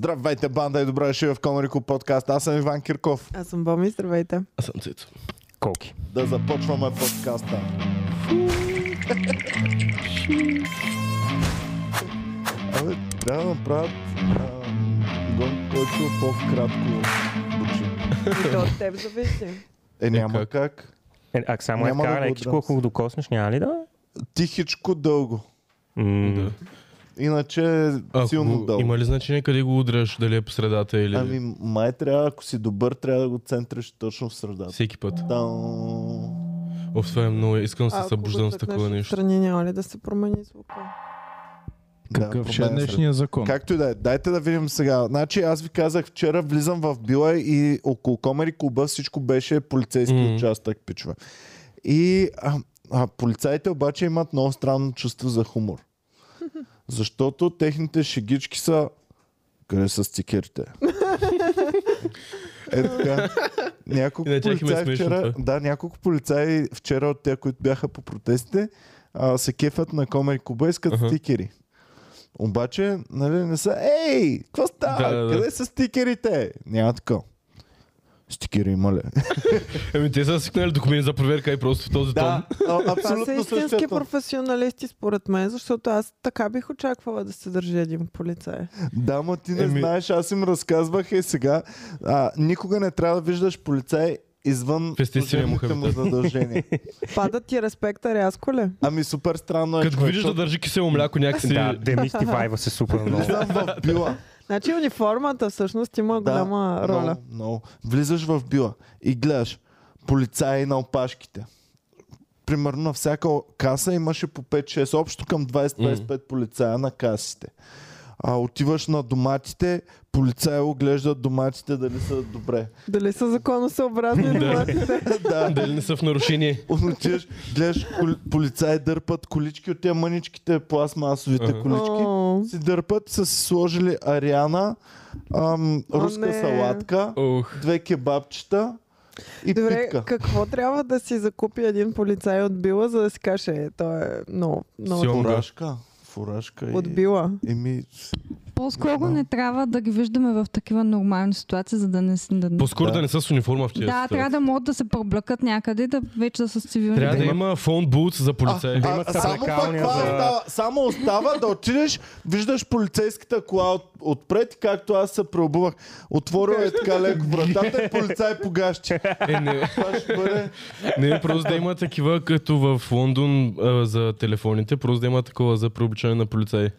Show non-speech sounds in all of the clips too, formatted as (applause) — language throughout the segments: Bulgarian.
Здравейте, банда и добре дошли в Конорико подкаст. Аз съм Иван Кирков. Аз съм Боми, здравейте. Аз съм Цицо. Колки? Да започваме подкаста. Абе, трябва да направят ам, гон, който е по-кратко звучи. И то от теб зависи. Е, няма как? как. Е, ако само Няма е да така, го лекичко, отдръпс. ако го докоснеш, няма ли да? Тихичко дълго. М, Да. Иначе е Ако силно го- дълго. Има ли значение къде го удряш, дали е по средата или Ами, май трябва, ако си добър, трябва да го центриш точно в средата. всеки път? Там... О, това е много. Искам да А се ако събуждам с го такова тръгнеш нещо. отстрани, няма ли да се промени звука? Какъв да, ще е променя се. днешния закон? Както и да е, дайте да видим сега. Значи аз ви казах, вчера влизам в Била и около Комери клуба всичко беше полицейски Мгм. участък, пичва. И а, а, полицаите обаче имат много странно чувство за (laughs) хумор. Защото техните шегички са къде са стикерите? е така. Няколко И на тях им е полицаи смешно вчера, това. да, няколко полицаи вчера от те, които бяха по протестите, а, се кефат на Комери Куба и искат Аха. стикери. Обаче, нали, не са, ей, какво става? Да, да, да. Къде са стикерите? Няма така. Стикери има ли? Ами те са свикнали документи за проверка и просто в този тон. а, Това са абсолютно истински същото. професионалисти, според мен, защото аз така бих очаквала да се държи един полицай. Да, ма ти не Еми- знаеш, аз им разказвах и сега. А, никога не трябва да виждаш полицай извън В естествения му служебните му задължения. Пада ти респекта рязко ли? Ами супер странно е. Като го човек, видиш да защото държи кисело мляко някакси... Да, демистифайва се супер (laughs) много. Влизам в (laughs) била. Значи униформата всъщност Да, има голяма роля. Много, много. Влизаш в била и гледаш полицаи на опашките. Примерно на всяка о- каса имаше по 5-6, общо към 20-25 полицая на касите. А отиваш на доматите, полицаи оглеждат доматите дали са (laughs) добре. Дали са (laughs) законосъобразни доматите? да. Дали не са в нарушение? Отиваш, гледаш, кол- полицаи дърпат колички от тия мъничките пластмасовите Ага. колички. О, Си дърпат, са си сложили Ариана, ам, О, руска не. салатка. Ох. две кебабчета и Добре, питка. какво трябва да си закупи един полицай от Била, за да си каже, е, той е много, много Силно. Фуражка. Фуражка и... от Била. Еми, По-скоро Да. не трябва да ги виждаме в такива нормални ситуации, за да не с- да... По-скоро Да. да. не са с униформа в тия Да, ситуации. трябва да могат да се проблъкат някъде, да вече да са с цивилни. Трябва да Да има фон бут за полицаи. имат само пак съблекалния това за- остава, само остава да отидеш, виждаш полицейската кола от, отпред, както аз се преобувах. Отворил е така леко вратата и полицай погащи. Е, не, Това ще бъде... не, е просто да има такива, като в Лондон а, за телефоните, просто да има такова за привличане на полицаи.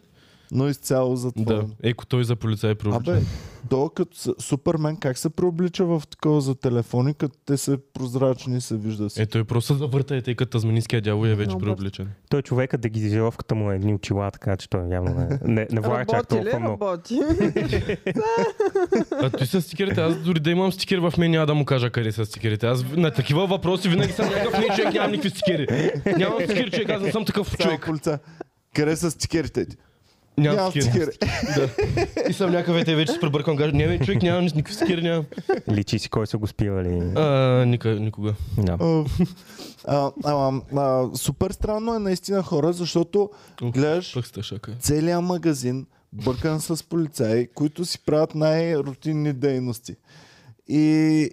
Но изцяло Да, затворено. еко той за е полицаи привличане. Абе, то като с- Супермен как се преоблича в такова за телефони, като те са прозрачни и се вижда си. Е, той просто завърта е, тъй като тазманийския дявол е вече Много бързо. преобличен. Той човека дегизировката му е едни очила, така че той явно не, не, не е влага чак Работи ли? толкова много. Работи. А той с стикерите, аз дори да имам стикер в мен, няма да му кажа къде са стикерите. Аз на такива въпроси винаги съм някакъв не човек, нямам никакви стикери. Нямам стикер, човек, аз не съм такъв Цял човек. полицай. Къде са стикерите ти? Нямам Нямам стикер. стикери. Да. И съм някакъв ете вече с пребъркан гаж. Не, бе, човек, нямам никакви стикери, нямам. Личи си кой са го спивали. А, ника, никога. Да. А, а, а, а, супер странно е наистина хора, защото Ух, гледаш Пък ста шака. целият магазин бъркан с полицаи, които си правят най-рутинни дейности. И,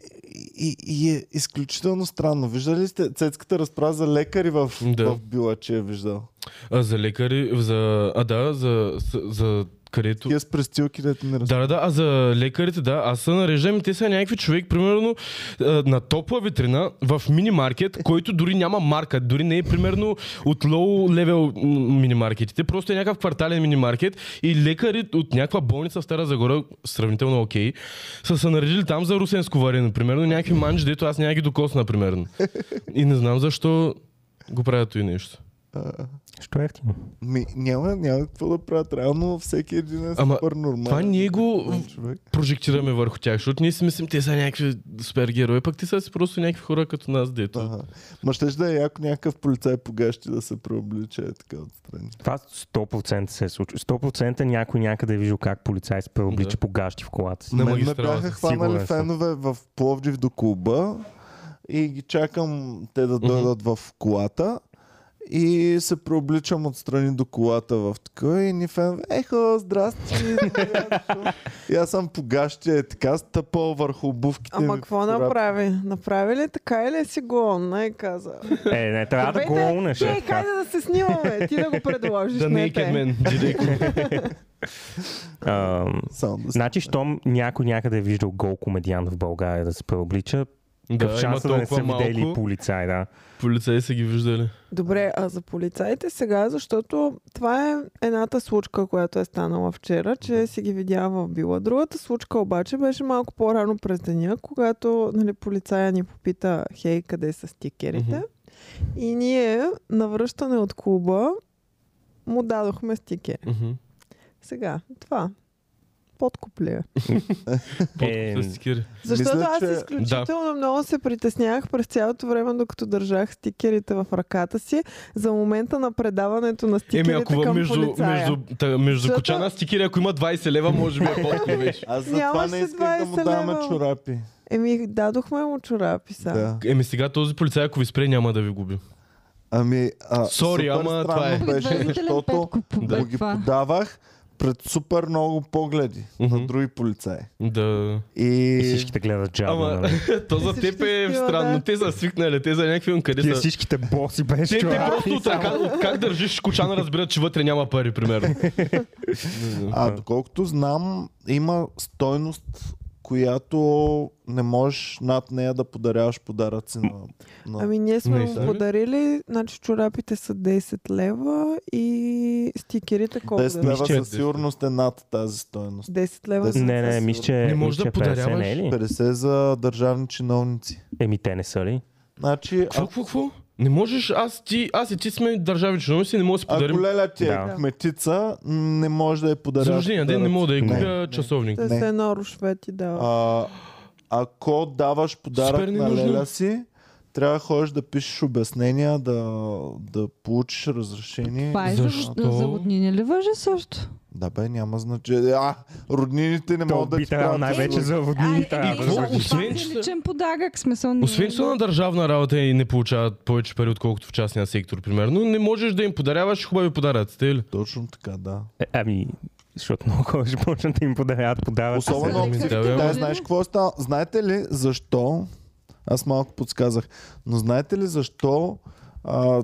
и, и е изключително странно. Виждали ли сте цецката разправа за лекари в, Да. в Била, че е виждал? А, за лекари, за... А, да, за... за- за където... Тия с престилки, дете не разбира. Да, да, да, а за лекарите, да, аз се нареждам и те са някакви човек, примерно а, на топла витрина в минимаркет, който дори няма марка, дори не е примерно от лоу левел минимаркетите, просто е някакъв квартален минимаркет и лекари от някаква болница в Стара Загора, сравнително окей, са се наредили там за русенско варене, примерно някакви манджи, дето аз няма ги докосна, примерно. И не знам защо го правят и нещо. А, Що е ефтино? ми, няма, няма какво да правят. Реално всеки един е Ама, супер нормален. Това ние го човек. прожектираме върху тях, защото ние си мислим, те са някакви супергерои, пък те са си просто някакви хора като нас, дето. Ага. Ма ще да е яко някакъв полицай по гащи да се преоблича е така отстрани. Това 100% се е случило. 100% някой някъде е виждал как полицай се преоблича Да. по гащи в колата си. На Мен ме магистралата, бяха хванали сигурен съм. фенове в Пловдив до клуба и ги чакам те да дойдат в колата и се преобличам отстрани до колата в такова и ни фен, ехо, (laughs) здрасти! и аз съм погащия е така стъпал върху обувките Ама ми. какво направи? Направи ли така или си го не и каза? Е, не, трябва да Добре, го е, те- лунеш. Ти, хайде да се снимаме, ти (laughs) да го предложиш, The не Naked те. (laughs) Man, директно. Само да си- Значи, щом някой някъде е виждал гол комедиант в България да се преоблича, да, Какъв има шанс да не толкова са видели и малко. полицай, да. Полицаи са ги виждали. Добре, а за полицаите сега, защото това е едната случка, която е станала вчера, че си ги видя в била. Другата случка обаче беше малко по-рано през деня, когато нали, полицая ни попита, хей, къде са стикерите? Мгм. И ние на връщане от клуба му дадохме стикер. Мгм. Сега, това. Подкуп ли е? Е, Подкуп с стикери. Защото Мисля, аз че- изключително много се притеснявах през цялото време, докато държах стикерите в ръката си, за момента на предаването на стикерите Еми, ако към между, полицая. между, та, между Защото- кочана стикери, ако има 20 лева, може би е (laughs) по-добре вече. Аз за това Нямаше не исках да му 20 даваме лева. чорапи. Еми, дадохме му чорапи са. Да. Еми сега този полицай, ако ви спре, няма да ви губи. Ами, а, Сори, супер ама това странно е. беше, Предварителен защото петков да. ги това. подавах пред супер много погледи Мгм. на други полицаи. Да. И И всичките гледат жадно. Ама, нали? то за Всички теб е стила, странно. да. Те са свикнали, те за някакви къде Тия са. всичките боси без Те, те чорапи. просто от ръка- от как държиш кочана разбират, че вътре няма пари, примерно. А доколкото знам, има стойност, която не можеш над нея да подаряваш подаръци на... на... Ами ние сме Наистина му ли? подарили, значи чорапите са 10 лева и стикерите колко 10 10 лева Мисля, със сигурност е над тази стойност. 10 лева. 10 Не, не, със мисля, че Не може мисля, да че 50, подаряваш. не е ли? 50 за държавни чиновници. Еми, те не са ли? Значи, Какво, какво, какво? Не можеш, аз, ти, аз и ти сме държави чиновници, не мога да си а- подарим. ако леля ти е Да. кметица, не може да я За подаряваш. рождения ден не подаръци. мога да я Не, купя часовник. Да не. се едно рушвет и да. А, ако даваш подарък Супер на ненужно. леля си, трябва да ходиш да пишеш обяснения, да, да получиш разрешение. Това е Защо? за, за роднини ли въжи също? Да бе, няма значение. А, роднините не То могат да би ти трябвало правят най-вече за Ай, водни. еми, да това звучи. това е Освен, че- личен подарък, смисъл. не- Освен това на държавна работа и не получават повече пари, отколкото в частния сектор, примерно, не можеш да им подаряваш хубави подаръци, те ли? Точно така, да. Ами, защото много хора ще почнат да им подаряват, подават. Особено Лекарите Да, бе, да Да, не- знаеш какво е става? Знаете ли защо? Аз малко подсказах. Но знаете ли защо а,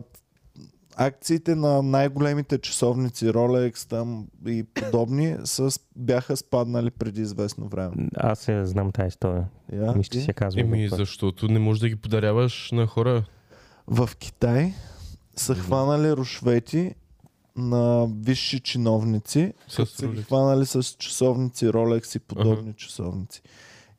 акциите на най-големите часовници, Rolex там и подобни, с, бяха спаднали преди известно време? Аз я знам тази история. Я? Мисля, че си я казвам. Еми, друг път. защото не можеш да ги подаряваш на хора. В Китай са хванали рушвети на висши чиновници, С като са ги Rolex. хванали с часовници, Rolex и подобни часовници.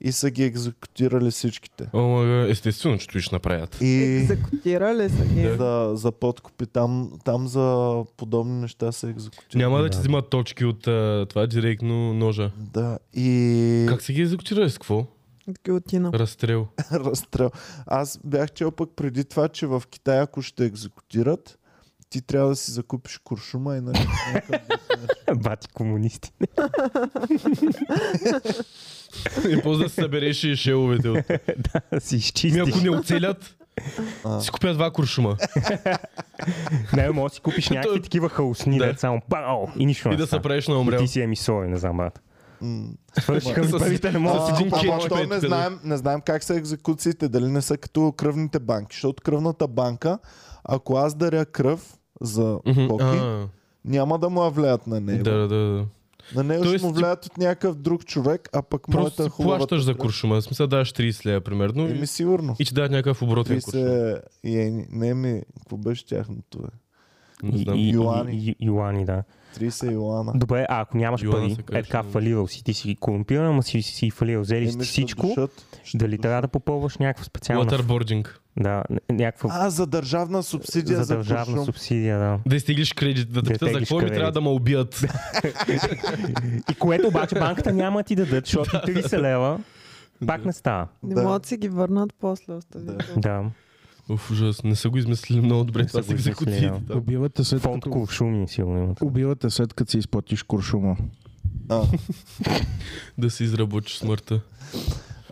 И са ги екзекутирали всичките. Ама, естествено, че ще направят. И... Екзекутирали са ги. за, за подкупи. Там, там за подобни неща се екзекутира. Няма да ти взимат точки от а, това директно ножа. Да, и Как се ги екзекутира? С какво? От гилотина. Разстрел. (laughs) разстрел. Аз бях чел пък преди това, че в Китай, ако ще екзекутират, ти трябва да си закупиш куршума, нали, иначе Бати комунисти. И после да си събереш и шеловете. От... (laughs) Да, си Ми, ако изчистиш. не оцелят, А. си купя два куршума. Не, може да си купиш някакви такива хаосни, Да. да. само пау и нищо не И да се става. правиш на И умрял. ти си емисори, не знам, брат. м, Свършиха ми С- парите, не мога да А, си един ама кетчуп то е не тук, да. знаем, не знаем как са екзекуциите, дали не са като кръвните банки. Защото кръвната банка, ако аз даря кръв за Мгм. Коки, А, няма да му я влияят на него. Да, да, да. На него Тоест ще му ти- влияят от някакъв друг човек, а пък Просто моята си хубава... Е, плащаш за куршума. В смисъл даваш 30 лея, примерно. Еми сигурно. И ти дадат някакъв оборотен Какви куршум. се... Йени... Не ми... Какво беше тяхното? бе? Не знам. И- и- Юани. и- и- Юани, да. 30 юлана. Добре, а ако нямаш Йоана пари, се каже, е така че- фалирал си, ти си корумпиран, ама си, си, си фалирал, взели си Еми, ще всичко, душат. Ще дали душат. трябва да попълваш някаква специална... Waterboarding. Да, н- някаква А, за държавна субсидия за за, държавна куршум. субсидия, да. Да изтеглиш кредит, да те Да питат за теглиш какво ми кредит. трябва да ме убият. И което обаче банката няма да ти дадат, защото 30 лева пак не става. Не Да. могат да си ги върнат после оставително. Да, Уф, ужас. Не са го измислили много добре. Не Това са се го измислили, екзекути. да. Да. Убиват те след фонд като... куршуми сигурно имат. Убиват те след като си (laughs) изплатиш куршума. А, Да си изработиш смъртта.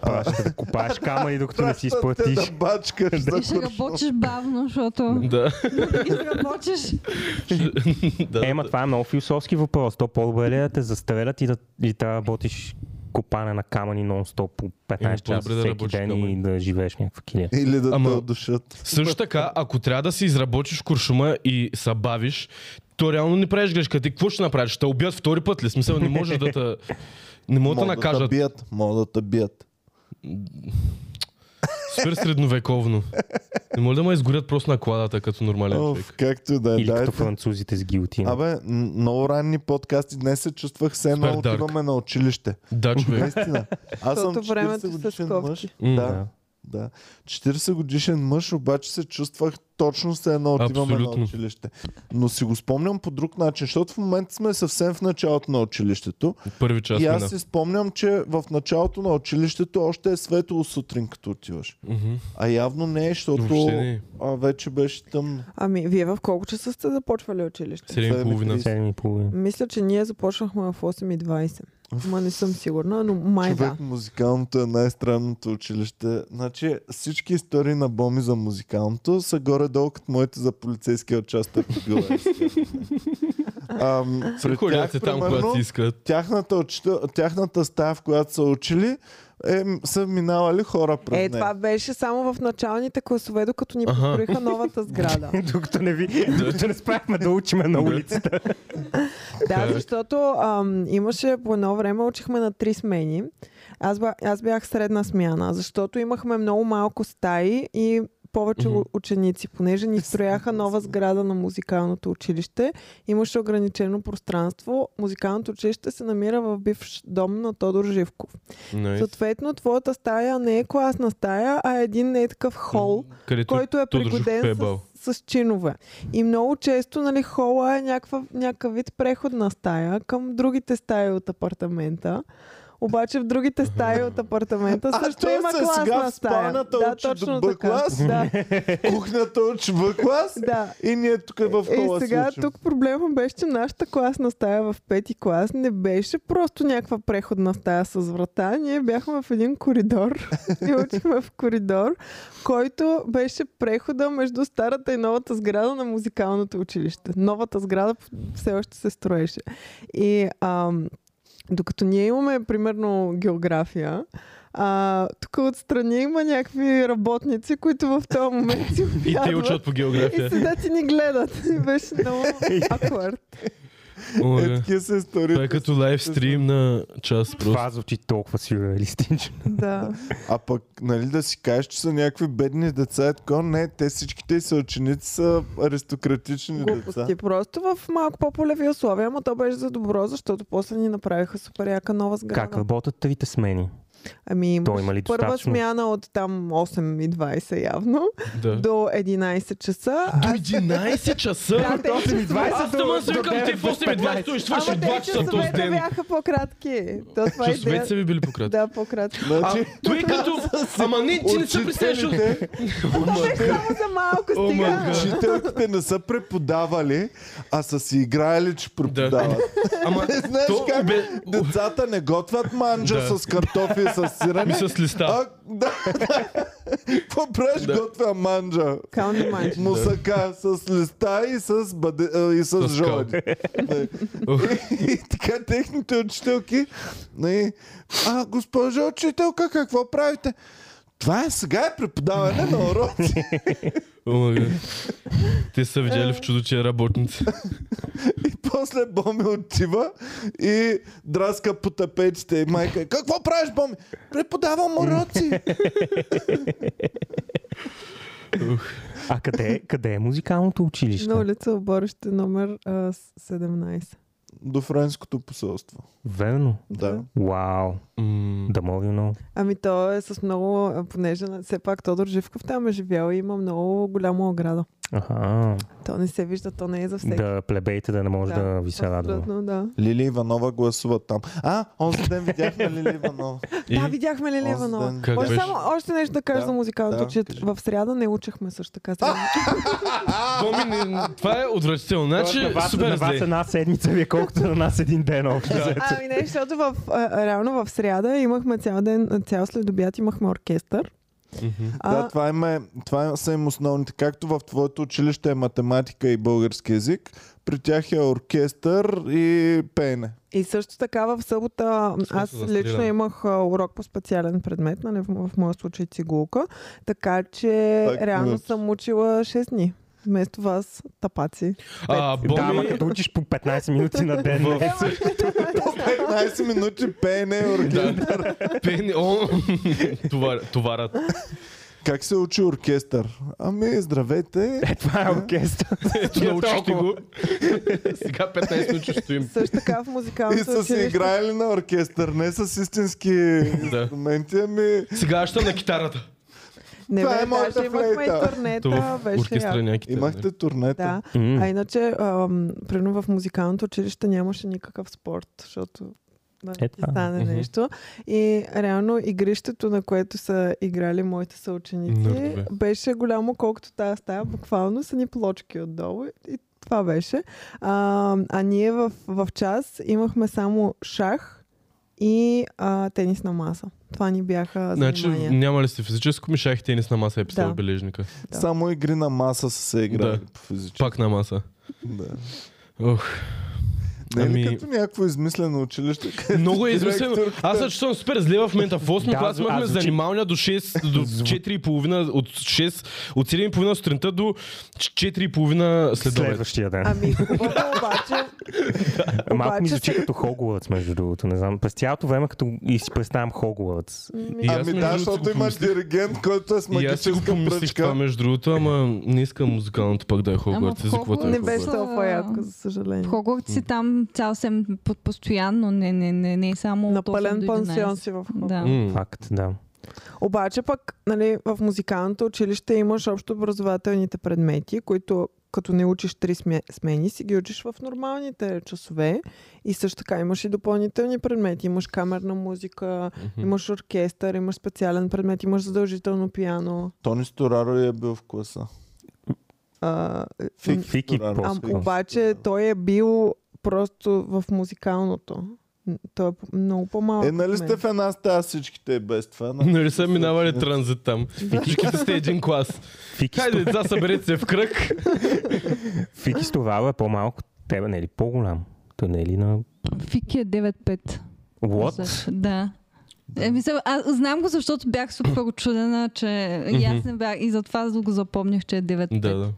праща да купаш камъни, докато не си Пращат те изплатиш. Да бачкаш, да И ще работиш бавно, защото Да. и ще работиш. да. Ема, това е много философски въпрос. То по-добре ли е да те застрелят и да, и да работиш копане на камъни нон-стоп по 15 по-добре часа да всеки работиш ден камъни. и да живееш някаква килия. Или да Ама- те отдушат. Също така, ако трябва да си изработиш куршума и се бавиш, то реално не правиш грешка. Ти какво ще направиш? Ще те убият втори път ли? В Смисъл, не можеш да те... Не могат да те Могат да те накажат. бият. Могат да те бият. Супер средновековно. Не може да ме изгорят просто на кладата като нормален Оф, човек. както и да е. Или като Дайте. французите с гилотина. Абе, н- много ранни подкасти. Днес се чувствах все едно Супер дарк. отиваме на училище. Да, човек. Наистина. Аз съм Защото 40 времето с годишен ковки. мъж. М, Да. Да. 40 годишен мъж, обаче се чувствах точно все едно отиваме Абсолютно. на училище. Но си го спомням по друг начин, защото в момента сме съвсем в началото на училището. Първи час и мина. аз си спомням, че в началото на училището още е светло сутрин, като отиваш. Мгм. А явно не е, защото Въобще не е. а, вече беше тъмно. Ами, вие в колко часа сте започвали училище? Седем и половина. 7 (laughs) и половина. Мисля, че ние започнахме в 8.20. Ма не съм сигурна, но май Човек, да. музикалното е най-странното училище. Значи всички истории на Боми за музикалното са горе-долу като моите за полицейския участък. в (laughs) Билайско. Ам, при Ходят тях, се е там, когато примерно, си искат. тяхната, учител, тяхната стая, в която са учили, е, м- са минавали хора през Е, нея. това беше само в началните класове, докато ни Аха. построиха новата (laughs) сграда. докато не ви, (laughs) докато не спряхме да учиме на улицата. Да, защото ам, имаше по едно време, учихме на три смени. Аз, ба, аз бях средна смяна, защото имахме много малко стаи и повече Мгм. Е, mm-hmm. ученици, понеже ни строяха нова сграда на музикалното училище. Имаше ограничено пространство. Музикалното училище се намира в бивш дом на Тодор Живков. Най- Съответно, твоята стая не е класна стая, а е един е такъв хол, Където който е Тодор Живков е пригоден бал. с, с чинове. И много често нали, хола е някаква, някакъв вид преходна стая към другите стаи от апартамента. Обаче в другите стаи от апартамента А, също той има се класна сега в стая. спалната да, учи точно до така. Б-клас? Да, Кухнята учи в Е, клас (laughs) (laughs) да. и ние тук в И хола Е, сега се учим. тук проблема беше, че нашата класна стая в пети клас не беше просто някаква преходна стая с врата. Ние бяхме в един коридор и учихме в коридор, който беше прехода между старата и новата сграда на музикалното училище. Новата сграда все още се строеше. И ам, докато ние имаме, примерно, география, а, тук отстрани има някакви работници, които в този момент си (laughs) И те обядват. учат по И география. седят и ни гледат. (laughs) И Беше много акорд. О, Е, да. такива са Това е истории. като лайв стрим на час просто. Това звучи толкова сюрреалистично. Да. А пък, нали да си кажеш, че са някакви бедни деца, е такова, не, те всичките са ученици, са аристократични деца. Глупости. Просто в малко по-полеви условия, но то беше за добро, защото после ни направиха супер яка нова сграда. Как работят трите смени? Ами, е То има ли първа достатъчно? смяна от там 8.20 явно Да. до 11 часа. До 11 часа? те, че Аз тъма се викам те в 8.20, той ще свърши Ама в те, 2 че часа този часовете ден. бяха по-кратки. То това е Часовете идея. са ви били пократи. Да, по-кратки. Значи, А, той като... Ама не, ти не се представяш. учителите, Само за малко О, стига. мага. учителките не са преподавали, а са си играели, че преподават. Ама Не знаеш то как бе... децата не готвят манджа Да. с картофи и с И сирене. с листа. А, да. (laughs) Какво правиш? Да. Готвя манджа. Кални майче. Мусака с листа и с, бъде, а, и с кал. жоди. Да. И така техните учителки. нали, А, госпожо учителка, какво правите? Това е сега е преподаване на уроци. О, мага. Те са видяли в чудо, че е работница. И после Боми отива и драска по тапетите. И майка е, какво правиш, Боми? Преподавам уроци. А къде, къде е музикалното училище? На улица оборище номер а, 17. До френското посолство. Верно. Да. Вау. М, Да мога много. Ами то е с много, а, понеже на- все пак Тодор Живков там е живял и има много голяма ограда. Аха. То не се вижда, то не е за всеки. Да, плебейте да не може да, ви се радва. абсолютно, да. Лили Иванова гласува там. А, онзи ден видяхме Лили Иванова. И- Да, видяхме ли Онзи Леванова? ден Как Може беше? само още нещо да кажа Да, за музикалното, да, че кажи. в сряда не учехме също така. Боми, не- това е отвратително. на Значи, вас, на супер вас зле. една седмица ви е колкото на нас един ден общо. взето. ами не, защото в, а, реално в сряда имахме цял ден, цял следобед имахме оркестър. А, Да, това, има, е- това е- са им основните. Както в твоето училище е математика и български язик, при тях е оркестър и пеене. И също така в събота Също аз за лично стреляне. имах а, урок по специален предмет, нали, в, в моя случай цигулка, така че Так, реално минут. съм учила 6 дни. Вместо вас тапаци. А, Да, ама Боми, като учиш по 15 минути на ден. не е също. 15 минути пеене и оркестър. пени, о, (laughs) товар- товарът. Как се учи оркестър? Ами, здравейте. Е, това е оркестър. Ето, научих ти го. Сега 15 минути ще стоим. Също така в И музикалното са си училище. играели на оркестър, не с истински Да. инструменти, ами... Сега аз ще на китарата. Не, Това бе, е моята даже имахме и флейта. турнета, Това в беше оркестра е яко. някакви. Имахте турнета. Да. А иначе, ам, примерно в музикалното училище нямаше никакъв спорт, защото да, Е, ти това е. стане Мгм. нещо. И реално игрището, на което са играли моите съученици, Нърдове. беше голямо колкото тази стая. Буквално са ни плочки отдолу. И това беше. А, а ние в, в час имахме само шах и а, тенис на маса. Това ни бяха Значи занимания. няма ли сте физическо, ми шах и тенис на маса е писал Да. в бележника. Да. Само игри на маса са се играли Да. по физически. Пак на маса. Да. Ох. Не е ли Ами- като някакво измислено училище? където Много е измислено. директорката- Аз също съм супер зле в момента. В 8 Да, клас а имахме звучи- занималния до 6, до 4,5, от 6, от 7,5 сутринта до 4,5 след обед. Следващия ден. Ами, хубаво (laughs) обаче, Малко ми обаче звучи се- като Хогвартс, между другото. Не знам. През цялото време, като и си представям Хогвартс. И аз, Ами да, между другото, си го защото има помислих. диригент, който е с И аз си го магическа помислих това, пръчка. между другото, ама не искам музикалното пак да е Ама Хогвартс. в За какво да е Хогвартс не Хубаво. беше Хогвартс? толкова яко, за съжаление. В Хогвартс си там цял сем под постоянно, не, не, не, не само На от 8 пълен до пансион 11. си в Хогвартс. Да. М. Факт, да. Обаче пък нали, в музикалното училище имаш общо образователните предмети, които като не учиш три сме- смени, си ги учиш в нормалните часове. И също така имаш и допълнителни предмети. Имаш камерна музика, Мгм. имаш оркестър, имаш специален предмет, имаш задължително пиано. Тони Стораро е бил в класа. А, Фики, Фики Стораро. а, по-скоро. обаче той е бил просто в музикалното. Той е по- много по-малък. Е, нали от мен. сте в една стая всичките и без това? нали? Нали са минавали транзит там? Да. Всичките сте един клас. Фики, Хайде, деца, съберете се в кръг. Фики Стоваро е по-малко от тебе, не е ли по-голям? Той не е ли на... Фики е 9-5. What? Да. Е, мисля, аз знам го, защото бях супер очудена, че и аз не бях и затова го запомних, че е 9-5. Да, да.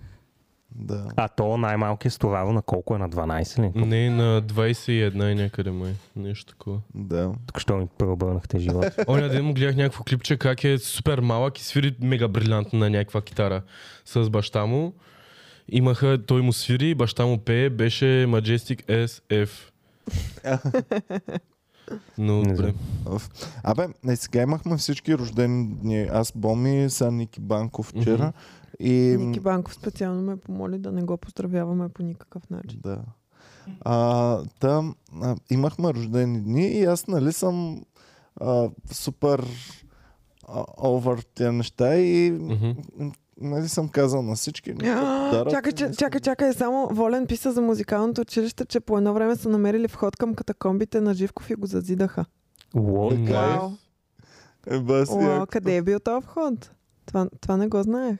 Да. А то най-малкият Стоваро на колко е? На 12 ли? Не, на 21 е някъде май. Нещо такова. Да. Тук що ми преобърнахте живота. Оня ден му гледах някакво клипче, как е супер малък и свири мега брилянтно на някаква китара с баща му. Имаха, той му свири, баща му пее, беше Majestic SF. Но Не добре. Оф. Абе, не, сега имахме всички рождени дни. Аз, Боми, са Ники Банков вчера. И... Ники Банков специално ме помоли да не го поздравяваме по никакъв начин. Да. А, там а, имахме рождени дни и аз нали съм а, супер а, овър тия неща и Мгм. м, нали съм казал на всички. ни подаръци, Чакай, ни че- са- чакай, чакай, е само Волен писа за музикалното училище, че по едно време са намерили вход към катакомбите на Живков и го зазидаха. What? Така е. Вау. Е, бас, Уау, яко. къде е бил този вход? Това, това не го знаех.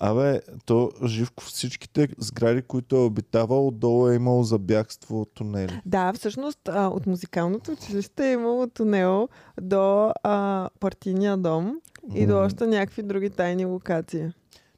Абе, то Живко всичките сгради, които е обитавал, отдолу е имал за бягство от тунели. Да, всъщност а, от музикалното училище е имало тунел до а, партийния дом и до още някакви други тайни локации.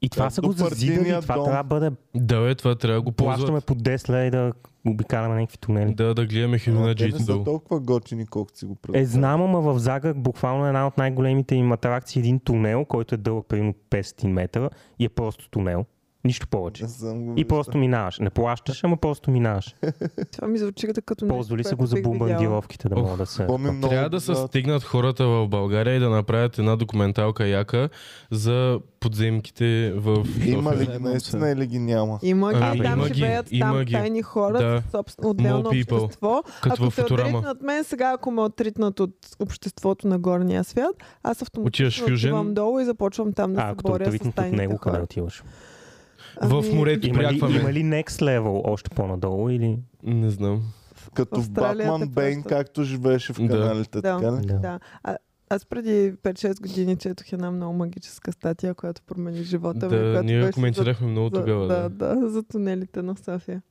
И това са го До партийния зазидали, това дом. трябва да бъде Да, бе, това трябва да го плащаме ползват. по 10 лева и да обикаляме някакви тунели. Да, да гледаме химна Ама на Те не Джейсън са Дол. толкова готини, колкото си го Е, представя. знам, ама в Загреб буквално една от най-големите им атракции е един тунел, който е дълъг примерно 500 метра и е просто тунел. Нищо повече. Не съм го И виждал. просто минаваш. Не плащаш, ама просто минаваш. Това ми звучи като- като нещо, Ползвали са което го за бих видяла. бомбандировките да Ох, могат да се... Помня много. Трябва да се да, стигнат хората в България и да направят една документалка яка за подземките в Има ли София. ги наистина или ги няма? Има ги, А, там има ги, живеят има там ги. тайни хора Да. с собствено отделно More people. общество. Като ако във се Футурама. отритнат мен, сега ако ме отритнат от обществото на горния свят, аз Отиваш автоматично в Южен? отивам долу и започвам там да А, се ако те боря с отритнат от тайните него, къде хора. отиваш? В Ами, морето Има ли, спрякваме. има ли next level още по-надолу или... Не знам. Като в Австралия те Батман Бейн, пращат. както живееше в Да. каналите, Да. така ли? Да. Да. А, аз преди 5-6 години четох една много магическа статия, която промени живота ми. Да, която ние я беше за коментирахме много За- тогава. Да. да, да, за тунелите на София.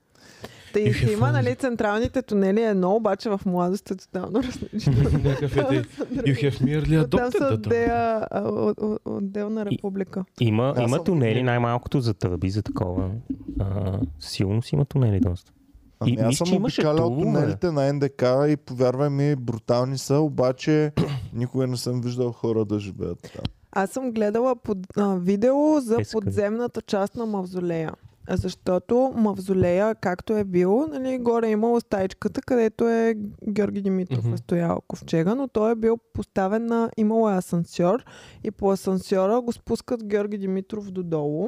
Та You и have си има, found- нали, централните тунели е едно, обаче в младост е тотално различно. (laughs) (laughs) Някакъв е ти. You have merely Там са adopted the term. отдея, а, о- о- отделна република. Има, Аз има съм- тунели най-малкото за тръби, за такова. А, силно си има тунели доста. Ами И аз мисля, съм че имаше обикалял Тулу, бе. тунелите на НДК и повярвай ми, брутални са, обаче (clears throat) никога не съм виждал хора да живеят там. Аз съм гледала под, а, видео за Искам. подземната част на мавзолея. Защото мавзолея, както е бил, нали, горе е имало стаичката, където е Георги Димитров Мгм. е стоял ковчега, но той е бил поставен на... Имало е асансьор и по асансьора го спускат Георги Димитров додолу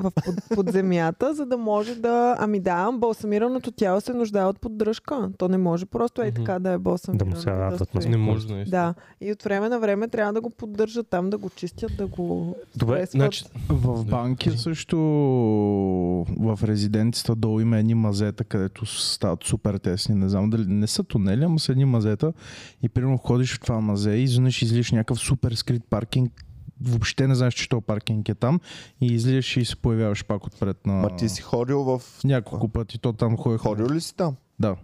в под, под земята, за да може да... Ами да, балсамираното тяло се нуждае от поддръжка. То не може просто е Мгм. така да е балсамирано. се радват на стои. Е. Не може да е. Да, и от време на време трябва да го поддържат там, да го чистят, да го... Добре, стресват. Значи, В Да, банки кажи. също в резиденцията долу има едни мазета, където стават супер тесни. Не знам дали не са тунели, ама са едни мазета. И примерно ходиш в това мазе и изведнъж излиш някакъв супер скрит паркинг. Въобще не знаеш, че то паркинг е там. И излизаш и се появяваш пак отпред на... Ма ти си ходил в... Няколко пъти то там ходи. Ходил ли си там? Да.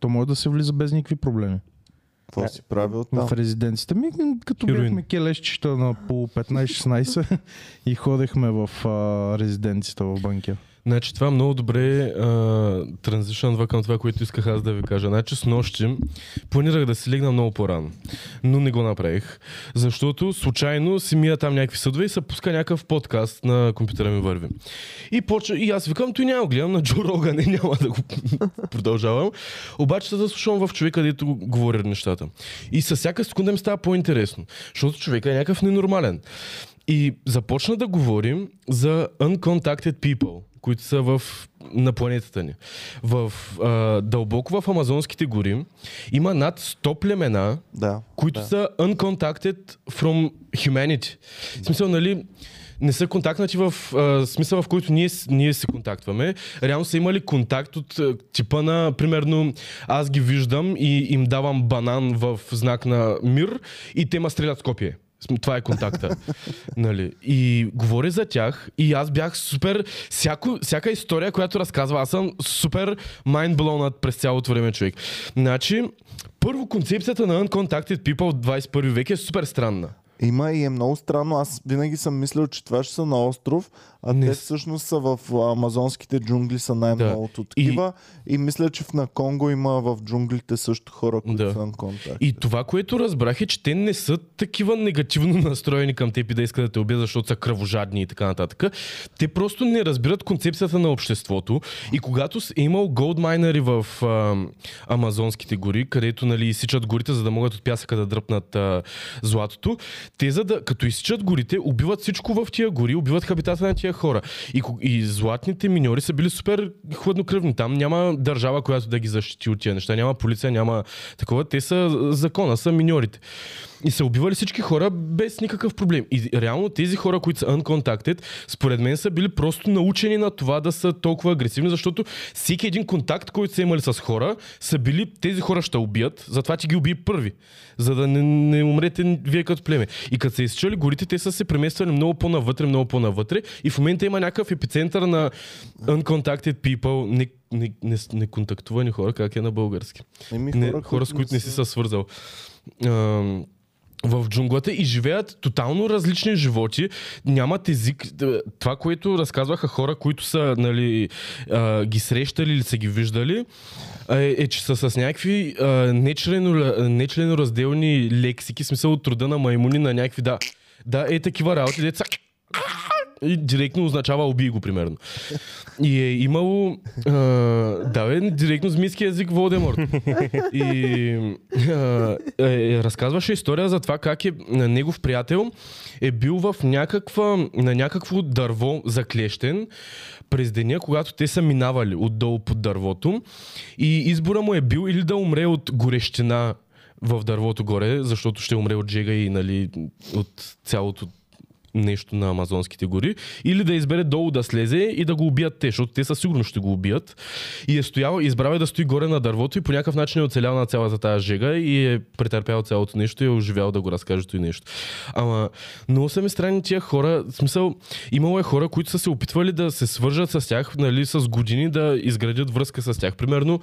То може да се влиза без никакви проблеми. Какво си правил Да. там? В резиденцията ми, като Хероин. бяхме келещчета на по 15-16 (laughs) и ходехме в а, резиденцията в банкия. Значи това много добре а, транзишънва към това, което исках аз да ви кажа. Значи с нощи планирах да си легна много по-рано, но не го направих, защото случайно си мия там някакви съдове и се пуска някакъв подкаст на компютъра ми върви. И, почва, и аз викам, той няма го гледам на Джо Роган не няма да го (laughs) продължавам. Обаче се заслушвам в човека, дето го говори нещата. И със всяка секунда ми става по-интересно, защото човека е някакъв ненормален. И започна да говорим за uncontacted people, които са в, на планетата ни. В, а, дълбоко в Амазонските гори има над 100 племена, Да. които да. са uncontacted from humanity. В смисъл, нали, не са контактнати в а, смисъл, в който ние, с- ние се контактваме. Реално са имали контакт от а, типа на, примерно, аз ги виждам и им давам банан в знак на мир и те ма стрелят с копие. См- Това е контакта. нали. И говоря за тях и аз бях супер... Всяко, всяка история, която разказва, аз съм супер майндблонът през цялото време човек. Значи, първо, концепцията на Uncontacted People в 21 век е супер странна. Има и е много странно. Аз винаги съм мислил, че това ще са на остров, а Не те с- всъщност са в амазонските джунгли са най-многото Да. такива. И... мисля, че в на Конго има в джунглите също хора, които Да. са на контакт. И това, което разбрах е, че те не са такива негативно (laughs) настроени към теб и да искат да те убият, защото са кръвожадни и така нататък. Те просто не разбират концепцията на обществото. И когато с- е имал голдмайнери в а, амазонските гори, където нали, изсичат горите, за да могат от пясъка да дръпнат а, златото, те за да, като изсичат горите, убиват всичко в тия гори, убиват хабитата на тия хора. И, ко- и златните миньори са били супер хладнокръвни. Там няма държава, която да ги защити от тия неща. Няма полиция, няма такова. Те са закона, са миньорите. И са убивали всички хора без никакъв проблем. И реално тези хора, които са uncontacted, според мен са били просто научени на това да са толкова агресивни, защото всеки един контакт, който са имали с хора, са били тези хора ще убият, затова ти ги уби първи, за да не, не умрете вие като племе. И като са изчели горите, те са се премествали много по-навътре, много по-навътре и в момента има някакъв епицентър на uncontacted people, не, не, не, не контактувани хора, как е на български Еми, не, хора, с които не си се свързал. Ам, в джунглата и живеят тотално различни животи, нямат език. Д- Това, което разказваха хора, които са нали, а, ги срещали или са ги виждали, а, е, е, че са с някакви а, нечлено- нечленоразделни лексики, в смисъл от труда на маймуни, на някакви, да, да, е такива работи, деца. и директно означава убий го, примерно. И е имало... А, да, бе, директно змийски език Волдеморт. И а, е, разказваше история за това как е на негов приятел е бил в някаква, на някакво дърво заклещен през деня, когато те са минавали отдолу под дървото. И избора му е бил или да умре от горещина в дървото горе, защото ще умре от жега и нали, от цялото нещо на амазонските гори, или да избере долу да слезе и да го убият те, защото те със сигурност ще го убият. И е стоял, избрал е да стои горе на дървото и по някакъв начин е оцелял на цялата тази жега и е претърпял цялото нещо и е оживял да го разкаже и нещо. Ама, много са ми странни тия хора. В смисъл, имало е хора, които са се опитвали да се свържат с тях, нали, с години да изградят връзка с тях. Примерно,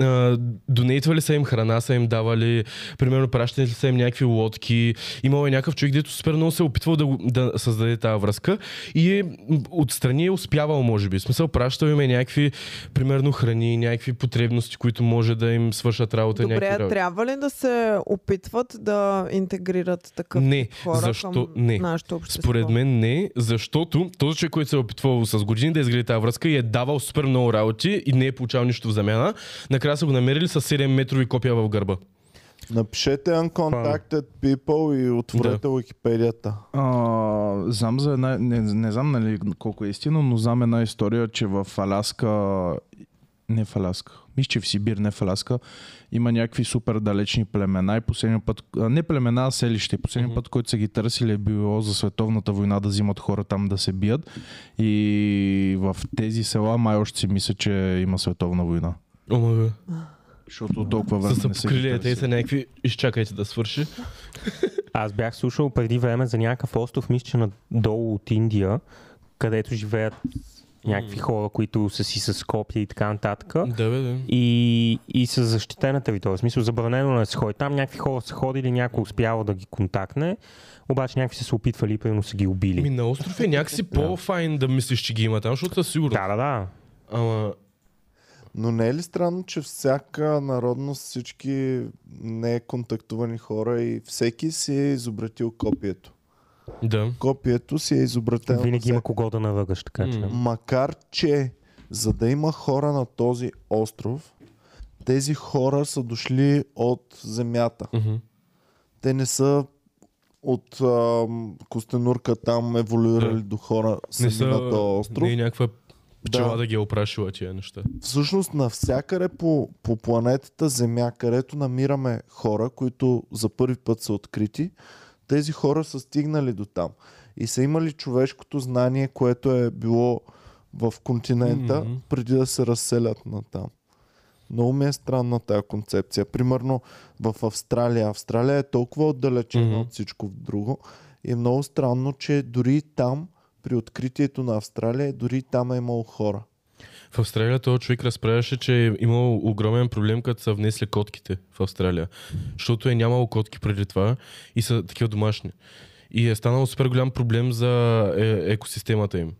а, донейтвали са им храна, са им давали, примерно, пращали са им някакви лодки. Имало е някакъв човек, дето супер много се е опитвал да, го- да създаде тази връзка и е, м, отстрани е успявал, може би. В смисъл, пращал им е някакви, примерно, храни, някакви потребности, които може да им свършат работа. е някакви Добре, работи. трябва ли да се опитват да интегрират такъв Не, тип хора защо към не? нашето общество? Според мен не, защото този човек, който се е опитвал с години да изгради тази връзка и е давал супер много работи и не е получавал нищо в замяна, накрая са го намерили с 7 метрови копия в гърба. Напишете uncontacted people и отворете Уикипедията. А, знам за една, не, не знам нали колко е истина, но знам една история, че в Аляска, не в Аляска, мисля, че в Сибир, не в Аляска, има някакви супер далечни племена и последния път, а, не племена, а селище. И Последния път, който са ги търсили е било за световната война да взимат хора там да се бият. И в тези села май още си мисля, че има световна война. Омага. Защото толкова Са време се не са ги покрили, те търсили. са някакви, изчакайте да свърши. Аз бях слушал преди време за някакъв остров, мисля, че надолу от Индия, където живеят някакви хора, които са си с копия и така нататък. Да, бе, да. И, и с защитена територия. В смисъл, забранено не се ходи. Там някакви хора са ходили, някой успява да ги контактне, обаче някакви са се опитвали и примерно са ги убили. Ми на остров е някакси по-файн да мислиш, че ги има там, защото със сигурност. Да, да, да. Ама, Но не е ли странно, че всяка народност, всички неконтактувани хора и всеки си е изобретил копието? да. Копието си е изобретено. Винаги на има кого да навъгаш, така че. М. Mm. Макар, че за да има хора на този остров, тези хора са дошли от земята. Мгм. Те не са от а, Костенурка там еволюирали Да. до хора Не сами са, на този остров. не е някаква пчела Да. да. ги е опрашила тия неща. Всъщност навсякъде по, по планетата Земя, където намираме хора, които за първи път са открити, тези хора са стигнали до там и са имали човешкото знание, което е било в континента, Мгм. mm-hmm. преди да се разселят на там. Много ми е странна тази концепция. Примерно в Австралия. Австралия е толкова отдалечена Мгм. mm-hmm. от всичко друго и е много странно, че дори и там, при откритието на Австралия, дори и там е имало хора. В Австралия този човек разправяше, че е имал огромен проблем, като са внесли котките в Австралия. Защото е нямало котки преди това и са такива домашни. И е станал супер голям проблем за е, екосистемата им.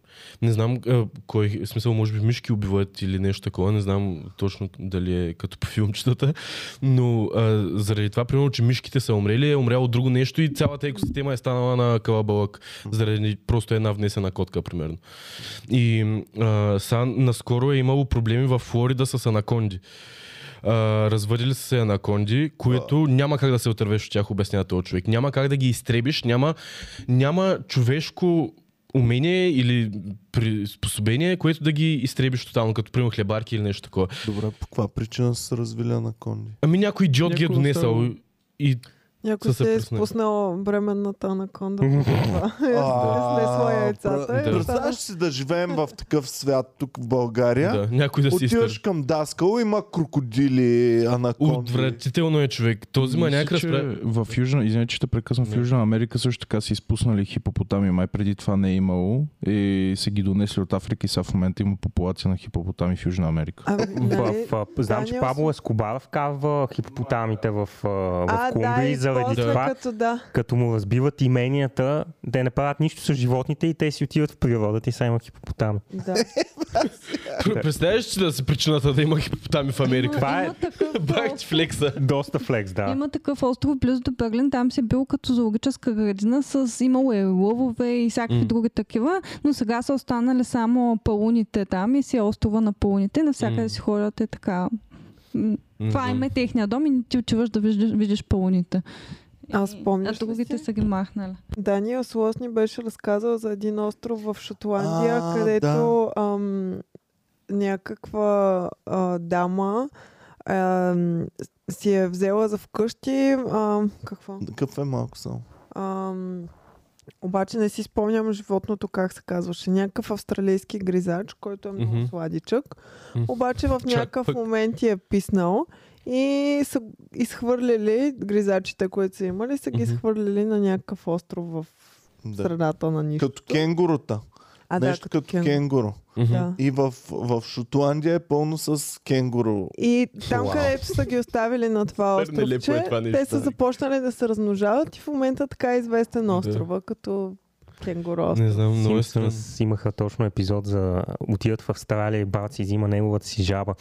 Не знам е, кой, в смисъл, може би мишки убиват или нещо такова, не знам точно дали е като по филмчетата, но е, заради това, примерно, че мишките са умрели, е умряло друго нещо и цялата екосистема е станала на калабалък, заради просто една внесена котка, примерно. И а, са, наскоро е имало проблеми в Флорида с анаконди. А, развъдили са се анаконди, които няма как да се отървеш от тях, обяснява този човек. Няма как да ги изтребиш, няма, няма човешко умение или приспособение, което да ги изтребиш тотално, като примерно хлебарки или нещо такова. Добре, по каква причина са се развили (laughs) анаконди? Ами някой идиот ги е Някой донесъл. оставил. И Някой Са се, се е пръснали. спуснал бременната анаконда. (laughs) Това е снесла яйцата. Да. и остана- Представяш си да живеем в такъв свят тук в България. да, някой да си Отиваш изтържи. към Даскал, има крокодили, анаконди. Отвратително е човек. Този има Мисля, някакъв че разправ... В Южна, извиня, че те прекъсвам, в Южна Америка също така са изпуснали хипопотами, май преди това не е имало и са ги донесли от Африка и сега в момента има популация на хипопотами в Южна Америка. Ами, В, нали, в, знам, че Даниел Пабло Ескобар вкарва хипопотамите в, а, в А, да, Колумбия и и за заради после това, като да. като му разбиват именията, те не правят нищо с животните и те си отиват в природата и сега има хипопотам. да. Пр- Представяш си да си причината да има хипопотами в Америка? Това е- има такъв (laughs) Бах ти остров. флекса. Доста флекс, да. Има такъв остров близо до Берлин, там си е бил като зоологическа градина с имало е лъвове и всякакви М. други такива, но сега са останали само пауните там и си е острова на пауните, навсякъде М. си ходят и така. М, Това Мгм. им е техния дом и не ти отиваш да виждаш, видиш пауните. Аз И- помниш А ли другите си? са ги махнали. Даниел Слос ни беше разказал за един остров в Шотландия, А, където ам, някаква а, дама ам, си е взела за вкъщи. Ам, какво? Кафе е малко само. Ам, обаче не си спомням животното как се казваше. Някакъв австралийски гризач, който е много Мгм. сладичък. М. Обаче в Чак някакъв пък. момент ти е писнал и са г- изхвърлили гризачите, които са имали, са ги Мгм. изхвърлили на някакъв остров в Да. средата на нищо. Като кенгурута. А, да, Нещо като кенг- кенгуру. Мгм. Да. И в, в Шотландия е пълно с кенгуру. И там, Уау. където са ги оставили на това Супер нелепо е островче, това нещо, те са да. започнали да се размножават и в момента така е известен Да. острова, като кенгуру остров. Не знам, много е странно. Симпсънс имаха точно епизод за отиват в Австралия и бат си взима неговата си жаба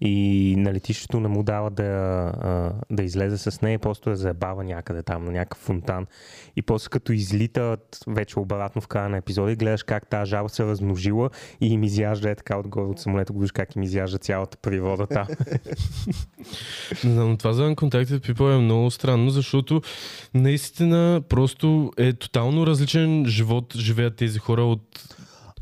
и на летището не му дава да, я, а, да излезе с нея, просто я заебава някъде там на някакъв фонтан. И после като излитат вече обратно в края на епизода и гледаш как тази жаба се е размножила и им изяжда е така отгоре от самолета, го виждаш как им изяжда цялата (laughs) природа там. Не знам, но това за Uncontacted People е много странно, защото наистина просто е тотално различен живот живеят тези хора от...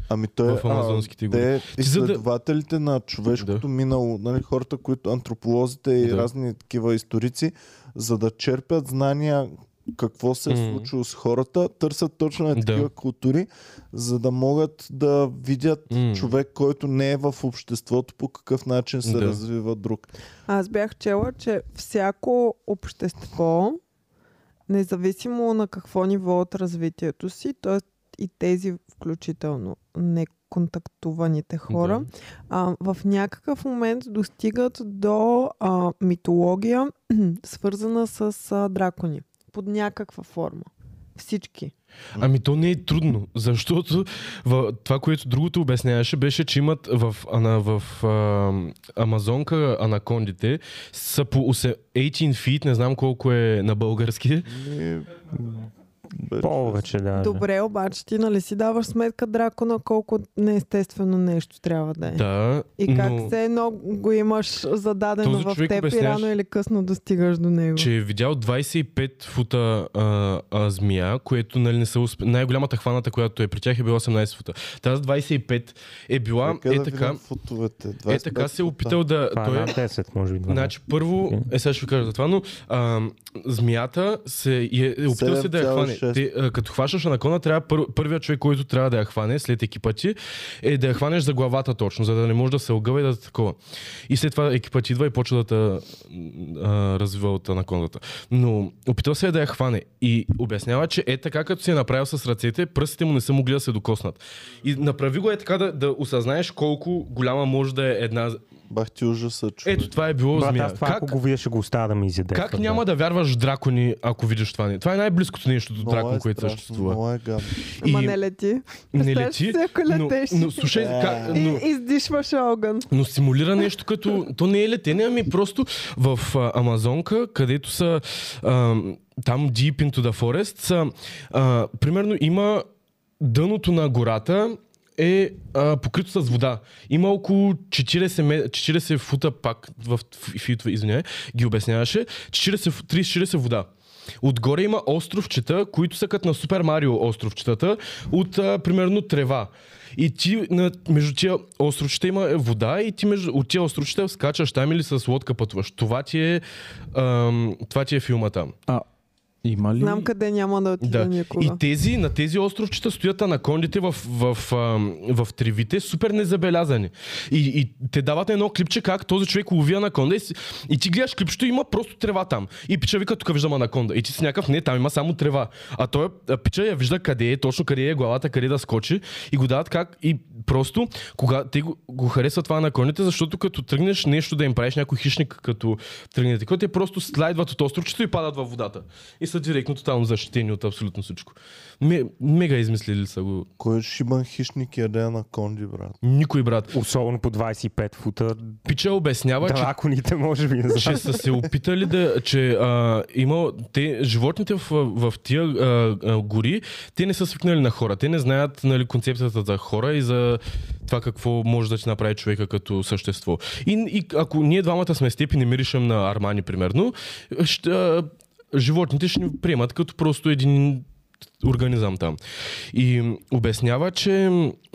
Ами той, В амазонските а, гори. те, е Ти за да- изследователите на човешкото Да. минало, нали, хората, които антрополозите и Да. разни такива историци, за да черпят знания какво се е М. случило с хората, търсят точно е Да. такива култури, за да могат да видят М. човек, който не е в обществото, по какъв начин се Да. развива друг. Аз бях чела, че всяко общество, независимо на какво ниво от развитието си, т.е. и тези включително неконтактуваните хора, Да. а, в някакъв момент достигат до а, митология, (clears throat) свързана с а, дракони. Под някаква форма. Всички. Ами то не е трудно, защото в, това, което другото обясняваше, беше, че имат в, ана, в а, Амазонка анакондите са по 8 18 feet, не знам колко е на български. И... Повече, да. Добре, обаче ти нали си даваш сметка дракона колко неестествено нещо трябва да е. Да, И как но... все едно го имаш зададено Този в човек теб и обясняваше- рано или късно достигаш до него. че е видял 25 фута а, а, змия, което нали, не са усп... най-голямата хваната, която е при тях е била 18 фута. Тази 25 е била Чакай е да така, видим фотовете. е 25 така се фута. е опитал да... Това е той е- над 10, може би. 12. Значи първо, е сега ще ви кажа за това, но а, змията се и е, е опитал се да я хване. 7,6. Ти, а, като хващаш анакона, трябва пър, първият човек, който трябва да я хване след екипа ти, е да я хванеш за главата точно, за да не може да се огъва и да такова. И след това екипа ти идва и почва да те а, развива от анакондата. Но опитал се е да я хване и обяснява, че е така, като си е направил с ръцете, пръстите му не са могли да се докоснат. И направи го е така да, да осъзнаеш колко голяма може да е една... Бах ти ужаса, човек. Ето това е било Брат, змия. аз това, ако го видя, ще го оставя да ми изяде. Как няма да вярваш в дракони, ако видиш това? Не? Това е най-близкото нещо до Много дракон, е което страшно, съществува. Много е гадно. Ама И не лети. не Представяш лети, си, ако но, летеш. Е. но слушай, как, но, И издишваш огън. но симулира нещо като... То не е летене, ами просто в а, Амазонка, където са а, там deep into the forest, са, а, примерно има дъното на гората е а, покрито с вода. Има около 40, ме- 40 фута пак в ф- фитове, извиняй, ги обясняваше. 40, фу- 30-40 вода. Отгоре има островчета, които са като на Супер Марио островчетата, от а, примерно трева. И ти на, между тия островчета има е, вода и ти между, от тия островчета скачаш там или с лодка пътуваш. Това ти е, ам, това ти е филма там. А, Има ли? Знам къде няма да отида Да. никога. И тези, на тези островчета стоят анакондите в, в, в, ам, в тривите, супер незабелязани. И, и те дават едно клипче как този човек лови анаконда и, си- и ти гледаш клипчето, има просто трева там. И пича вика, тук виждам анаконда. И ти си някакъв, не, там има само трева. А той а, пича я вижда къде е, точно къде е главата, къде да скочи. И го дават как. И просто, кога те го, го харесват това анакондите, защото като тръгнеш нещо да им правиш някой хищник, като тръгне такова, те просто слайдват от островчето и падат във водата. И са директно тотално защитени от абсолютно всичко. Ме, мега измислили са го. Кой е шибан хищник яде на конди, брат? Никой, брат. Особено по 25 фута. Пича обяснява, че Драконите, (laughs) може би. не знам. че са се опитали да, че а, има, те, животните в, в тия а, а, гори, те не са свикнали на хора. Те не знаят нали, концепцията за хора и за това какво може да ти направи човека като същество. И, и ако ние двамата сме с теб и не миришем на Армани, примерно, ще, а, животните ще ни приемат като просто един организъм там. И м, обяснява, че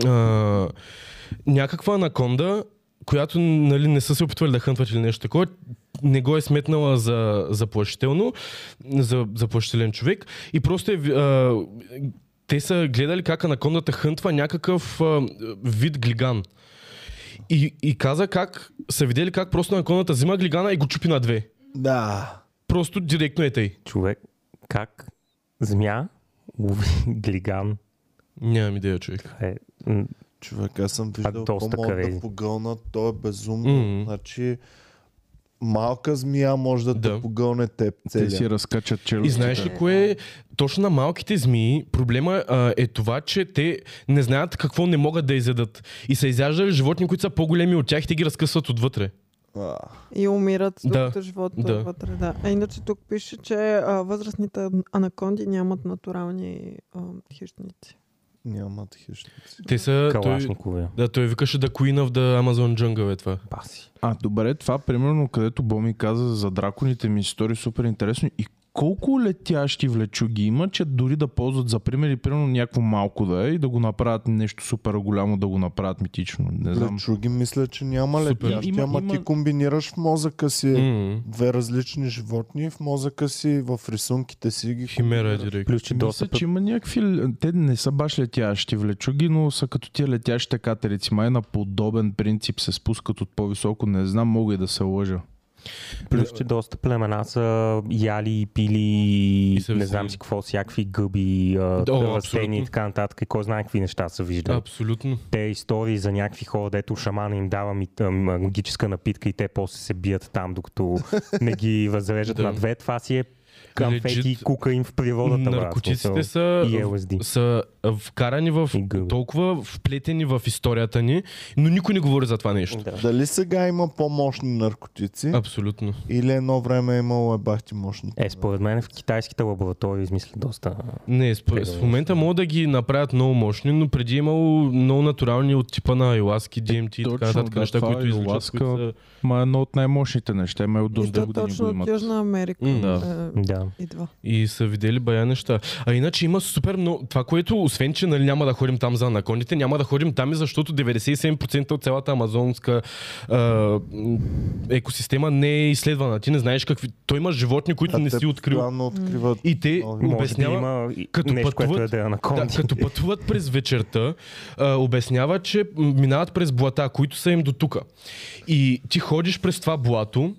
а, някаква анаконда, която нали, не са се опитвали да хънтват или нещо такова, не го е сметнала за заплашително, за заплашителен човек и просто е, ви- а, те са гледали как анакондата хънтва някакъв а, вид глиган. И, и каза как са видели как просто анакондата взима глигана и го чупи на две. Да. Просто директно е тъй. Човек, как змия лови (laughs) глиган Нямам идея, човек. е м, Човек, аз съм виждал какво доста могат да crazy. погълнат. То е безумно. Мгм. Значи, малка змия може да, да. Да. те погълне теб Те целия. си разкачат И челюстите. знаеш ли кое е? Точно на малките змии проблема а, е това, че те не знаят какво не могат да изядат. И са изяждали животни, които са по-големи от тях и те ги разкъсват отвътре. А, И умират с Да, другото живот да. вътре. Да. А иначе тук пише, че а, възрастните анаконди нямат натурални а, хищници. нямат хищници. Те са... Той, калашникове. да, той викаше The Queen of the Amazon Jungle е това. Баси. А, добре, това примерно, където Боми каза за драконите ми стори супер интересно. И колко летящи влечуги има, че дори да ползват за пример и примерно някакво малко да е и да го направят нещо супер голямо, да го направят митично. Не знам. Лечуги мисля, че няма Супер. летящи, Има- ама ти има- комбинираш в мозъка си Е. Mm. две различни животни, в мозъка си, в рисунките си ги Химера е директно. Плюс, че доста Мисля, път че има някакви... л- Те не са баш летящи влечуги, но са като тия летящите катерици. Май на подобен принцип се спускат от по-високо. Не знам, мога и да се лъжа. Плюс, че доста племена са яли, пили, И са не знам висели. си какво, всякакви гъби, а, Да, о, растения и абсолютно. така нататък. И кой знае какви неща са виждали. Абсолютно. Те истории за някакви хора, дето шамана им дава ми, а, магическа напитка и те после се бият (laughs) там, докато не ги възрежат Да. на две. Това си е камфети и Legit кука им в природата. брат, Наркотиците смисъл. са, И LSD. са а, вкарани в И гъби. толкова вплетени в историята ни, но никой не говори за това нещо. Да. Дали сега има по-мощни наркотици Абсолютно. или едно време е имало ебахти мощни? Е, според мен в китайските лаборатории измислят доста. Не, спо- Преглъща. в момента могат да ги направят много мощни, но преди е имало много натурални от типа на айласки, DMT и Точно, така нататък да, неща, това които изличат, айуаска- които са... Ма е едно от най-мощните неща. Ма е от И доста то години точно го от имат. Южна Америка. М. Да. Е, Да. идва. И са видели бая неща. А иначе има супер много... Това, което, освен че нали, няма да ходим там за анакондите, няма да ходим там и защото 97% от цялата амазонска а, м, екосистема не е изследвана. Ти не знаеш какви... Той има животни, които А не те си открил. постоянно откриват И те нови. Може би обяснява... има и като нещо, което е пътуват- да е Да, анаконди. като пътуват през вечерта, а, обяснява, че м, минават през блата, които са им до тука. И ти ходиш през това блато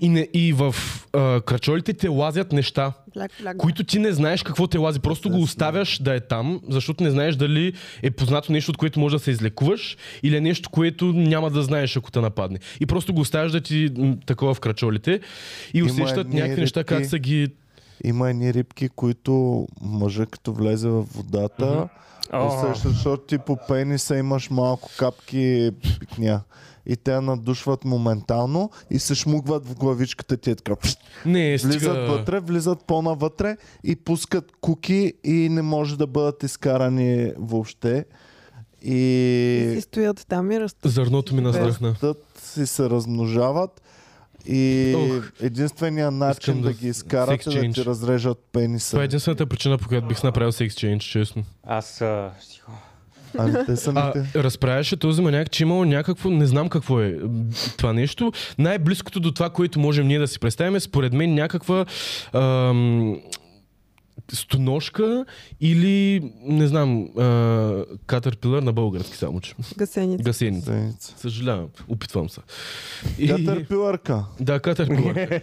и, не, и в а, крачолите те лазят неща, Бляк, бляк, които ти не знаеш какво те лази. Просто го оставяш да е там, защото не знаеш дали е познато нещо, от което може да се излекуваш или е нещо, което няма да знаеш, ако те нападне. И просто го оставяш да ти м, такова в крачолите и Има усещат едни някакви неща, как рибки. са ги... Има едни рибки, които мъжа като влезе в водата, О, усеща, защото ти по пениса имаш малко капки пикня. И те надушват моментално и се шмугват в главичката ти е така. пшт. Не, стига... Влизат вътре, влизат по-навътре и пускат куки и не може да бъдат изкарани въобще. И И си стоят там и растат. Зърното ми настръхна. растат и се размножават. И Ох, единственият начин искам да, да- ги изкарат е sex да change. ти разрежат Това е пениса. единствената причина, по която бих направил секс чейндж, честно. аз... а, си го- Ами те А, самите. разправяше този маняк, че имало някакво, не знам какво е м, това нещо. Най-близкото до това, което можем ние да си представим е според мен някаква ам, стоножка или, не знам, а, катерпилър на български само, че. Гасеница. Гасеница. Зеница. Съжалявам, опитвам се. И- Тя търпилърка. Да, катерпилър.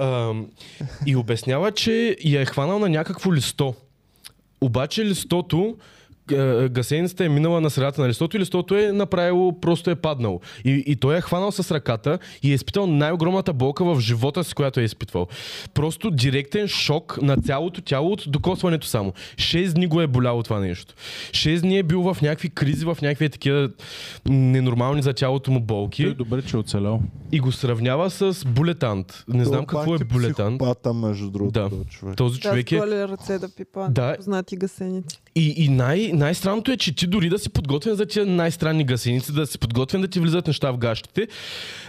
Ам, и обяснява, че я е хванал на някакво листо. Обаче листото, а, гасеницата е минала на средата на листото и листото е направило, просто е паднало. И, и той е хванал с ръката и е изпитал най-огромната болка в живота си, която е изпитвал. Просто директен шок на цялото тяло от докосването само. Шест дни го е боляло това нещо. Шест дни е бил в някакви кризи, в някакви такива ненормални за тялото му болки. Той е добре, че е оцелял. И го сравнява с булетант. Не Той знам какво е пак булетант. Психопата, между другото, Да. този човек. Този Тя човек е... столи ръце да пипа Да. да. познати гасеници. И, и най- най-странното е, че ти дори да си подготвен за тия най-странни гасеници, да си подготвен да ти влизат неща в гащите,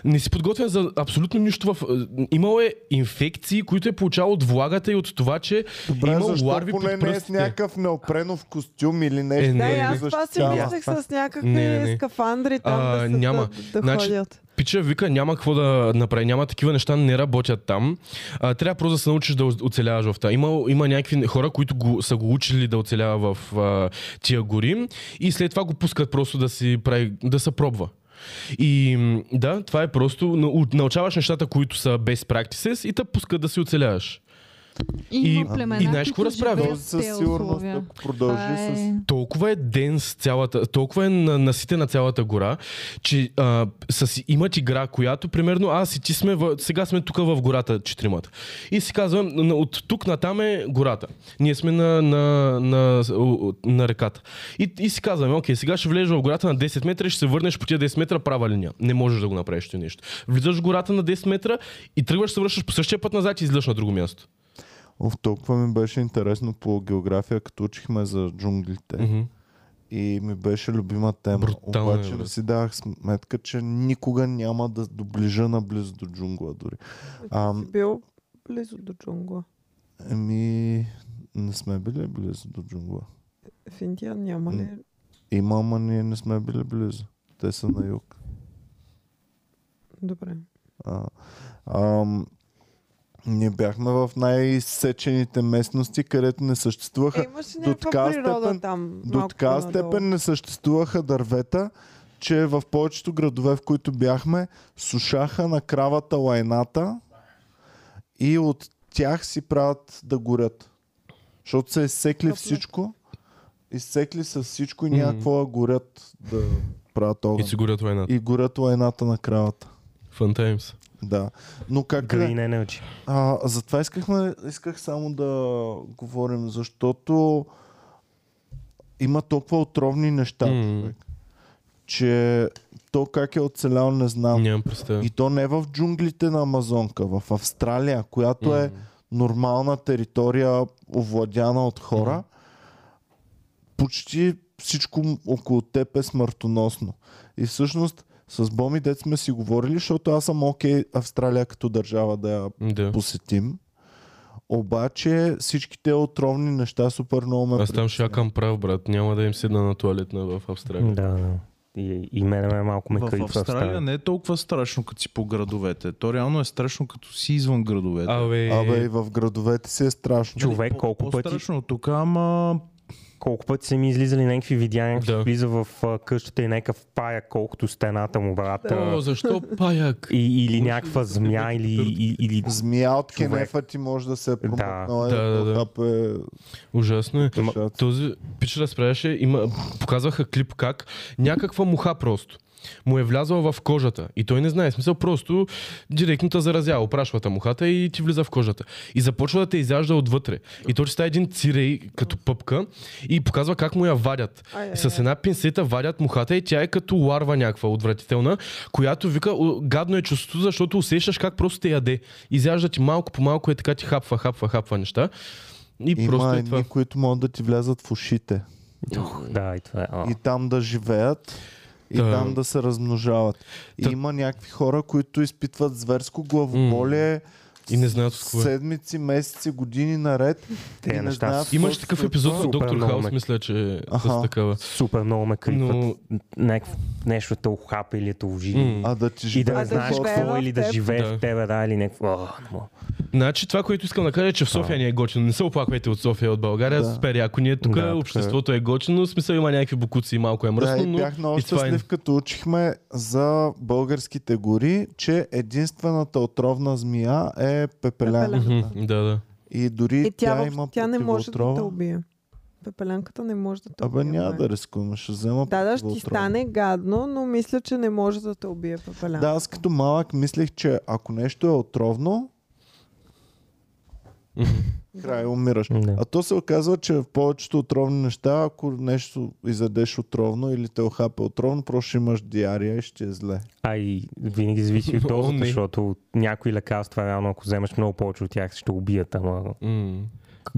не си подготвен за абсолютно нищо. В... Имал е инфекции, които е получавал от влагата и от това, че е Добре, имал защо ларви поне под не е с пръстите. някакъв неопренов костюм или нещо? Е, не, Да, и не, аз Защото това си няма. мислех с някакви Не, не, не. скафандри там А, да, се, няма. да, да Значи, ходят. Пича вика, няма какво да направи, няма такива неща, не работят там. А, трябва просто да се научиш да оцеляваш в това. Има, има някакви хора, които го, са го учили да оцелява в а, тия гори и след това го пускат просто да си прави, да се пробва. И м, да, това е просто, нау- научаваш нещата, които са best practices и те пускат да си оцеляваш. И, И- има племена, и знаеш какво които разправя? живеят Този в със тези сигурност, условия. ако продължи Това е- с... толкова е денс цялата, толкова е на- наситена цялата гора, че а, с, имат игра, която примерно аз и ти сме, в, сега сме тук в гората, четиримата. И си казвам, на- от тук натам е гората. Ние сме на, на, на, на, на реката. И, и си казваме, окей, сега ще влезеш в гората на 10 метра и ще се върнеш по тия 10 метра права линия. Не можеш да го направиш това нещо. Влизаш в гората на 10 метра и тръгваш, се връщаш по същия път назад и излизаш на друго място. Оф, толкова ми беше интересно по география, като учихме за джунглите. Мгм. И ми беше любима тема. Брутално е, Обаче брат. не си давах сметка, че никога няма да доближа наблизо до джунгла дори. А, Си бил близо до джунгла. еми, Ами, не сме били близо до джунгла. В Индия няма ли? Има, ама ние не сме били близо. Те са на юг. Добре. А, ам, ние бяхме в най-сечените местности, където не съществуваха Е, имаше някаква така природа степен- там. До малко така по-надолу. степен не съществуваха дървета, че в повечето градове, в които бяхме, сушаха на кравата лайната и от тях си правят да горят. Защото са изсекли Топле. всичко, изсекли са всичко и Мгм. някакво да горят да правят И огън. си е горят войната. И горят лайната на кравата. Fun times. Да. Но как е? Green Energy. А, затова искахме, исках само да говорим, защото има толкова отровни неща, М. mm. човек, че то как е оцелял, не знам. Нямам представа. И то не в джунглите на Амазонка, в Австралия, която е нормална територия, овладяна от хора. Почти всичко м- около теб е смъртоносно. И всъщност с Боми дет сме си говорили, защото аз съм окей Австралия като държава да я Да. посетим. Обаче всички те отровни неща супер много ме Аз там шакам прав, брат. Няма да им седна на туалетна в Австралия. Да, да. И, и мене ме малко ме в криви в Австралия не е толкова страшно, като си по градовете. То реално е страшно, като си извън градовете. Абе, Абе и в градовете си е страшно. Чу- човек, колко пъти- По-страшно от тук, ама Колко пъти са ми излизали някакви видеа, някакви Да. да. влиза в а, къщата и някакъв пая, колкото стената му, брат. О, а, защо паяк? И, или някаква змия, или, и- или... Змия от Човек. кенефа ти може да се е промъкнала Да, да, да. да. Ужасно е. Ма- Е... Този пич разправяше, има, показваха клип как някаква муха просто му е влязла в кожата и той не знае. В Смисъл просто директно те заразява. Опрашвата мухата и ти влиза в кожата. И започва да те изяжда отвътре. И той ще става един цирей като пъпка и показва как му я вадят. Ай, ай, С ай. една пинцета вадят мухата и тя е като ларва някаква отвратителна, която вика, «О, гадно е чувството, защото усещаш как просто те яде. Изяжда ти малко по малко е така ти хапва, хапва, хапва неща. И просто Има е това. едни, които могат да ти влязат в ушите Ох, да, и това е... а. и там да живеят и Та. там да се размножават. И Та- има някакви хора, които изпитват зверско главоболие И не знаят от какво е. седмици, месеци, години наред. Те и не неща знаят Имаш какво- такъв епизод в Супер Доктор много Хаус, мек. мисля, че е Аха. с такава. Супер много ме крипват. Но... Някакво нещо те ухапа или е те ужи. М. А да ти И да живее не да знаеш живее какво в или да теб. живее Да. в тебе, да, или някакво. А, не мога. Значи това, което искам да кажа е, че в София не е готино. Не се оплаквайте от София, от България. Да. Супер яко. Ние тук Да, така е. обществото е готино. В смисъл има някакви букуци и малко е Да, мръсно, и но бях много и това е... щастлив, като учихме за българските гори, че единствената отровна змия е пепелянката. Мгм, Да, да. И дори И Е, тя, тя, има тя не може да те противоотрова. убие. Пепелянката не може да те убие. Абе няма май. да рискувам, ще взема Да, да, ще ти противоотрова. стане гадно, но мисля, че не може да те убие пепелянка. Да, аз като малък мислех, че ако нещо е (laughs) отровно, край умираш. Да. А то се оказва, че в повечето отровни неща, ако нещо изядеш отровно или те охапе отровно, просто ще имаш диария и ще е зле. А и винаги зависи от (laughs) О, дозата, не. защото някои лекарства, реално, ако вземеш много повече от тях, ще убият, ама М. ако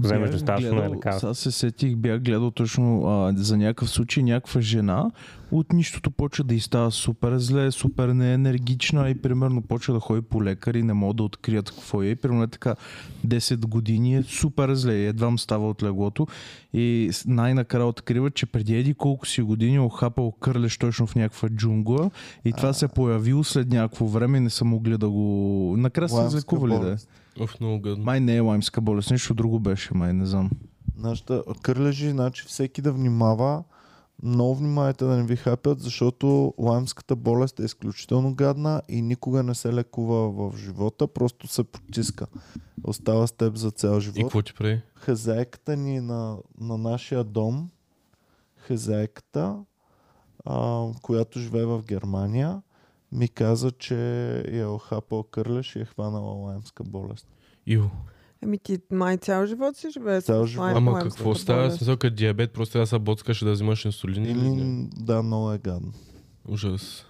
е Е, вземеш Бях нали, достатъчно гледал- лекарства. Сега се сетих, бях гледал точно а, за някакъв случай някаква жена, от нищото почва да й става супер зле, супер неенергична и примерно почва да ходи по лекар и не могат да открият какво е. И примерно е така 10 години е супер зле и едва му става от леглото. И с- най-накрая откриват, че преди еди колко си години е охапал кърлеш точно в някаква джунгла и това се е появило след някакво време и не са могли да го... Накрая са Лаймска излекували да е. болест. Оф, много гадно. Май не е лаймска болест, нещо друго беше, май не знам. Нашата кърлежи, значи всеки да внимава, много внимайте да не ви хапят, защото лаймската болест е изключително гадна и никога не се лекува в живота, просто се потиска. Остава с теб за цял И живот. какво ти прави? хазяйката ни на, на нашия дом, хазяйката, а, която живее в Германия, ми каза, че я е охапал кърлеш и е хванала лаймска болест. Ио. Ами ти май цял живот си живееш. Цял с живот. лайм- Ама лаймската какво става? В болест. Смисъл, като диабет, просто трябва да се боцкаш и да взимаш инсулин или не? Или, да, много е гадно. Ужас.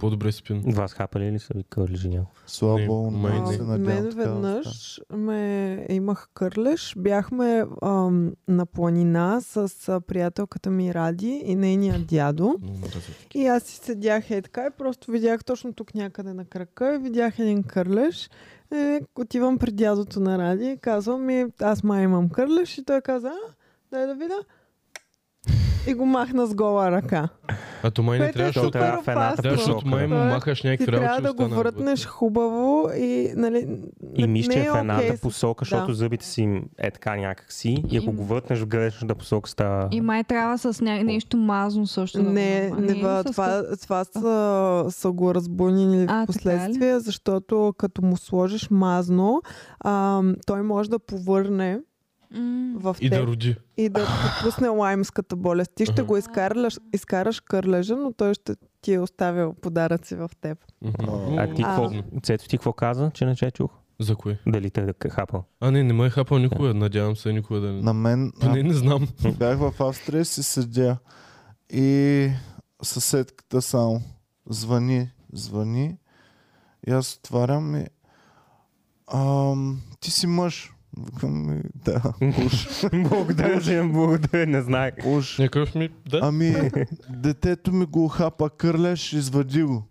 По-добре спин. Вас хапали ли са ви кърлежи някакво? Слава Не, Богу, май много не. се А, надявам. Мен така да стане. Ами веднъж ме имах кърлеж. Бяхме ам, на планина с а, приятелката ми Ради и нейния дядо. Много мразя. И аз си седях е така и просто видях точно тук някъде на крака и видях един кърлеж. Е, отивам при дядото на Ради и казвам ми, аз май имам кърлеж и той каза, а, дай да видя. И го махна с гола ръка. А то май не Което е трябва, защото защото... супер трябва в едната Да, опасно. защото май му Той е- махаш Ти някакви трябва работи, да ще го остане въртнеш хубаво и нали... И н- мишче не е в едната окей с- посока, защото да. зъбите си им е така някак си. И ако Им- го въртнеш в грешната посока, става... И май трябва с ня... нещо мазно също. да го Не, има. не, е ба, с- това, това са, са го разбунили така в ли? последствие, защото като му сложиш мазно, а, той може да повърне М, в И теб да роди. и да ти пусне лаймската болест. Ти ще Аха. го изкараш, изкараш кърлежа, но той ще ти е оставил подаръци в теб. Мгм. А ти А. какво? Цето ти какво каза, че не че чух? За кое? Дали те е хапал? (laughs) А, не, не ме е хапал никога. Надявам се никога да не... На мен а, (laughs) Не, не (laughs) знам. Бях в Австрия, си седя и съседката само звъни, звъни и аз отварям и ам, ти си мъж. Викам, «Ми, да. благодаря, благодаря, не знаех. Уж. Някакъв ми... Да. Ами, детето ми го хапа кърлеш, извади го.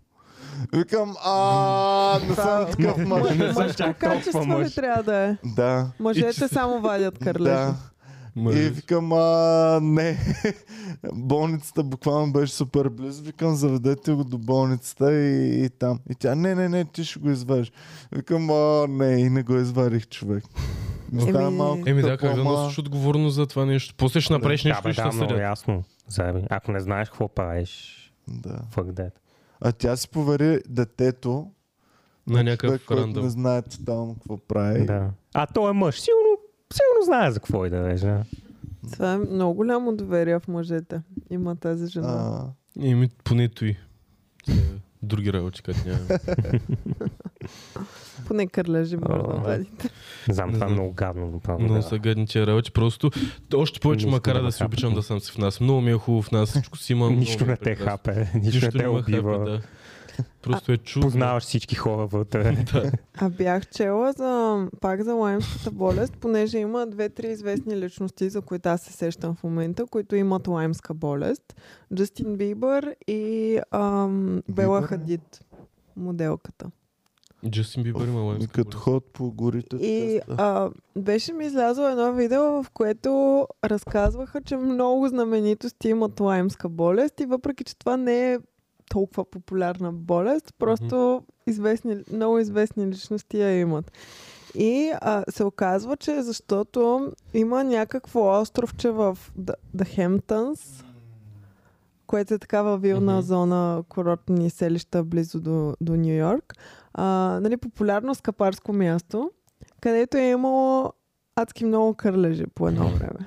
Викам, а не съм такъв мъж. не съм Мъжко чак толкова качество ли мъж. трябва да е? Да. Мъжете само вадят кърлежа. Да. е, И викам, а, не. (laughs) болницата буквално беше супер близо. Викам, заведете го до болницата и, и там. И тя, не, не, не, ти ще го извадиш. Викам, а, не, и не го извадих, човек. Ми Еми- става малко Еми да, тъпо, как да ама- носиш отговорност за това нещо? После ще направиш Да, нещо бе, и ще да, много съдят. ясно. Заеби. Ако не знаеш какво правиш, Да. fuck that. А тя си повери детето На човек, някакъв който не рандъл. знае тотално какво прави. Да. А той е мъж. Сигурно, сигурно знае за какво и да е. Да. Това е много голямо доверие в мъжете. Има тази жена. А, Еми, поне той. Е, Други работи, като (laughs) няма. Поне кърлежи може да А. вадите. Не знам, Не това е знам. много гадно. направо, Много да. са гадни тия работи. Просто още повече, Нищо макар не да ме си хапа. обичам да съм си в нас. Много ми е хубаво в нас, всичко си имам. (laughs) Нищо много ми е не те прекрасно. хапе, нищо не те ме хапе, убива. да. Просто е чудно. (laughs) Познаваш всички хора вътре. А бях чела за, пак за лаймската болест, понеже има две-три известни личности, за които аз се сещам в момента, които имат лаймска болест. Джастин Бибър и ам, Бела Бибър ли? Хадид, моделката. Джастин Бибър има лаймска Като болест. ход по горите. И а, беше ми излязло едно видео, в което разказваха, че много знаменитости имат лаймска болест и въпреки, че това не е толкова популярна болест, просто известни, много известни личности я имат. И а, се оказва, че защото има някакво островче в Д- The Hamptons, което е такава вилна Мгм. зона, курортни селища близо до, до Нью Йорк. А, нали, популярно скапарско място, където е имало адски много кърлежи по едно време.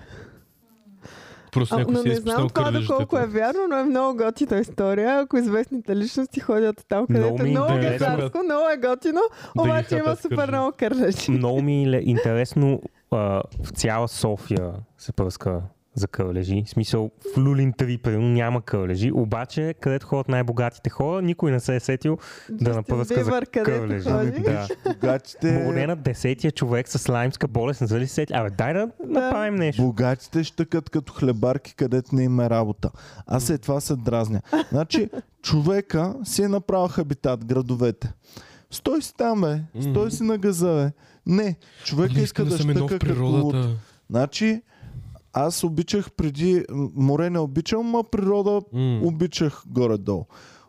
Просто А, някой но Ами, си е не знам изпуснал това доколко е кърлежите. вярно, но е много готина история. Ако известните личности ходят там, Много където е ми много интересно. гатарско, много е готино, ги обаче има хапят супер кърлежи. много кърлежи. (laughs) Много ми е интересно, а, в цяла София се пръска за кърлежи. В смисъл, в Люлин 3 примерно няма кърлежи, обаче където ходят най-богатите хора, никой не се е сетил да напръска за Бибър, където кърлежи. ходи. Да. Благодаря Богатите, на десетия човек с лаймска болест, не са ли се сети? Абе, дай да направим нещо. богатите щъкат като хлебарки, където не има работа. Аз след това се дразня. Значи, човека си е направил хабитат, градовете. Стой си там, бе. Стой си на газа, бе. Не, човека Не иска Ами искам да да съм едно щъка в като луд. природата. Значи, аз обичах преди, м, море не обичам, а природа М. обичах горе-долу.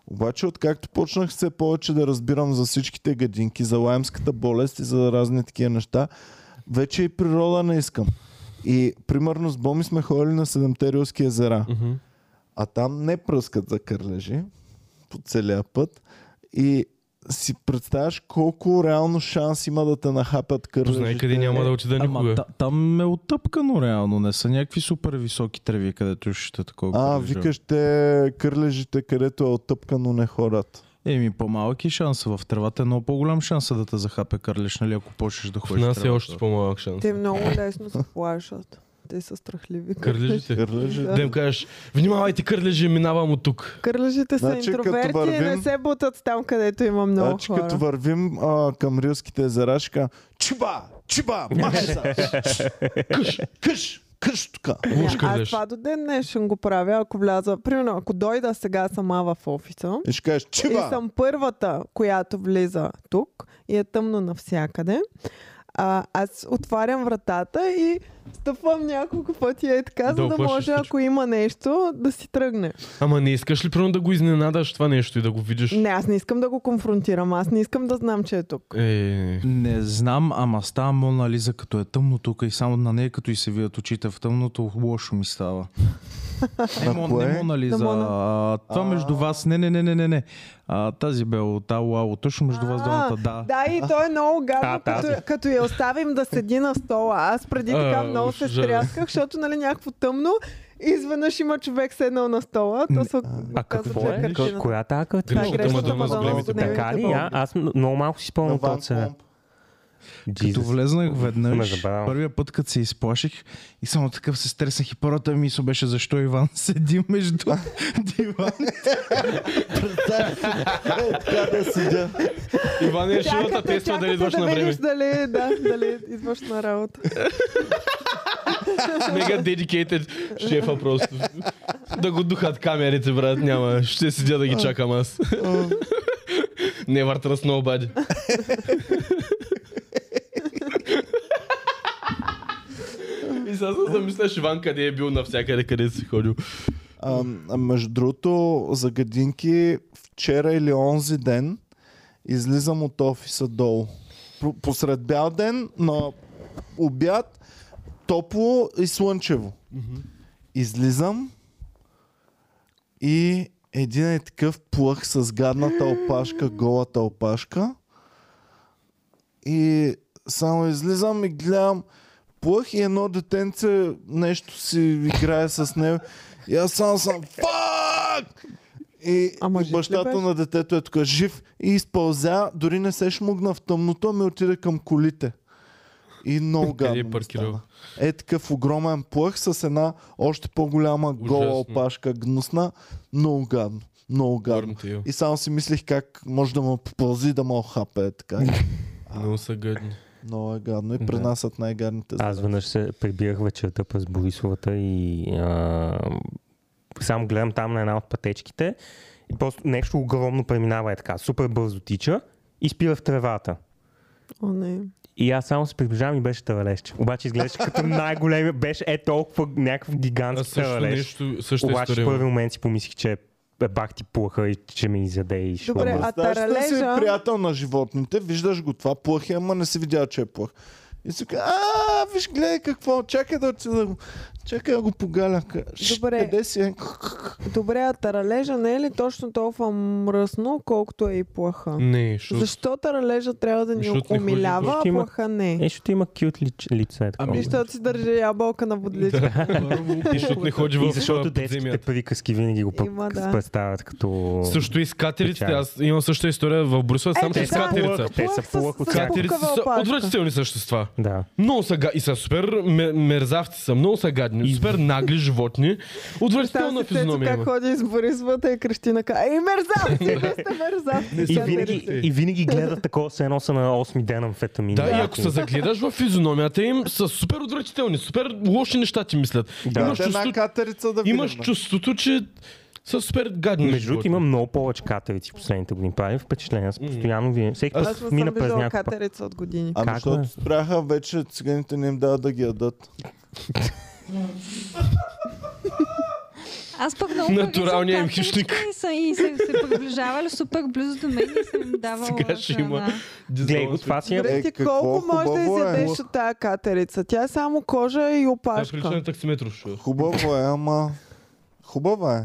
Обаче, откакто почнах все повече да разбирам за всичките гадинки, за лаймската болест и за разни такива неща, вече и природа не искам. И примерно с Боми сме ходили на Седемте рилски езера, Мгм. а там не пръскат за кърлежи по целия път. И си представяш колко реално шанс има да те нахапят кърлежите. Познай къде няма да отида Ама никога. та, там е отъпкано реално, не са някакви супер високи тръви, където ще такова. А, кръжа. викаш те кърлежите, където е оттъпкано не хорат. Еми, по-малък е шанса в тревата, е много по-голям шанса да те захапе кърлиш, нали, ако почнеш да В ходиш. в нас е тревата. още по-малък шанс. Те много лесно се плашат. Те са страхливи. Кърлежите. Кърлежите. Да им кажеш, внимавайте кърлежи, минавам от тук. Кърлежите са Значи, като интроверти и не вървим- се бутат там, където има много Значи хора. като вървим а, към рилските езера, ще кажа, чиба, чиба, махай се, къш, къш, къш тука. Не, Лош аз кърлеж. това до ден днешен го правя, ако вляза. Примерно, ако дойда сега сама в офиса, И ще кажеш, И чиба, съм първата, която влиза тук и е тъмно навсякъде. А, аз отварям вратата и стъпвам няколко пъти е така, Да за да оплашиш може, всичко. ако има нещо, да си тръгне. Ама не искаш ли прямо да го изненадаш това нещо и да го видиш? Не, аз не искам да го конфронтирам, аз не искам да знам, че е тук. Е, Не знам, ама става Мона Лиза, като е тъмно тук и само на нея, като и се видят очите в тъмното, лошо (laughs) ми става. не, На Мон, кое? не Мона На Лиза, Мона. а, това между вас, не, не, не, не, не, не. А, тази бе от Ауао, точно между вас А, двамата, да. Да, и то е много гадно, А, като, тази. като я оставим да седи на стола. Аз преди така А, много се ужас. стрясках, защото нали някакво тъмно, и изведнъж има човек седнал на стола, то се А оказва, какво че е? картината. Ко- Коя тази картина? Това е Грешната грешната Мадонна с Мадонна големите с големите Така ли? бомби. А, аз м- много малко си на спомням Ван този е. сега. Помп. Като Jesus. влезнах Ме веднъж, забравя. първия път, като се изплаших и само такъв се стреснах и първата мисъл беше защо Иван (laughs) седи (laughs) между диваните. Представя си, е, така да седя. Иван е решил да Чакате, тества чакате дали идваш да на време. видиш дали, да, дали идваш на работа. Мега dedicated шефа просто. да го духат камерите, брат, няма. Ще седя да ги чакам аз. Never trust nobody. И сега се замисляш Иван къде е бил навсякъде, къде си ходил. А, а между другото, за гадинки, вчера или онзи ден излизам от офиса долу. По- Посред бял ден, на обяд, топло и слънчево. Излизам и един е такъв плъх с гадната опашка, голата опашка. И само излизам и гледам плъх и едно детенце нещо си играе с него. И аз само съм ФАК! И, Ама и жив ли бащата беше? на детето е тук жив и изпълзя, дори не се шмугна в тъмното, ами отиде към колите. И много Къде е гадно ми паркирал? стана. Е такъв огромен плъх с една още по-голяма гола Ужасно. опашка, гнусна. Много гадно. Много гадно. Горно ти е. И само си мислих как може да му попълзи да му хапе. (laughs) Така. Много са гадни. Много е гадно. И при Да. нас от най-гадните. Аз веднъж се прибирах вечерта през Борисовата и а, само гледам там на една от пътечките и просто нещо огромно преминава е така, супер бързо тича и спира в тревата. О, не. И аз само се приближавам и беше тавалещ. Обаче изглеждаше като най-големия, беше е толкова някакъв Аз гигантски също тавалещ. нещо, също Обаче в история. първи имам. момент си помислих, че е бах ти плаха и че ме изяде и ще Добре, умра. а Представяш ли си таралежа? приятел на животните, виждаш го това плъх, е, ама не си видя, че е плъх. И си казва, а, виж, гледай какво, чакай да отида да го, чакай да го погаля. Ш, Добре. Къде си е? Добре, а таралежа не е ли точно толкова мръсно, колкото е и плаха? Не, защото Защо таралежа трябва да ни Защото не ходи умилява, дожд. а плаха не? Е, защото има кют лич, лице. е такова. Ами, Защото си държи ябълка на бодличка. Първо, И защото не ходи в И защото а, детските подземията. приказки винаги го пък Има, да. представят като... Също и с катериците. Печали. Аз имам същата история в Брюсел, само Ето че с Е, да. катерица. Те са плъх от всяка- Катерици Катерици са отвратителни същества. Да. Много са га... и са супер ме- мерзавци са, много са гадни, И- супер нагли животни. Отвратителна Там се Цецо физиономия. как има. ходи с Борисвата и Кристина ка. Ей, (laughs) мерзавци, вие сте мерзавци. И чакайте. винаги, и винаги гледат такова, се едно са на 8 ден амфетамин. Да, и ако се загледаш в физиономията им, са супер отвратителни, супер лоши неща ти мислят. Да. Имаш, Една чувство... катерица да видим. имаш чувството, че са супер гадни. Между другото, животни. има много повече катерици в последните години. Прави впечатление. Аз постоянно ви... Всеки Аз Аз не път съм мина през виждала някаква... катерица от години. Ами Как бе? защото спряха вече циганите не им дават да ги ядат. Аз пък много Натуралният им приличам хищник. катеричка И са, и са се приближавали супер близо до мен и съм им давала (laughs) Сега ще храна. има. Гледай, го, това си е... Добре, Е, ти какво колко можеш да хубаво е. изядеш от тази катерица? Тя е само кожа и Това прилича опашка. на таксиметров шоу. Хубаво е, ама... Хубава е.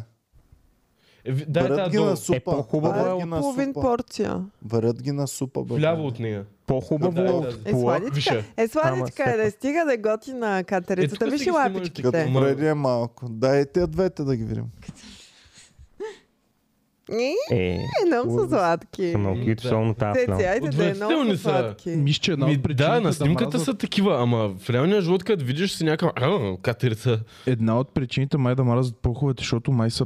Е, ви- дай Варят тази ги долу, на супа. Е, по-хубаво Варят е Това ги е на половин супа. порция. Варят ги на супа, бе. вляво от нея. По-хубаво Да, е да, от да. Е, плъх. сладичка, Виша. е, Ама сладичка е степа. да стига да е готи на Е, катерицата. тук Виж и стига снимаш Като такива. лапичките. мреди е малко. Дайте я двете да ги видим. Ни, Е, много са сладки. са много кют, Да. особено тази Цеци, флама. айде да е много са Отвратителни са. сладки. Мисля, че една Ми, от причините да, на да снимката мразят- са такива, ама в реалния живот, като видиш си някаква катерица. Една от причините май да мразят пуховете, защото май са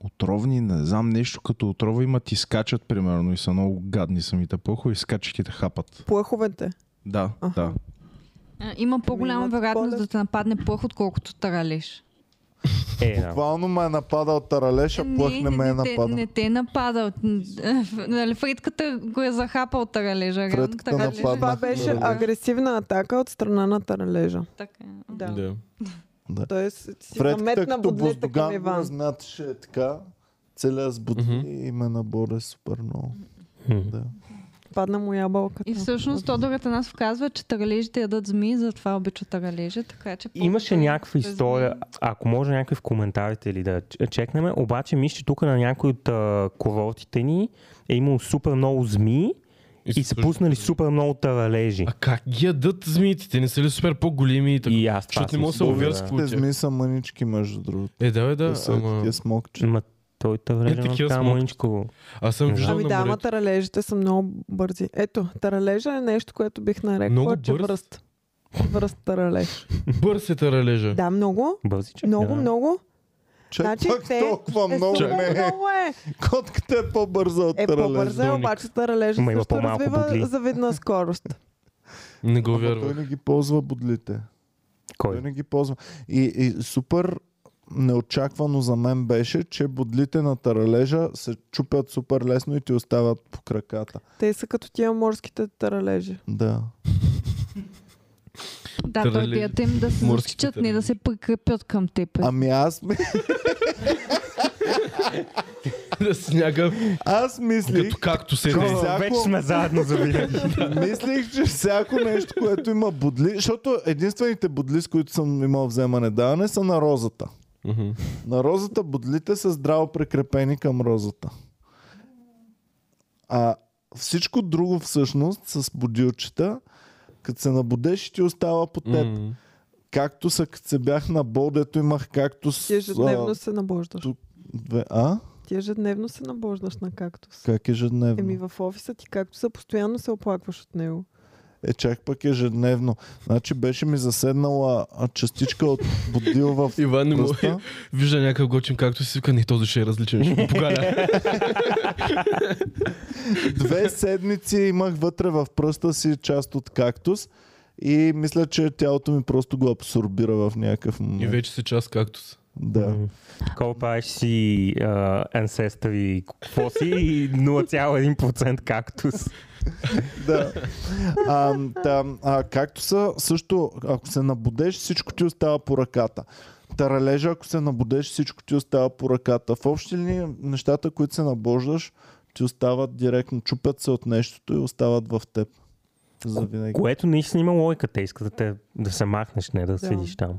отровни, не знам, нещо като отрова имат и скачат, примерно, и са много гадни самите пухове, и скачат и те хапат. Плъховете. Да, Аха. да. А, Има по-голяма имат вероятност полет. да те нападне плъх, отколкото таралиш. Е, да. Буквално ме е нападал таралеша, плъх не ме е не, те- нападал. не те е нападал. (laughs) Нали, Фритката го е захапал таралежа. реално Фритката таралежа. е. нападна. Значи, Това беше агресивна атака от страна на таралежа. Така. Да. Да. Той си си Фредката, наметна като бодлета към Боздоган го Иван. разняташе така, целия с бутни Мгм. и ме наборе супер много. Мгм. Да. Падна му ябълката. И всъщност Тодорът нас казва, че таралежите ядат змии, затова обичат таралежи, така че... Имаше по- някаква змии. история, ако може някой в коментарите или да ч- чекнем, обаче мисля, че тук на някой от а, курортите ни е имал супер много змии и са пуснали супер много таралежи. А как ги ядат змиите? Те не са ли супер по-големи и така? И аз това Защото не съм мога да се сигурен, уверя да. с Те какво зми са мънички, между другото. Е, да, бе, да. Те са Ама... такива смокчета. Ма той таралежа Е, е, такива така смокчета. мъничко. Аз съм Не виждал Ами да, на ама морето. таралежите са много бързи. Ето, таралежа е нещо, което бих нарекла, Много че бърз? връст. Връст таралеж. Бърз е таралежа. Да, много, Бързичък. много, да. много. Чак Значи пак те- толкова Е, много супер не е. много е. Котката е по-бърза от Е, таралежа. по-бърза е, долник. обаче таралежа Ма има също по-малко развива бодли. завидна скорост. Не го Ама Той вярвам. не ги ползва бодлите. Той Кой? не ги ползва. И, и супер неочаквано за мен беше, че бодлите на таралежа се чупят супер лесно и ти остават по краката. Те са като тия морските таралежи. Да. Да, той Таралежи. идеята им да се Морските защитят, не да таралежи. се прикрепят към теб. Ами аз, ми- (laughs) Да си някакъв... аз мислих, Като както се е Кой? не. всяко- Вече сме заедно (laughs) за винаги. мислих, че всяко нещо, което има бодли, защото единствените бодли, с които съм имал вземане даване, са на розата. Мгм. На розата бодлите са здраво прикрепени към розата. А всичко друго всъщност с будилчета, като се набудеш, ти остава по теб. Mm. Мгм. Както са, като се бях на бодето, имах както с... Ти е ежедневно а, се набождаш. Две, а? Ти ежедневно се набождаш на кактус. Как е ежедневно? Еми в офиса ти кактуса постоянно се оплакваш от него. Е, чак пък ежедневно. Значи беше ми заседнала а, частичка от будил в (laughs) Иван не може. пръста. Вижда някакъв готин, както си вика, не, този ще е различен. Ще го погаля. Две седмици имах вътре в пръста си част от кактус и мисля, че тялото ми просто го абсорбира в някакъв И момент. вече си част както са. Да. Такова правиш си а, Ancestry какво си и 0,1% кактус. да. А, да. А, както са, също, ако се набудеш, всичко ти остава по ръката. Таралежа, ако се набудеш, всичко ти остава по ръката. В общи линии, нещата, които се набождаш, ти остават директно, чупят се от нещото и остават в теб. За Е. винаги. Което наистина има логика. Те искат да, те, да се махнеш, не да, Да. седиш там.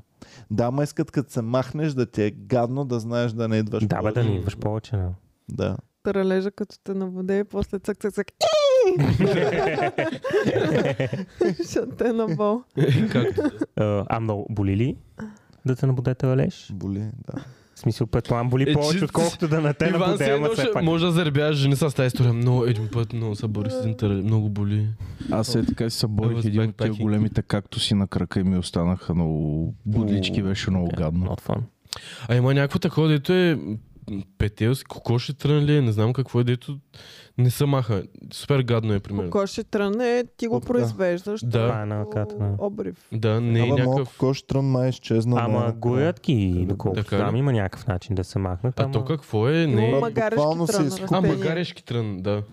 Да, ма искат като се махнеш да ти е гадно, да знаеш да не идваш. Да, бе, да повече. не идваш повече. Да. да. Таралежа като те набуде и после цък, цък, цък. Ще те на бол. А, а много боли ли да те набудете лалеш? Боли, да. В смисъл, предполагам, Е, боли че- повече, отколкото да не те Иван набуде, се ама все пак. може да заребяваш жени с тази история. Много един път, много се борих с един тарали- много боли. Аз е така си съборих Ръст един от тия backpacking. големите както си на крака и ми останаха много бодлички, беше много Yeah, гадно. Not fun. А има някакво такова, дето е м, петелски, кокоши трънали, не знам какво е, дето не се маха. Супер гадно е, примерно. Ако ще тръгне, ти го Опа. произвеждаш. Да. Това е като на ката. Да. Обрив. Да, не е Абе, малко някакъв... коштрън май е нали? изчезна. Ама накрая. горят ги, доколкото е Така ли? там има някакъв начин да се махнат. А ама- то какво е? Не Има е... Ма- магарешки буквално се трън, изкупи. А, растение. магарешки трън, да.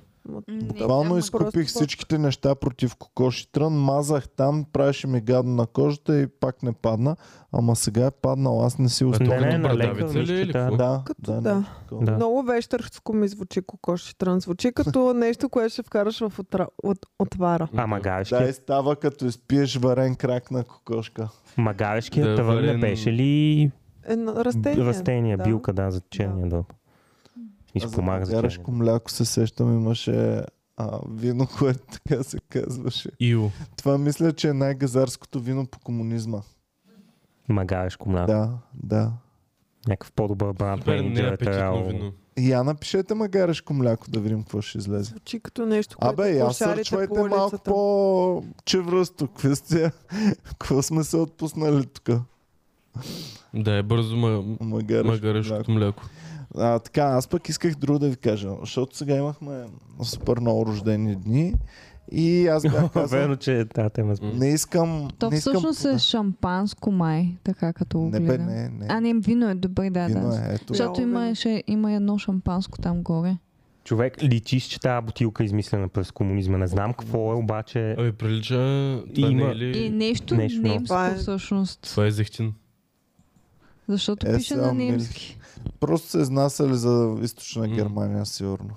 Буквално изкупих всичките неща против кокоши трън, мазах там, правеше ми гадно на кожата и пак не падна. Ама сега е паднал, аз не си А успях. то не, като не, на брадавица ли е или лекалничката. какво? Да, Като да, да. такова. Да. Много вещърско ми звучи кокоши трън. Звучи като нещо, което ще вкараш в отра... от... отвара. А магарешки, е- Да, и става като изпиеш варен крак на кокошка. магарешкият Да, е таван не варен- беше ли Е, на- растение. растение, да. билка, да, за черния доб. И А се за помага за черния магарешко доб. мляко се сещам, имаше а, вино, (laughs) което така се казваше. Ио. Това мисля, че е най-газарското вино по комунизма. Магарешко мляко. Да, да. Някакъв по-добър бранд Супер менеджер е трябвало. неапетитно вино. И я напишете магарешко мляко да видим какво ще излезе. Звучи като нещо, което Абе, я кошарите сърчвайте по малко улицата. по-чевръсто. Какви сте? Какво сме се отпуснали тук? Да, е бързо ма... Магарешко. магарешкото мляко. А, така, аз пък исках друго да ви кажа, защото сега имахме супер много рождени дни и аз (laughs) бях казал, (laughs) Верно, че тази тема е не искам... То не искам всъщност е да. шампанско май, така като го Не бе, гледам. не, не. А, не, вино е добре, да, Вино да. е, ето. Защото имаше, има едно шампанско там горе. Човек, личиш, че тази бутилка е измислена през комунизма. Не знам какво е, обаче... Абе, прилича... Това Има- не е И ли... нещо, Нещо много. немско Това е- всъщност. Това е зехтин. Защото Е, пише сега на ми- немски. Просто се изнасяли за източна М. Германия, сигурно.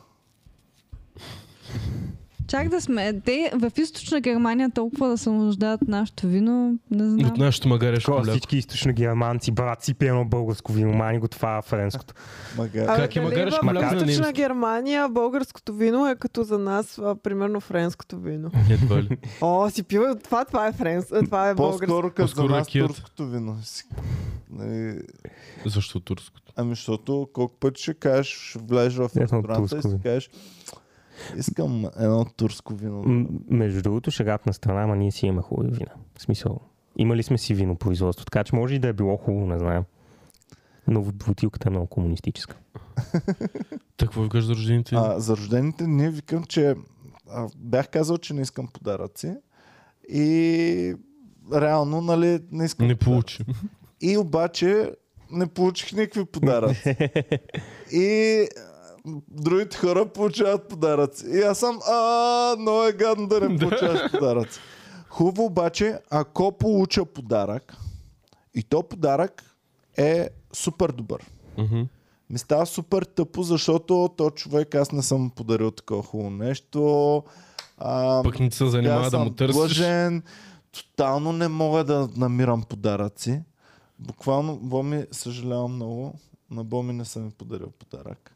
Чак да сме. Те в източна Германия толкова да се нуждаят нашето вино, не знам. От нашото магарешко Такова, мляко. всички източно германци, брат, си пи едно българско вино, мани го това френското. Магарешко. Абе, Как е дали магарешко нали в мляко на източна немски? Германия българското вино е като за нас, а, примерно, френското вино. Едва е ли. О, си пива, това, това е френс, а, това е българско. По-скоро като за По-скоро нас ракията. турското вино. си. Нали, Защо турското? Ами защото колко път ще кажеш, ще влезеш в Едно ресторанта и турско си вино. кажеш, искам едно турско вино. М- между другото, шегата на страна, ама ние си имаме хубави вина. В смисъл, имали сме си винопроизводство, така че може и да е било хубаво, не знам. Но в бутилката е много комунистическа. Та, какво ви кажа за рождените? А, за рождените ние викам, че а, бях казал, че не искам подаръци и реално, нали, не искам Не подаръци. получи. И обаче не получих никакви (laughs) подаръци. и а, другите хора получават подаръци. И аз съм, а, но е гадно да (laughs) не получаваш подаръци. Хубаво обаче, ако получа подарък, и то подарък е супер добър. Мгм. Ми става супер тъпо, защото то човек, аз не съм му подарил такова хубаво нещо. А, Пък не ти се занимава аз да съм му търсиш. Длъжен, тотално не мога да намирам подаръци. Буквално, Боми, съжалявам много, на Боми не съм ми подарил подарък.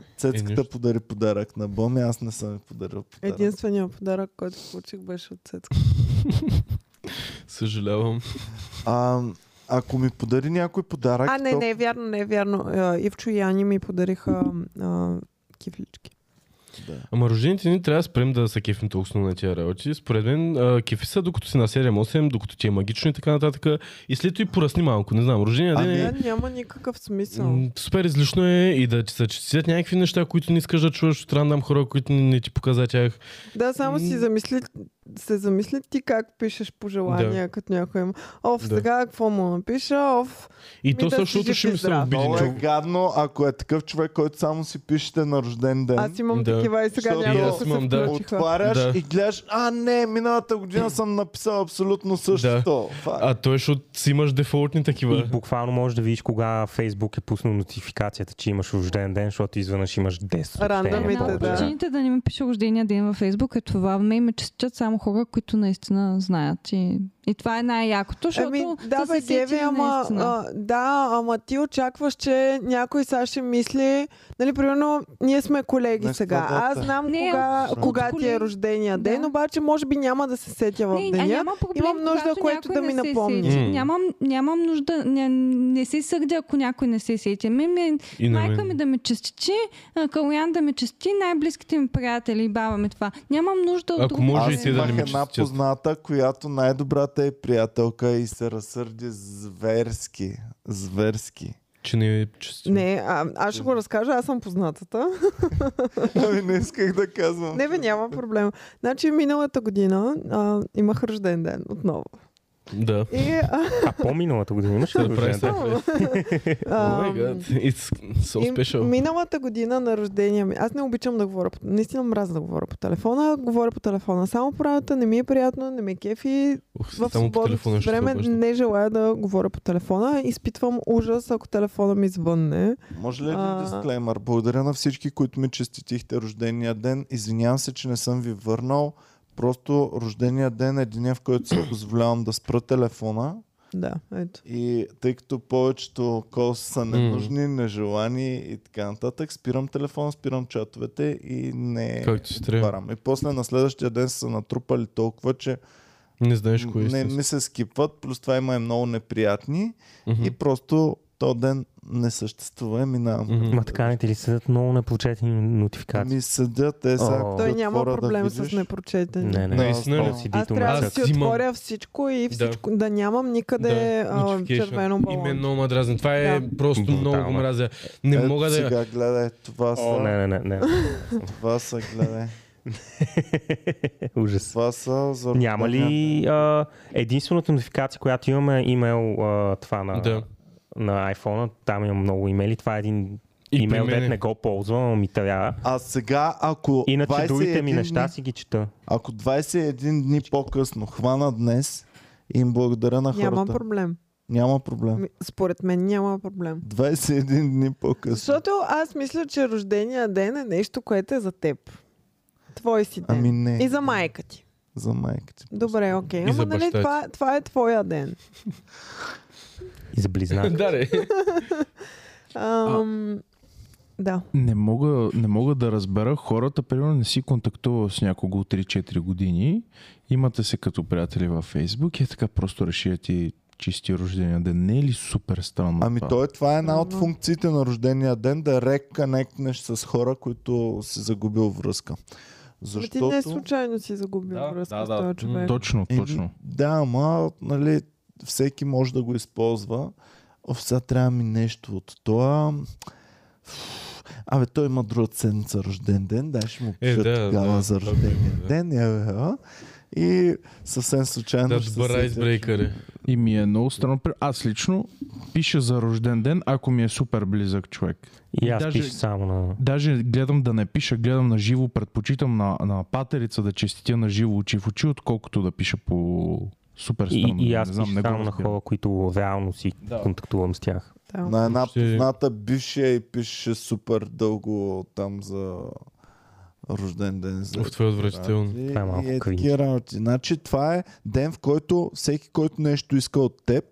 Е, Цецката нищо. подари подарък на Боми, аз не съм ми подарил подарък. Единственият подарък, който получих, беше от Цецка. Съжалявам. А, ако ми подари някой подарък, А, не, то... не е вярно, не е вярно. А, Ивчо и Ани ми подариха а, кифлички. Да. Ама рождените ни трябва да спрем да се кефим толкова на тия работи. Според мен а, кефи са докато си на 7-8, докато ти е магично и така нататък. И след това и порасни малко. Не знам, рождения Ами, ден е... Е, няма никакъв смисъл. м, Супер излишно е и да ти се чистят някакви неща, които не искаш да чуваш от рандам хора, които не, не ти показа тях. Да, само си М. замисли се замисли ти как пишеш пожелания, като някой има. Оф, Да. сега какво му напиша? Оф, И Ми то Ами да си същото жив ще и ми се здрав. обиди. Много е човек. гадно, ако е такъв човек, който само си пишете на рожден ден. аз имам Да. такива и сега Защото- няколко И аз се имам, да. включиха. Отваряш Да. и гледаш, а не, миналата (clears throat) година съм написал абсолютно същото. Фак. А той, защото си имаш дефолтни И такива. буквално можеш да видиш кога Фейсбук е пуснал нотификацията, че имаш рожден ден, защото изведнъж имаш 10 съобщения. Рандомите, Една от Ами да. повече. Е, причините да не ми пише рождения ден във Фейсбук е това. Ме ме честят само хора, които наистина знаят. И, и това е най-якото, защото Ами, да, са бе, се сетили Геви, ама, наистина. а, да, ама ти очакваш, че някой сега ще мисли, нали, примерно, ние сме колеги Днес сега. това дата. Аз знам Не, кога, от кога ти е колеги. рождения Да. ден, обаче може би няма да се сетя в Не, а деня. няма проблем, Имам нужда, когато което някой да не ми се напомни. сети. М. Нямам, нямам нужда, не, не се сърдя, ако някой не се сети. Ми, ми, И на майка мен. ми да ме чести, а, Калоян да ме чести, най-близките ми приятели и баба ми това. Нямам нужда от Ако друго. може и Аз те да не имах ми една честят. позната, която най-добрата е приятелка и се разсърди зверски. Зверски. (laughs) Че не е честил. Не, а, аз ще го разкажа, аз съм познатата. (laughs) Ами не исках да казвам. Не, бе, няма проблем. Значи, миналата година а, имах рожден ден отново. Да. И, а, А по-миналата година имаш ли Ще да прави рожден (laughs) ден? сакве. а, Oh my god, it's so И special. миналата година на рождения ми. Аз не обичам да говоря по... Наистина мраза да говоря по телефона. Говоря по телефона само по работа. Не ми е приятно, не ме кефи. Ух, В само по телефона свободното ще време време... не желая да говоря по телефона. Изпитвам ужас, ако телефона ми звънне. Може ли един А. дисклеймър? Благодаря на всички, които ми честитихте рождения ден. Извинявам се, че не съм ви върнал. Просто рождения ден е деня, в който си позволявам да спра телефона. Да, ето. И тъй като повечето колси са ненужни, нежелани и така нататък, спирам телефон, спирам чатовете и не Както си трябва. отварям. И после на следващия ден са се натрупали толкова, че Не знаеш кое е не, истинско. не се скипват, плюс това има и много неприятни Мгм. и просто то ден не съществува и минавам. Мгм. към Ма така не ти ли седят много непрочетени нотификации? Ми седят, те сега О. като Той ги няма отворя да проблем с видиш. непрочетени. Не, не. Наистина ли? Да си Аз дито трябва да мръсят. си Аз имам- отворя всичко и всичко, да, нямам е, никъде а, notification. червено балон. Именно ма дразни. Това е Да. просто Брутално. много го мразя. Не Ето мога да... Е, Сега гледай, това О, не, са, не, не, не. това са, гледай. (laughs) Ужас. Това са за Няма рождения ли а, единствената нотификация, която имаме е имейл а, това на, Да. на iPhone, там имам много имейли, това е един И при имейл, мене. дет не го ползвам, но ми трябва. А сега, ако Иначе 21 другите ми неща дни, си ги чета. ако 21 дни по-късно хвана днес, им благодаря на хората. Няма проблем. Няма проблем. Ми- Според мен няма проблем. Е, 21 дни по-късно. Защото аз мисля, че рождения ден е нещо, което е за теб. Твой си ден. Ами не. Е, И за майка ти. За майка ти. Добре, окей. И за Ама нали баща ти. това, това е твоя ден. И за близнак. (laughs) Да, ре. Ам, да. Не мога, не мога да разбера. Хората, примерно, не си контактувал с някого от 3-4 години. Имате се като приятели във Фейсбук и е така просто реши да ти чисти рождения ден. Не е ли супер странно Ами това? той, това е една от Ама. функциите на рождения ден, да реконектнеш с хора, които си загубил връзка. Защото... Ами Ти не е Защото... случайно си загубил Да, връзка да, с да. този човек. Точно, е- Еми, точно. Да, ама, нали, всеки може да го използва. О, сега трябва ми нещо от това. Абе, той има друга седмица рожден ден, да, ще му пиша Е, да, тогава да, за това рождения би, да. ден. Я, бе, а? И съвсем случайно Да, ще се добър сетя, айсбрейкър е. И ми е много странно. При- Аз лично пиша за рожден ден, ако ми е супер близък човек. И аз Даже- пиша само на... Даже гледам да не пиша, гледам на живо, предпочитам на, на патерица да честитя на живо очи в очи, отколкото да пиша по супер И, странно. и име. аз пиша не знам, не го само на разбирам. хора, които реално си контактувам с тях. Да. На една Ще- позната бившия и пише супер дълго там за рожден ден. За Уф, това е отвратително. работи Това е малко и е кринч. такива работи. Значи това е ден, в който всеки, който нещо иска от теб,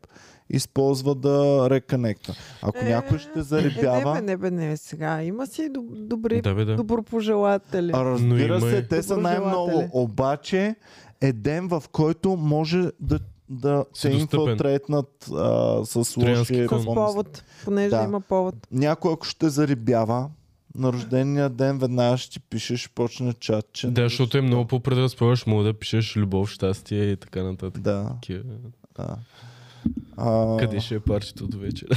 използва да реконекта. Ако Е, някой ще Е, не, бе, заребява, не, бе, не, сега. Има си доб- добри, Да, бе, да. добропожелатели. а Но разбира има се, и- те са най-много. Доброжелатели. Обаче е ден, в който може да да Си се достъпен. инфилтрейтнат а, с Троянски лоши кон. С повод, понеже Да. има повод. някой ако ще зарибява на рождения ден, веднага ще ти пише, ще почне чатче. Да, защото е много по-предразполагаш, мога да пишеш любов, щастие и така нататък. Да, Такива. да. А, Къде ще е парчето до вечера?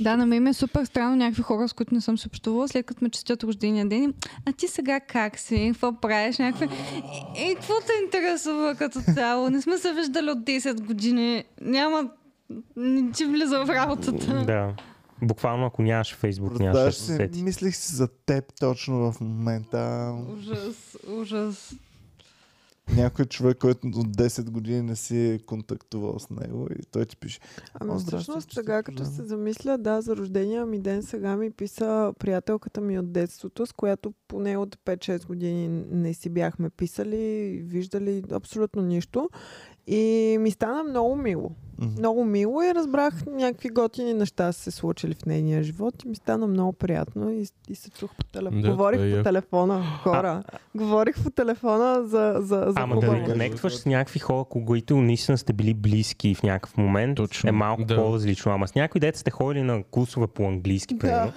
Да, на мен ми е супер странно някакви хора, с които не съм се общувала, след като ме честят рождения ден. им, А ти сега как си? Какво правиш? Някакви... И какво те интересува като цяло? Не сме се виждали от 10 години. Няма... Не ти влиза в работата. Да. Буквално ако нямаш Фейсбук, нямаше да Продаш се се, сети. мислих си за теб точно в момента. Ужас, ужас. Някой човек, който от 10 години не си е контактувал с него и той ти пише. О, Ами здрасти, всъщност честито сега като познаване. се замисля, да, за рождения ми ден сега ми писа приятелката ми от детството, с която поне от 5-6 години не си бяхме писали, виждали абсолютно нищо. И ми стана много мило. Мгм. Много мило и разбрах някакви готини неща са се случили в нейния живот и ми стана много приятно и, и се чух по телефона. Да, Говорих това е по яко. телефона, хора. Говорих по телефона за, за, за Ама да хубаво. не е конектваш с някакви хора, които наистина сте били близки в някакъв момент, Точно. е малко Да. по-различно. Ама с някои деца сте ходили на курсове по (laughs) английски, примерно.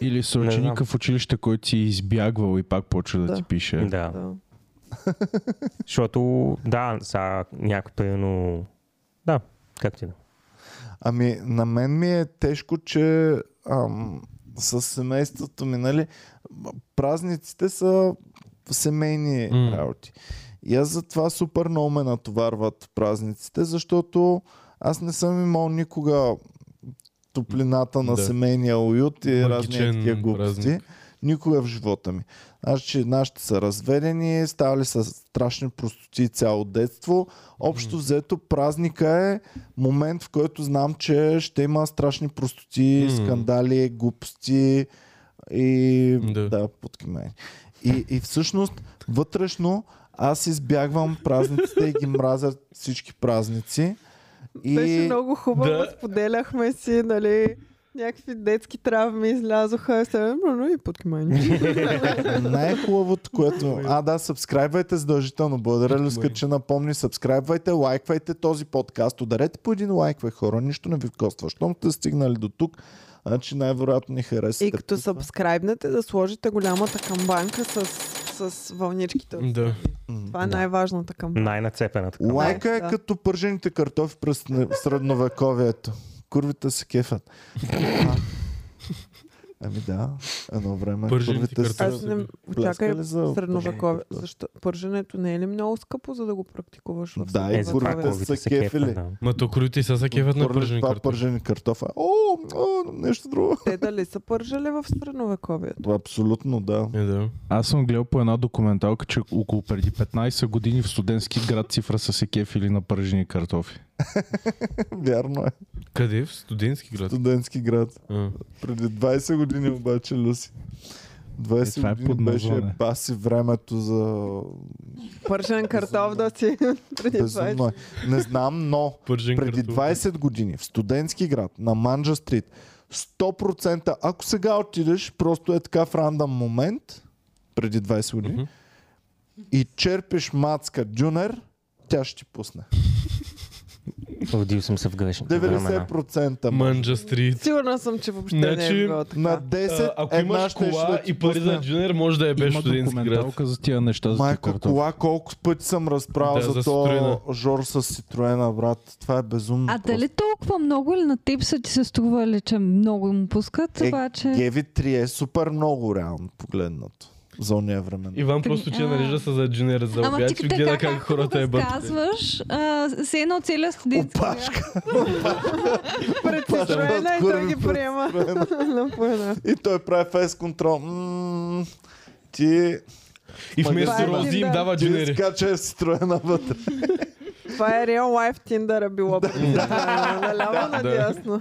Или с Не знам. ученика в училище, който си избягвал и пак почва да, Да. ти пише. Да. Да. Защото, да, са някой, примерно... Да, как ти да. е, Ами, на мен ми е тежко, че ам, с семейството ми, нали, празниците са семейни М. mm. работи. И аз затова супер много ме натоварват празниците, защото аз не съм имал никога топлината на Да. да. семейния уют и разни Магичен такива глупости. празник. Никога в живота ми. Значи, нашите са разведени, ставали са страшни простоти цяло детство. Общо взето празника е момент, в който знам, че ще има страшни простоти, М. скандали, глупости и Да. да, да подкимени. И, и всъщност, вътрешно, аз избягвам празниците и ги мразя всички празници. И... Беше много хубаво, Да. да. споделяхме си, нали, някакви детски травми излязоха и нали, се ну и (laughs) подкимани. Най-хубавото, което... А, да, сабскрайбвайте задължително. Благодаря, Люска, че напомни. Сабскрайбвайте, лайквайте този подкаст. Ударете по един лайк, бе, хора. Нищо не ви коства. Щом сте стигнали до тук, значи най-вероятно ни харесате. и като сабскрайбнете, да сложите голямата камбанка с, с вълничките. (laughs) Да. М. Това е най-важната камбанка. Най-нацепената. към. Лайка е Да. като пържените картофи през сне- средновековието. Курвите се кефят. А. Ами да, едно време курвите Пържените картофи. се... Аз не... Пляскали Чакай, за средновековие. пържените Защо? Пърженето не е ли много скъпо, за да го практикуваш в Да, и Е, за това Курвите средновековие? курвите са се кефили. кефили. Да. Ма то крути са са кефят на Отвърли пържени това картофи. пържени картофа. О, о, нещо друго. Те дали са пържали в средновековието? Абсолютно, да. Е, да. Аз съм гледал по една документалка, че около преди 15 години в студентски град цифра са се кефили на пържени картофи. (laughs) Вярно е. Къде? В студентски град. Студентски град. А. Преди 20 години обаче, Люси. Е, това 20 е години беше подназване. баси времето за... Пържен картоф да си преди Безумно е. 20. Не знам, но Пържен преди картоф. 20 години в студентски град на Манджа Стрит 100%, ако сега отидеш просто е така в рандъм момент, преди 20 години, Мгм. и черпиш мацка джунер, тя ще ти пусне. Родил съм се в грешните времена. 90% може. Манджа стрит. Сигурна съм, че въобще не е Значи, било така. На 10 А, Ако една имаш ще е кола и пари за джунер, може да е без Има студентски град. документалка за тия неща за тия Майко, картофи. кола, колко пъти съм разправил Да, за, за то Ситруена. Жор с Ситруена, брат. Това е безумно. А дали толкова много ли на теб са ти се стрували, че много им пускат, Е, обаче... GV3 е супер много реално погледнато за ония време. Иван просто че А. нарежда се за джунер за Ама ти обяд и така, гледа как както хората го е бъдат. разказваш, а, с едно целият студентски град. Опашка! Пред Пържен Ситроена и той отгоре ги пред приема. Ситруена. на по една. И той прави фейс контрол. М, Ти, И Ма, вместо да. рози им дава ти джунери. скачаш Ситруена вътре. Това е реал лайф Тиндър е било. Наляво, надясно.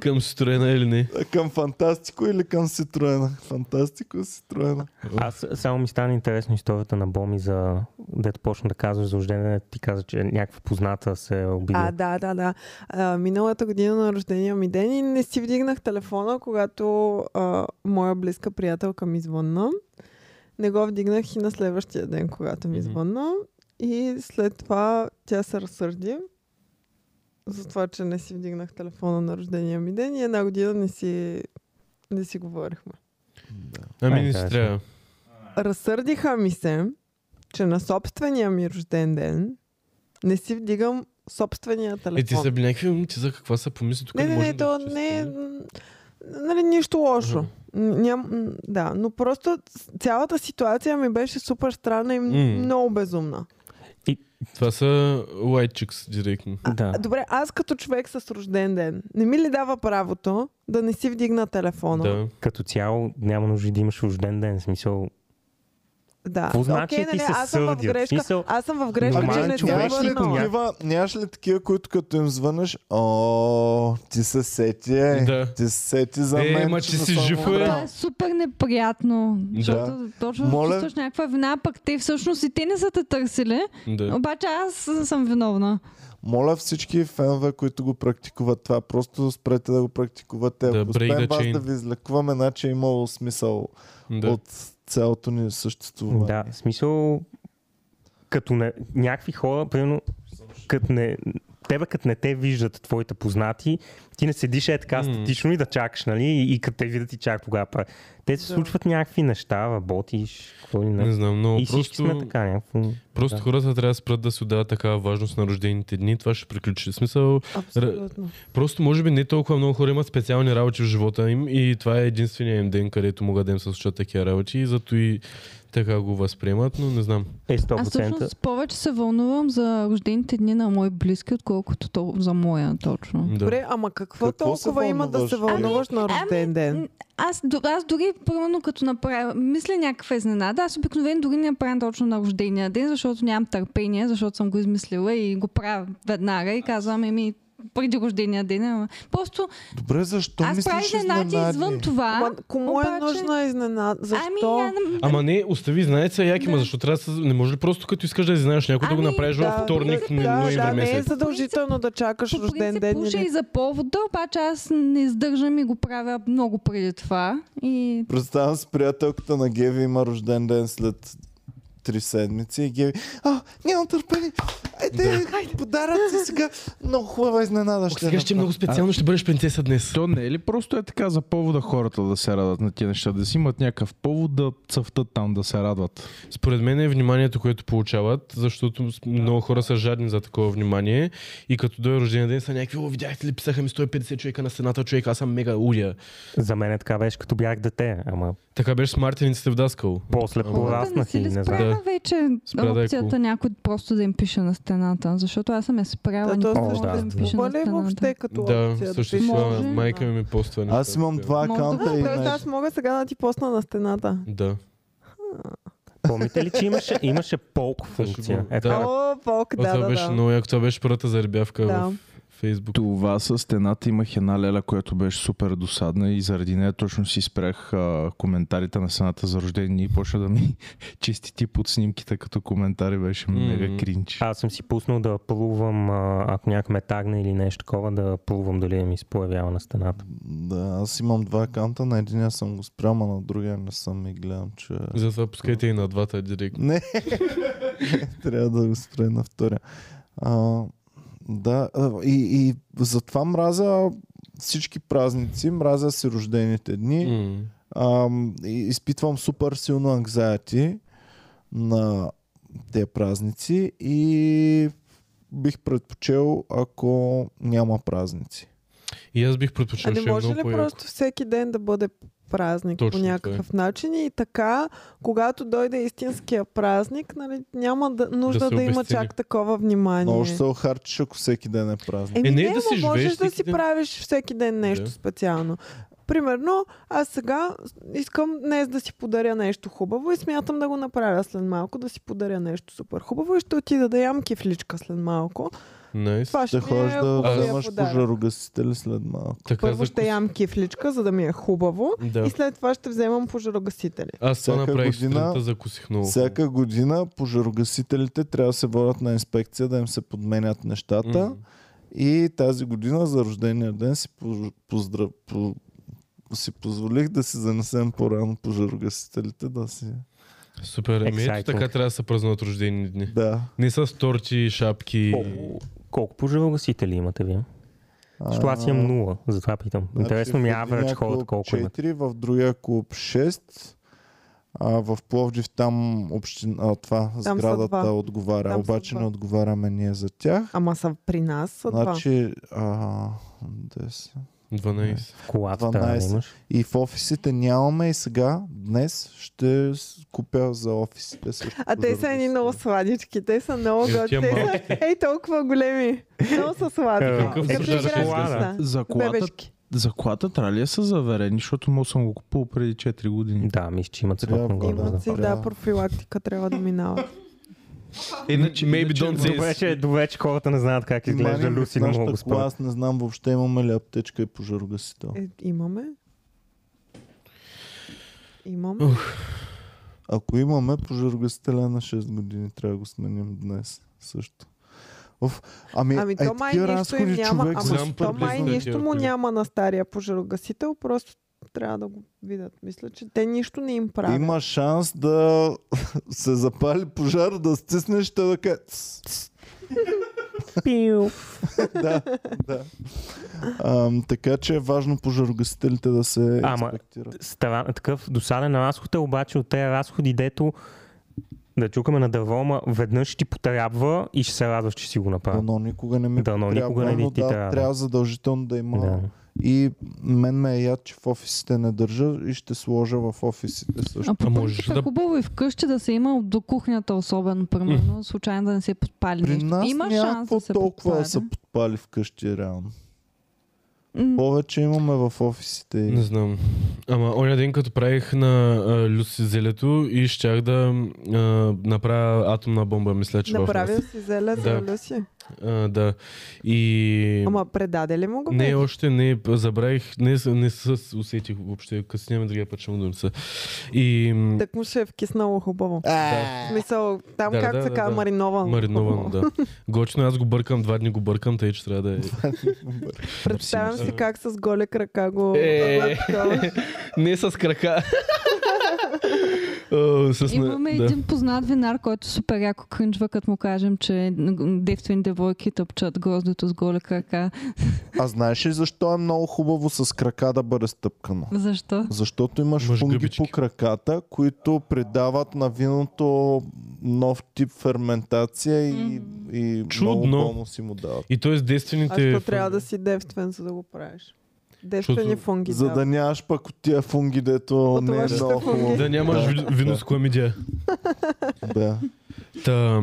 Към строена или не. Към Фантастико или към Ситруена? Фантастико, Ситруена. Аз само ми стана интересно историята на Боми за... Дето почна да казваш за рождение, ти каза, че някаква позната се е обидила. А, да, да, да. А, миналата година на рождения ми ден и не си вдигнах телефона, когато а, моя близка приятелка ми звънна. Не го вдигнах и на следващия ден, когато ми Мгм. звънна. И след това тя се разсърди за това, че не си вдигнах телефона на рождения ми ден и една година не си, не си говорихме. Ами Е, не си интересно. трябва. Разсърдиха ми се, че на собствения ми рожден ден не си вдигам собствения телефон. Е, ти са били някакви момиче за каква са помисли тук. Не, не, може не, да то се не е спомня. м, нали, нищо лошо. М, Ням, м, да, но просто с- цялата ситуация ми беше супер странна и м- М. много безумна. е- Това са white chicks директно. Да. А, Добре, аз като човек с рожден ден, не ми ли дава правото да не си вдигна телефона? Да. Като цяло няма нужда да имаш рожден ден. В Смисъл, да. Какво значи Окей, ти нали, се аз съм в сърдят? грешка, Смисъл, аз съм в грешка, че нормален не съм човек си нямаш ли, е върнала. такива, нямаш ли такива, които като им звънеш, о, ти се сети, е, Да. ти се сети за Е, мен. ма, че не си съм жив, умрял. е. Това е супер неприятно. Защото точно Моля. чувстваш някаква вина, пък те всъщност и те не са те търсили. Да. Обаче аз съм виновна. Моля всички фенове, които го практикуват това, просто спрете да го практикувате. Да, Ако break успеем the вас chain. да ви излекуваме, значи е имало смисъл да. от цялото ни съществуване. Да, в смисъл, като не, някакви хора, примерно, като не, тебе като не те виждат твоите познати, ти не седиш е така М. статично и да чакаш, нали? И, и като те видят и чак тогава. пра- Те се Да. случват някакви неща, работиш, какво ли Не не. знам, много И всички просто... сме така, някакво. Просто Да. хората трябва да спрат да се отдават такава важност на рождените дни. Това ще приключи. В смисъл, Абсолютно. просто може би не толкова много хора имат специални работи в живота им и това е единствения им ден, където могат да им се случат такива работи и зато и така го възприемат, но не знам. Е, 100%. Аз всъщност повече се вълнувам за рождените дни на мои близки, отколкото то, за моя точно. Да. Добре, ама какво, Какво се толкова има да вълнуваш? се вълнуваш на рожден ден? Ами, М, Аз, до- аз дори, примерно, като направя, мисля някаква изненада, аз обикновено дори не правя точно на рождения ден, защото нямам търпение, защото съм го измислила и го правя веднага и казвам, еми, преди рождения ден. Ама... Просто Добре, защо аз правя мислиш изненади изненади? извън това. Ама кому е обаче- нужна изненада? Защо? Ами, я, Ама не, остави, знаете са яки, Да. ма защо трябва да се... Не може ли просто като искаш да знаеш някой да го Ами, направиш да, във вторник, да, н- Да, ноември да, не е месец? задължително да чакаш по рожден принцип е ден. пуша или- и за повода, обаче аз не издържам и го правя много преди това. И Представям с приятелката на Геви има рожден ден след три седмици и Геви, а, нямам търпение, айде, подарък ти сега, много хубава изненада ще Сега ще е направя. много специално, ще бъдеш принцеса днес. То не е ли просто е така за повода хората да се радват на тия неща, да си имат някакъв повод да цъфтат там, да се радват? Според мен е вниманието, което получават, защото с- много хора са жадни за такова внимание и като дойде рождения ден са някакви, о, видяхте ли, писаха ми 150 човека на стената, човек, аз съм мега уря. За мен е така беше, като бях дете, ама Така беше с мартиниците в Даскал. после Ама- да не пораснах си и ли не знам. Да. спрена вече Спря да е опцията cool. някой просто да им пише на стената, защото аз съм я Да, спряла то никога също да, им да. пише на Моля ли е стената. въобще като Да, опция също пишеш това, сега на майка ми ми поства неща. Аз имам два Може да акаунта и направиш Тоест нещо. аз мога сега да ти посна на стената. Да. Помните ли, че имаше, имаше полк функция? го- да. Е, това О, Бог, О, да, това да, беше да. много яко, това беше първата заребявка Да. в Фейсбук. Това с стената имах една леля, която беше супер досадна и заради нея точно си спрях а, коментарите на стената за рождени дни и почна да ми (laughs) чисти тип от снимките като коментари беше Мм. мега кринч. Аз съм си пуснал да плувам, а, ако някак ме тагне или нещо такова, да плувам дали да ми се появява на стената. Да, аз имам два акаунта, на единия съм го спрял, а на другия не съм и гледам, че... Затова пускайте и на двата директно. Не, (laughs) трябва да го спре на втория. А, да, а, и, и затова мразя всички празници, мразя си рождените дни. М. А, и, изпитвам супер силно анкзайти на тези празници и бих предпочел, ако няма празници. И аз бих А предпочел, не ще е Ами може ли много по-яко. просто всеки ден да бъде празник по Точно е. някакъв начин и така, когато дойде истинския празник, нали, няма да, нужда да, се има обезцени. чак такова внимание. Много ще се охарчиш, ако всеки ден е празник. Еми, Е, не, не е да ама си можеш живееш да всеки си ден. правиш всеки ден нещо Да. специално. Примерно, аз сега искам днес да си подаря нещо хубаво и смятам да го направя след малко, да си подаря нещо супер хубаво и ще отида да ям кифличка след малко. Найс. Това ще Ще ми ходиш е да А, хубавия вземаш подарък. пожарогасите ли след малко? Така Първо за ще вкус. ям кифличка, за да ми е хубаво. Да. И след това ще вземам пожарогасители. Аз това всяка направих година- сутринта, закусих много. Всяка година пожарогасителите трябва да се водят на инспекция, да им се подменят нещата. М. И тази година за рождения ден си, пож- поздра... по... си позволих да си занесем по-рано пожарогасителите, да си... Супер. Еми, Exciting. ето така трябва да се празнуват рождени дни. Да. Не с торти, шапки. Колко, колко пожарогасители имате вие? А, Защото аз имам нула, затова питам. значи Е. Интересно ми в е аврач единия хората клуб колко имат. 4, в другия клуб 6, А в Пловдив там община, а, това са сградата два. отговаря, Там са обаче два. не отговаряме ние за тях. Ама са при нас са значи... Значи, а, де са? 12. В колата трябва да 12. имаш. и в офисите нямаме и сега, днес ще с- купя за офисите също. два. А те са едни много сладички. Те са много Е, готини. тия Те са, малките. (laughs) ей, толкова големи. Много са Е, сладки. Какъв Като пожар играчки се изгъзна? са. За колата, Бебешки. за колата трябва ли да са заверени, защото му съм го купувал преди 4 години. Да, мисля, че имат Трябва, срок на да. Имат годност. си, да, Трябва. профилактика трябва да минава. Иначе, Maybe don't say Добре, this. че, добре, че хората не знаят как изглежда Маним Люси, в не Ами, нали, нашата мога да го кола, спомня. аз не знам въобще имаме ли аптечка и пожарогасител. Е, имаме. Имам. Ако имаме пожарогасителя на 6 години, трябва да го сменим днес също. Оф, ами, Ами то е, май такива нищо им разходи няма, човек за ама голям супер то май проблем бизнес. е нищо тия му коли. няма на стария пожарогасител, просто трябва да го видят. Мисля, че те нищо не им правят. Има шанс да (laughs) се запали пожар, да стиснеш, ще да кажа... «Тс, тс». да, да. Ам, така че е важно пожарогасителите да се Ама, инспектират. Стара, такъв досаден разход е, обаче от тези разходи, дето да чукаме на дърво, ма веднъж ще ти потрябва и ще се радваш, че си го направил. Дано никога не ми Дано трябва, никога не ви но ти да, трябва. трябва задължително да има. Да. И мен ме е яд, че в офисите не държа и ще сложа в офисите също. А по може принцип да- е хубаво и вкъщи да се има до кухнята особено, примерно, случайно да не се подпали При нещо. нас Ами, има шанс някакво да се толкова подпали. да са подпали вкъщи реално. М, Повече имаме в офисите. Не и- знам. Ама оня ден, като правих на а, Люси зелето и щях да а, направя атомна бомба, мисля, че в Направил нас. си зеле за Да. Люси. А, да. И... Ама предаде ли му го? Не, бе? още не. п- Забравих. Не, с- не се усетих въобще. Късняме другия път, ще му донеса. И... м, Так му ще е вкиснало хубаво. Да. В Смисъл, там Е. Да, как да, се да, казва, да. мариновано. Мариновано, Хубаво. да. Гочно, аз го бъркам, два дни го бъркам, тъй че трябва да е. Представям си как с голи крака го... Е. Не с (laughs) крака. О, с на- Имаме да. един познат винар, който супер яко кринжва, като му кажем, че девствени девойки тъпчат гроздето с голи крака. А знаеш ли защо е много хубаво с крака да бъде стъпкано? Защо? Защото имаш Имаш фунги гъбички. по краката, които придават на виното нов тип ферментация и, и Чудно. много бонус си му дават. И е т.е. действените... Аз ще трябва да си девствен, за да го правиш. е Девствени Защото- фунги. За да нямаш пък от тия фунги, дето От не е лошите много фунги. хубаво. Да нямаш ви- вино с кламидия. Да. Та,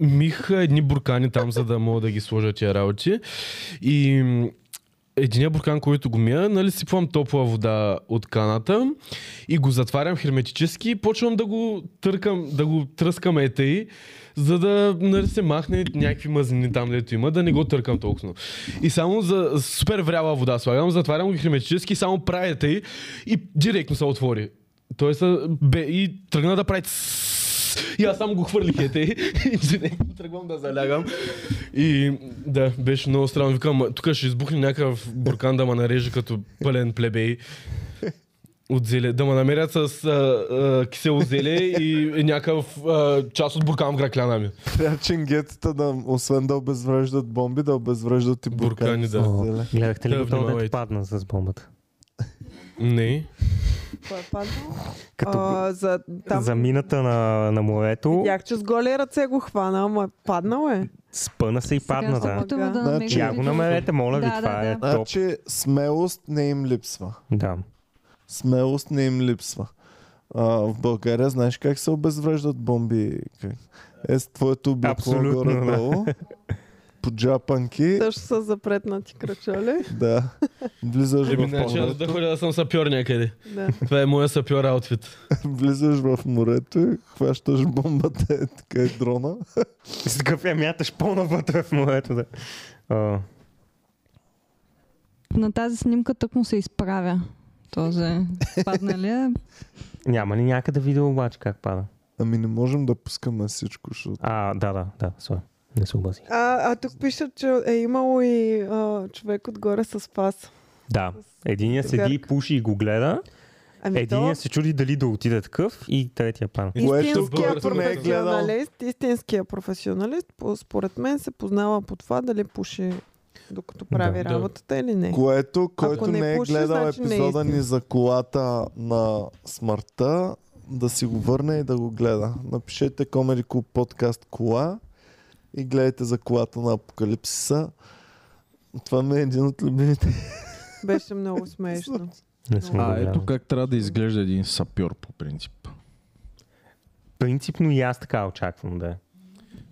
миха едни буркани там, за да мога да ги сложа тия работи. И м, единия буркан, който го мия, нали, сипвам топла вода от каната и го затварям херметически и почвам да го търкам, да го тръскам етей, за да нали, се махне някакви мазнини там, дето има, да не го търкам толкова. много. И само за супер вряла вода слагам, затварям го херметически, и само прави етей и директно се отвори. Той се бе и тръгна да прави тс- и аз само го хвърлих е, ете и директно тръгвам да залягам. И да, беше много странно. Викам, «Ма, тук ще избухне някакъв буркан да ме нареже като пълен плебей. От зеле. Да ме намерят с а, а, кисело зеле и някакъв а, част от буркан в гракляна ми. Трябва чингетата да, освен да обезвреждат бомби, да обезвреждат и буркани. Буркани, да. с О, зеле. Гледахте ли Да, го това, внимавайте. дето падна с бомбата? Не. Кой е паднал? Като А, за, там... за мината на, на морето, Видях, че с голи ръце го хвана, ама е паднал е. спъна се и падна, Сега се да. опитваме да Значи- намерим Я го видео. намерете, моля ви, Да, да, това е да. топ. Значи смелост не им липсва. Да. Смелост не им липсва. А, в България знаеш как се обезвреждат бомби? Как? Е, с твоето облекло Абсолютно, да. горе-долу. По джапанки. Също са запретнати кръчоли. Да. Влизаш Еми, в значи аз да морето, ходя да съм сапьор някъде. Да. Това е моя сапьор аутфит. влизаш в морето и хващаш бомбата, е така е дрона. И с такъв я мяташ по-навътре в морето, да. А, На тази снимка тък му се изправя. Този е. падналия. няма ли някъде видео обаче как пада? Ами не можем да пускаме всичко, защото... А, да, да, да, сори. Не се обазих. А, а тук пише, че е имало и а, човек отгоре с пас. Да. Единия седи и пуши и го гледа. Ами Единия се чуди дали да отиде такъв и третия пада. то, истинския Което не е гледал. професионалист, истинския професионалист, по- според мен се познава по това дали пуши докато прави да. работата или не. Което, който Е, не не е пуши, гледал значи не е епизода ни истина. за колата на смъртта, да си го върне и да го гледа. Напишете Comedy Club подкаст кола и гледайте за колата на Апокалипсиса. Това ми е един от любимите. Беше много смешно. Не съм А, го А, е гледал. ето как трябва да изглежда един сапьор по принцип. Принципно и аз така очаквам да е.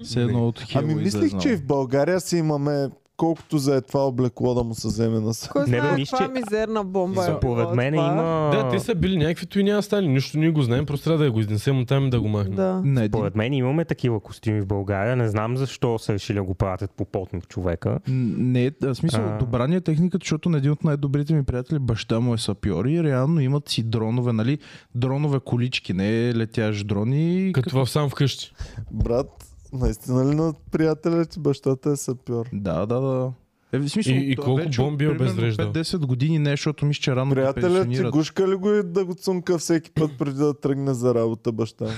Все едно от Хело Ами мислих, че и в България си имаме колкото за е това облекло да му се вземе на с... Кой Не, бе, знае мисля, каква че- мизерна бомба е Според било мен това? има... Да, те са били някаквито и няма стали. Нищо ние го знаем, просто трябва да го изнесем от там и да го махнем. Да. Ами Не, един... Според мен имаме такива костюми в България. Не знам защо са решили да го пратят по потник човека. Н- Не, в смисъл, А. добра ни е техниката, защото на един от най-добрите ми приятели, баща му е сапьор и реално имат си дронове, нали? Дронове колички, не летящ дрони. Като в сам вкъщи. Брат, наистина ли на приятеля ти бащата е сапьор? Да, да, да. Е, в смисъл, И- и то колко вече от бомби е примерно обезвреждал? 5-10 години не, защото мисля, че рано те Приятелят ти пенсионират. гушка ли го и да го цунка всеки път преди да тръгне за работа баща? му?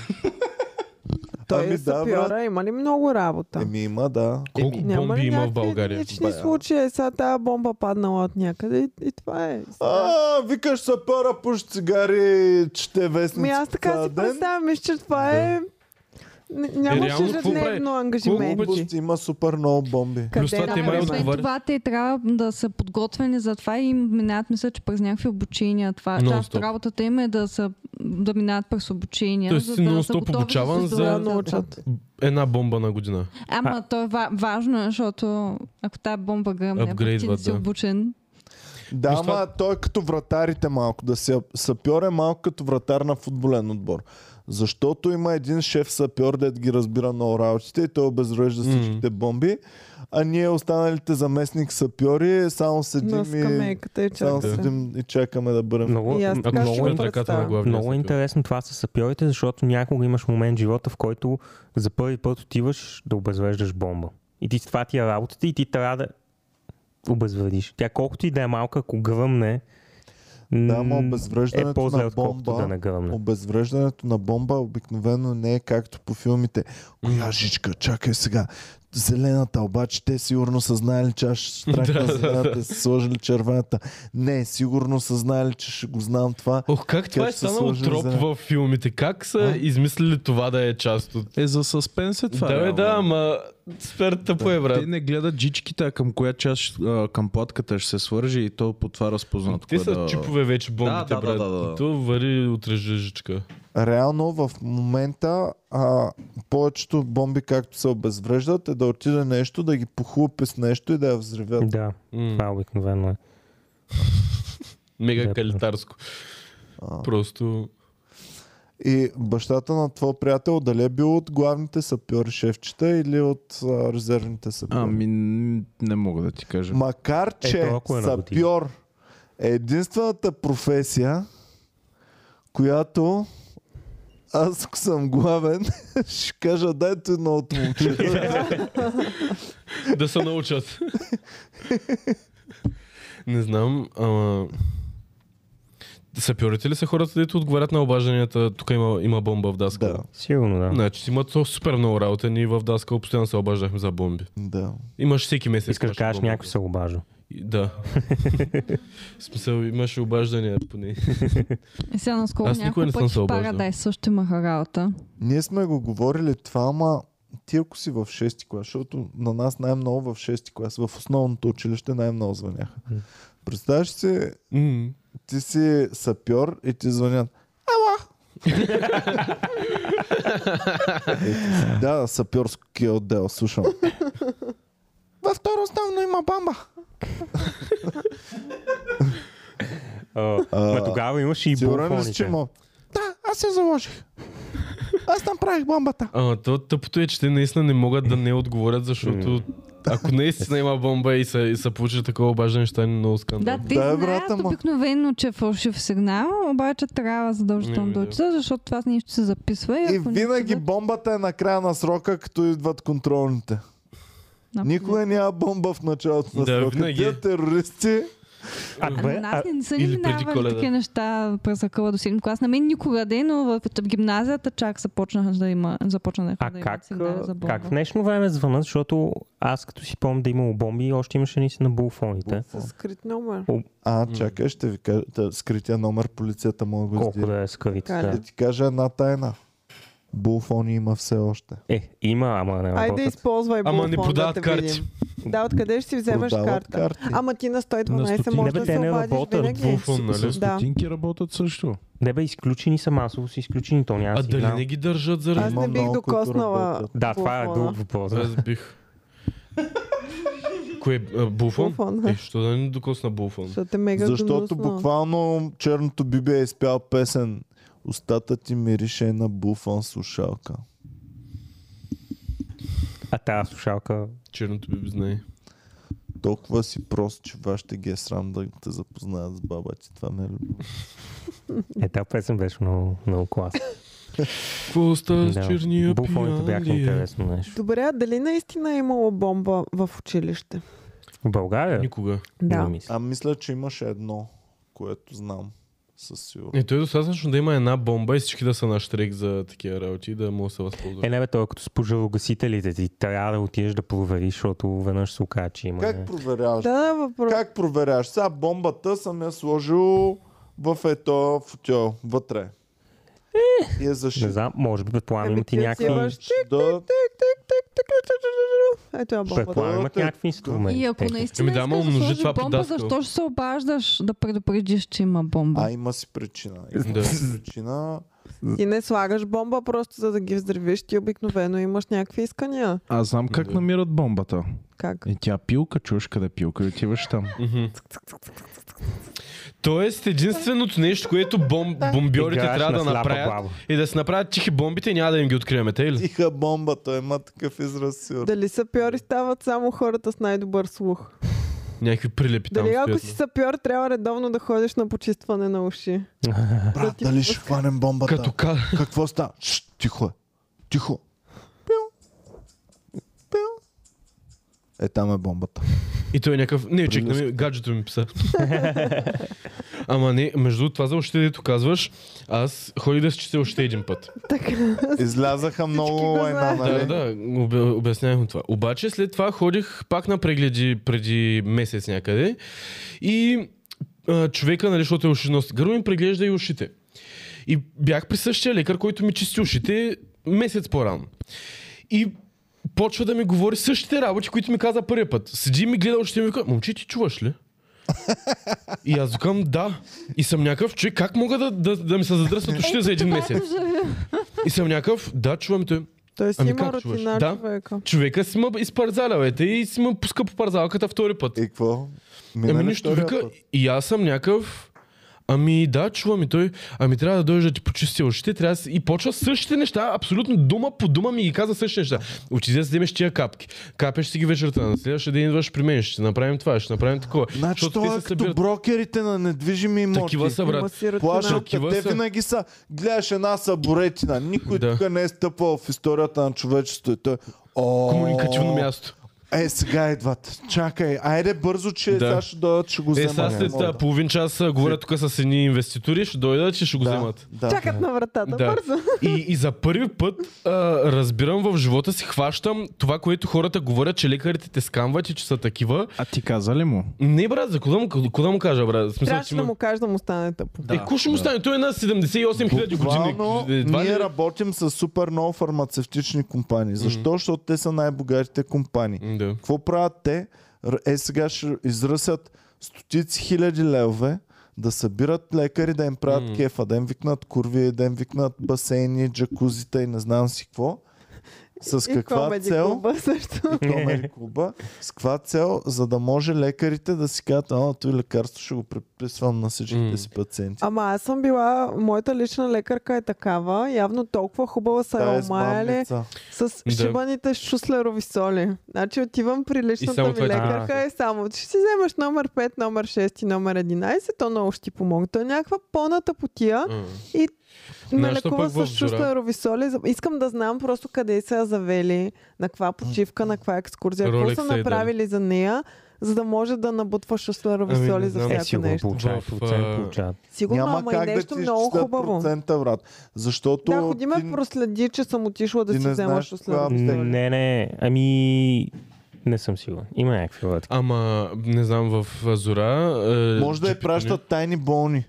(laughs) Той ами е да, брат. сапьора, има ли много работа? Еми има, да. Колко Няма бомби ли има в някакви България? лични случаи? Е, Сега тази бомба паднала от някъде и, и това е. Сега- А, викаш сапьора, пуши цигари, чете вестници Ми Ами, аз така цял си ден. представям, мисля, че това е... Н- Нямаше Е, реално какво прави? ежедневно Колко ангажимент. обича- Пусти, Има супер много бомби. Плюс това Да, те май да, им освен отговарят. това те трябва да са подготвени за това и им минават, мисля, че през някакви обучения. Това Нон-стоп. част от работата им е да, са, да минават през обучения. Тоест за си да са нон-стоп готови да обучаван се за- Да, справят научат. Една бомба на година. Ама то е ва- важно, защото ако тази бомба гръмне, пък ти не Апгрейдват, си да. обучен. Да, Плюс ама това- той е като вратарите малко. Да се сапьор е малко като вратар на футболен отбор. Защото има един шеф сапьор, дед ги разбира на работите и той обезврежда Мм. всичките бомби. А ние останалите заместник сапьори само На седим и... скамейката и Само чакате. седим и чакаме да бъдем. Много, И аз м- така ще много, го Много е е, представя. траката на главния. много е сапьор. интересно това с сапьорите, защото някога имаш момент в живота, в който за първи път отиваш да обезвреждаш бомба. И ти това ти е работата и ти трябва да обезвредиш. Тя колкото и да е малка, ако гръмне, Да, ама м, е обезвреждането по-зле, на отколкото бомба да не гръмне. Обезвреждането на бомба обикновено не е както по филмите. Коя жичка? Чакай сега. Зелената, обаче те сигурно са знаели, че аз (laughs) ще Да, страхна да, зелената, са сложили червената. Не, сигурно са знаели, че ще го знам това. Ох, как това е са станало сложили троп за- в филмите? Как са А? измислили това да е част от... Е, за съспенс е това. Да, бе, реално. да, ама супер тъпо е, брат. Те не гледат джичките, а към коя част, а, към платката ще се свържи и то по това разпознат. Те кое са да... чипове вече бомбите, да, да, брат. да, да. И То вари от ръжичка. Реално в момента а, повечето бомби, както се обезвреждат, е да отиде нещо, да ги похлупи с нещо и да я взривят. Да, това обикновено е. Мега Да, калитарско. А. Просто... И бащата на твой приятел дали е бил от главните сапьори шефчета или от а, резервните сапьори? Ами, не мога да ти кажа. Макар, че Ето, ако е на години. сапьор е единствената професия, която аз ако съм главен, (laughs) ще кажа дайте едно от (laughs) Е, момчета. да се научат. (laughs) Не знам, ама... Сапьорите ли са хората, дето отговарят на обажданията? Тук има, има бомба в Даскал. да, Сигурно, да. Значи си имат супер много работа. Ние в Даскал постоянно се обаждахме за бомби. да. Имаш всеки месец. Искаш да имаше кажеш, бомба. някой се обажда. И- Да. В смисъл, имаше обаждания поне. Е, сега наскоро Аз никога няколко не съм пъти се в обаждал. Парадайс също имаха работа. Ние сме го говорили това, ама ти ако си в 6-ти клас, защото на нас най-много в 6-ти клас, в основното училище най-много звъняха. М. Представяш си, М. ти си сапьор и ти звънят. (laughs) Ала! И ти си, да, сапьорски отдел, слушам. Във второ основно има бамба. А, А, ма тогава имаш и Сигурен ли си, че буфоните. има? Да, аз се заложих. Аз направих бомбата. Ама то тъпото е, че те наистина не могат да не отговорят, защото ако наистина има бомба и са, и са получили такова обаждане, ще е много скандал. Да, те Да, да, бе, знаят брат, ама- обикновено, че е фалшив сигнал, обаче трябва задължително Ми, да да. учат, защото това нещо се записва. И, И ако винаги не, бомбата е на края на срока, като идват контролните. да, Никога няма бомба в началото на Да, срока. винаги Тия е. терористи А, добре, на а, нас не, не са или ни преди минавали Коледа. такива неща през акъла до 7 клас. На мен никога не, но в в гимназията чак започнаха да има, започнаха а да как, имат сигнали за бомба. как в днешно време звънат, защото аз като си помня да имало бомби, още имаше наистина булфоните. Със скрит номер. А, чакай, ще ви кажа. Та, скрития номер полицията мога да го Колко издири. да е скавица. Така ли? Да ти кажа една тайна. Булфони има все още. Е, има, ама не Айде, работят. използвай Ама булфон, не продават да те карти. видим. Да, откъде ще си вземаш Продават карта? карти. Ама ти на 112 стотин- Не можеш бе, да те се не обадиш работят. винаги. Булфон, С, нали? с Да. стотинки работят също. Не бе, изключени са масово, са изключени, то няма А сигнал. дали не ги държат Аз заради... Има не бих много, които докоснала работят. Да, това е булфона. друг въпрос. Разбих. Кое е а, булфон? Булфон. Е, що да не докосна булфон? Защото е мега Защото гнусно. буквално черното бибе е изпял песен. Остата ти мирише на буфон слушалка. А тази слушалка... Черното би знае. Толкова си прост, че вас ще ги е срам да те запознаят с баба ти. Това ме е любимо. Е, тази песен беше много, много класна. Какво става е с черния Буфоните бяха пиян интересно нещо. Добре, а дали наистина е имало бомба в училище? В България? Никога. Не Да. мисля. А мисля, че имаше едно, което знам със сигурност. Е, той е достатъчно да има една бомба и всички да са на штрек за такива работи и да могат да се възползват. Е, не бе, той е като с пожарогасителите ти трябва да отидеш да провериш, защото веднъж се окаже, че има... е. Как проверяваш? Да, да, въпрос. Как проверяваш? Сега бомбата съм я сложил в ето футьол, вътре. И е Не защита. знам, може би предполагам Еми, имат и ти някакви... отиваш, Да, Тик, тик, тик, тик, тик, тик, тик, тик. Ето я бомбата. Предполагам е имат Да, някакви инструменти. И ако Ето. наистина Ами да, ама искаш да умножи сложиш това по бомба, даскал. защо ще се обаждаш да предупредиш, че има бомба? а има си причина. Има Да. си причина. Ти не слагаш бомба просто за да ги взривиш. Ти обикновено имаш някакви искания. Аз знам как Да. намират бомбата. Как? И тя пилка, чуш къде е пилка и отиваш там. Мгм. Тоест, единственото нещо, което бом... бомбиорите Играеш трябва да на сляпа направят баба. е да се направят тихи бомбите и няма да им ги открием, те ли? Тиха бомба, той има такъв израз сигурно. Дали сапьори стават само хората с най-добър слух? Някакви прилепи там Дали ако стоят, си не? сапьор, трябва редовно да ходиш на почистване на уши? Брат, дали ще хванем бомбата? Като ка... Какво става? Шш, тихо е. Тихо. Пил. Пил. Е, там е (laughs) бомбата. И той е някакъв... Не, чекай, ми, Прилюска. гаджето ми писа. Ама не, между това за още дето казваш, аз ходих да се чета още един път. Така. Излязаха много го война, знаят. нали? Да, да, обя- обяснявах му това. Обаче след това ходих пак на прегледи преди месец някъде и а, човека, нали, защото е ушинос, гърло ми преглежда и ушите. И бях при същия лекар, който ми чисти ушите месец по-рано. И почва да ми говори същите работи, които ми каза първия път. Седи и ми гледа ушите и ми вика, момче, ти чуваш ли? И аз викам да. И съм някакъв човек, как мога да, да, да ми се задръстват ушите за един месец? И съм някакъв, да, чувам те. Той си Ами има как чуваш? рутина, Да. човека. Човека си ме изпарзалял, ете, и си ме пуска по парзалката втори път. И какво? Мина Ами ли нищо, втория вика, път? и аз съм някакъв... Ами да, чувам и той. Ами трябва да дойде да ти почисти ушите. Трябва да... си- И почва същите неща, абсолютно дума по дума ми ги каза същите неща. Отиди да си вземеш тия капки. Капеш си ги вечерта. На следващия ден идваш при мен. Ще направим това, ще направим такова. Значи Защото те това е се като събират. брокерите на недвижими имоти. Такива са, Има брат. си рутина. Плашат те, Такива те са. винаги са. Гледаш една саборетина. Никой Да. тук не е стъпал в историята на човечеството. И той, О, Комуникативно място. Е, сега идват. Чакай, айде бързо, че Да. сега ще дойдат, ще го Е, вземат. сега след Моля. а, половин час а, говоря тук с едни инвеститори, ще дойдат и ще го да, вземат. да. Чакат на вратата, Да. бързо. И, и за първи път а, разбирам в живота си, хващам това, което хората говорят, че лекарите те скамват и че са такива. А ти каза ли му? Не, брат, за кога му, кога му кажа, брат? В Смисъл, Трябваше че да има... му кажа да му стане тъпо. е, какво ще му стане? Той е на 78 хиляди години. Буквално Едва ли- ние работим с супер много фармацевтични компании. Защо? Защото те са най-богатите компании. М, Да. Какво правят те? Р- Е, сега ще изръсят стотици хиляди левове да събират лекари, да им правят М. кефа, да им викнат курви, да им викнат басейни, джакузита и не знам си какво. С И каква комеди цел? клуба също. (laughs) Комеди клуба. С каква цел? За да може лекарите да си кажат, а, това лекарство ще го предписвам на М. всичките си пациенти. Ама аз съм била, моята лична лекарка е такава, явно толкова хубава са Тая я е омаяли сбамница. с Да. шибаните шуслерови соли. Значи отивам при личната само ми това е така. лекарка и само, ще си вземеш номер 5, номер 6 и номер 11, то много ще ти помогне. То е някаква пълната потия М. и ме Нашата лекува пък в с Жура. шуслерови соли. Искам да знам е просто къде са я завели, на каква почивка, на каква екскурзия, какво Rolex е са са й дали. направили за нея. за да може да набутваш ослерови Ами, соли не за знам. Е, всяко сигурно нещо. получават. В, а, Процент получават. Сигурно, Няма ама и как да нещо ти много изчислят хубаво. процента, брат. Защото Да, ходи ме ти- проследи, че съм отишла да ти си не вземаш знаеш ослерови коя- соли. Не, не, ами... Не съм сигурен. Има някакви лодки. Ама, не знам, в Азора... Е, може да я джипито пращат тайни болни.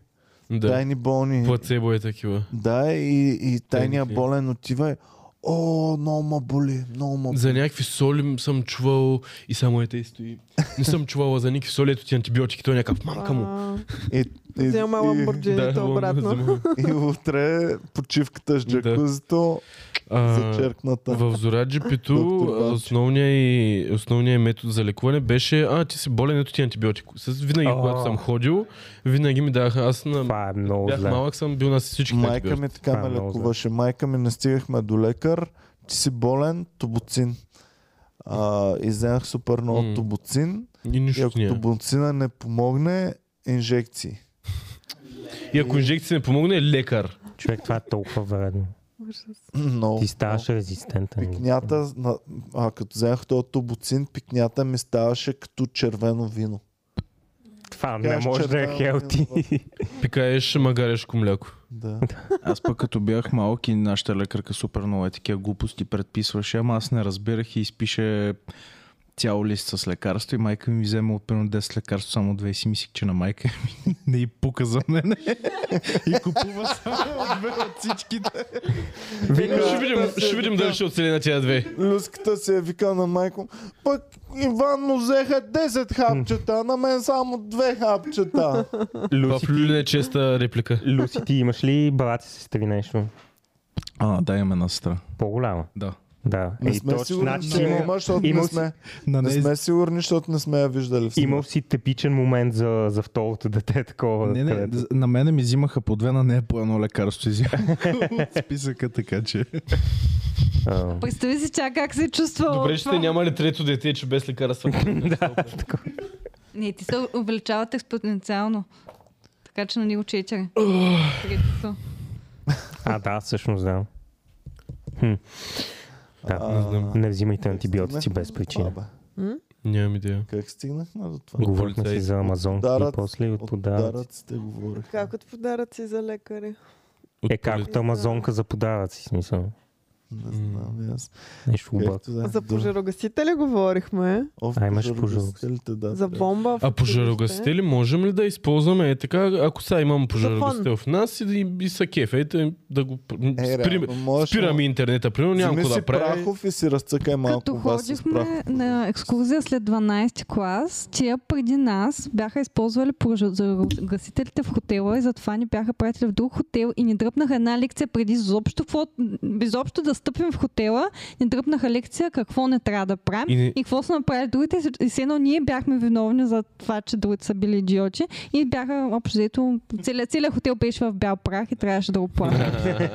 ни- Да. Тайни болни. Плацебо е такива. Да, и, и тайния Тайни. болен отива и О, много ма боли, много ма боли. За някакви соли м- съм чувал и само ете и стои. Не съм чувала за никакви соли, ето ти антибиотики, той е някакъв мамка му. А, И, е. и, Взема и, ламборджините лам- (laughs) обратно. взема. и утре почивката с Да. джакузито А, зачеркната. В Зора джипито Доктор Банчо. основният, и, основният метод за лекуване беше а, ти си болен, ето ти антибиотик. С, винаги, О. когато съм ходил, винаги ми даха. Аз на, Това е много бях зле. малък, съм бил на всички Майка ми така Това ме е много зле. лекуваше. Майка ми не стигахме до лекар. Ти си болен, тобуцин. А, и вземах супер много М. тобуцин. И И нищо е. ако няма. тобуцина не помогне, инжекции. (clears throat) И ако инжекция не помогне, е лекар. Човек, това е толкова вредно. Много. Ти ставаш резистентен. Пикнята, на, а като взех този тобуцин, пикнята ми ставаше като червено вино. Това не Кажеш, може да е червено хелти. Пикаеш магарешко мляко. Да. Аз пък като бях малък и нашата лекарка супер много е такива глупости предписваше, ама аз не разбирах и изпише цял лист с лекарство и майка ми взема от примерно 10 лекарства, само две и си мислих, че на майка ми (laughs) не и пука за мене. и купува само от две от всичките. Ще видим, ще видим дали ще оцели на тия две. Люската си е викал на майко, пък Иван му взеха 10 хапчета, а на мен само 2 хапчета. (laughs) В Люлин е честа реплика. Люси, ти имаш ли брат и сестри нещо? А, да, имаме на сестра. По-голяма. Да. Да. Не Ей, сме точно, сигурни, значи че си има, имал, защото не имал сме, На не нея- сме сигурни, защото не сме я виждали. в имал си типичен момент за, за второто дете, такова. Не, не, е където- з- на мене ми взимаха по две, на нея по едно лекарство взимаха (laughs) от списъка, така че... А, Представи си чак как се чувства. Добре, ще няма ли трето дете, че без лекарства? Не, ти се увеличават експоненциално. Така че на него четири. Третото. а, да, всъщност да. Хм. Да, А, не знам. не взимайте как антибиотици стигнахме без до причина. това, бе? Нямам идея. Как стигнахме до това? Говорихме си полицаите. за Амазонки и подаръци, после от От подаръци. подаръците говорих. Как от подаръци за лекари? От Е, както Амазонка за подаръци, смисъл. Не знам, и аз. Нещо обак. Както да е. За Да. пожарогасители говорихме, О, в А, имаш пожарогасителите, Да, за трябва. бомба. в А училище. пожарогасители можем ли да използваме е така, ако сега имам пожарогастел в нас и, да- и, и са кеф, ето да го... Е, спираме, реално, можеш, спираме интернета, примерно няма Вземи какво си да прави. прахов и си разцъкай малко Като вас с ходихме прахов. на екскурзия след 12 клас, тия преди нас бяха използвали пожарогасителите в хотела и затова ни бяха пратили в друг хотел и ни дръпнаха една лекция преди изобщо, какво, изобщо да стъпим в хотела, ни дръпнаха лекция какво не трябва да правим И и, не- какво са направили другите. И все едно ние бяхме виновни за това, че другите са били идиоти и бяха общо взето, целият, целият хотел беше в бял прах и трябваше да го плащаме.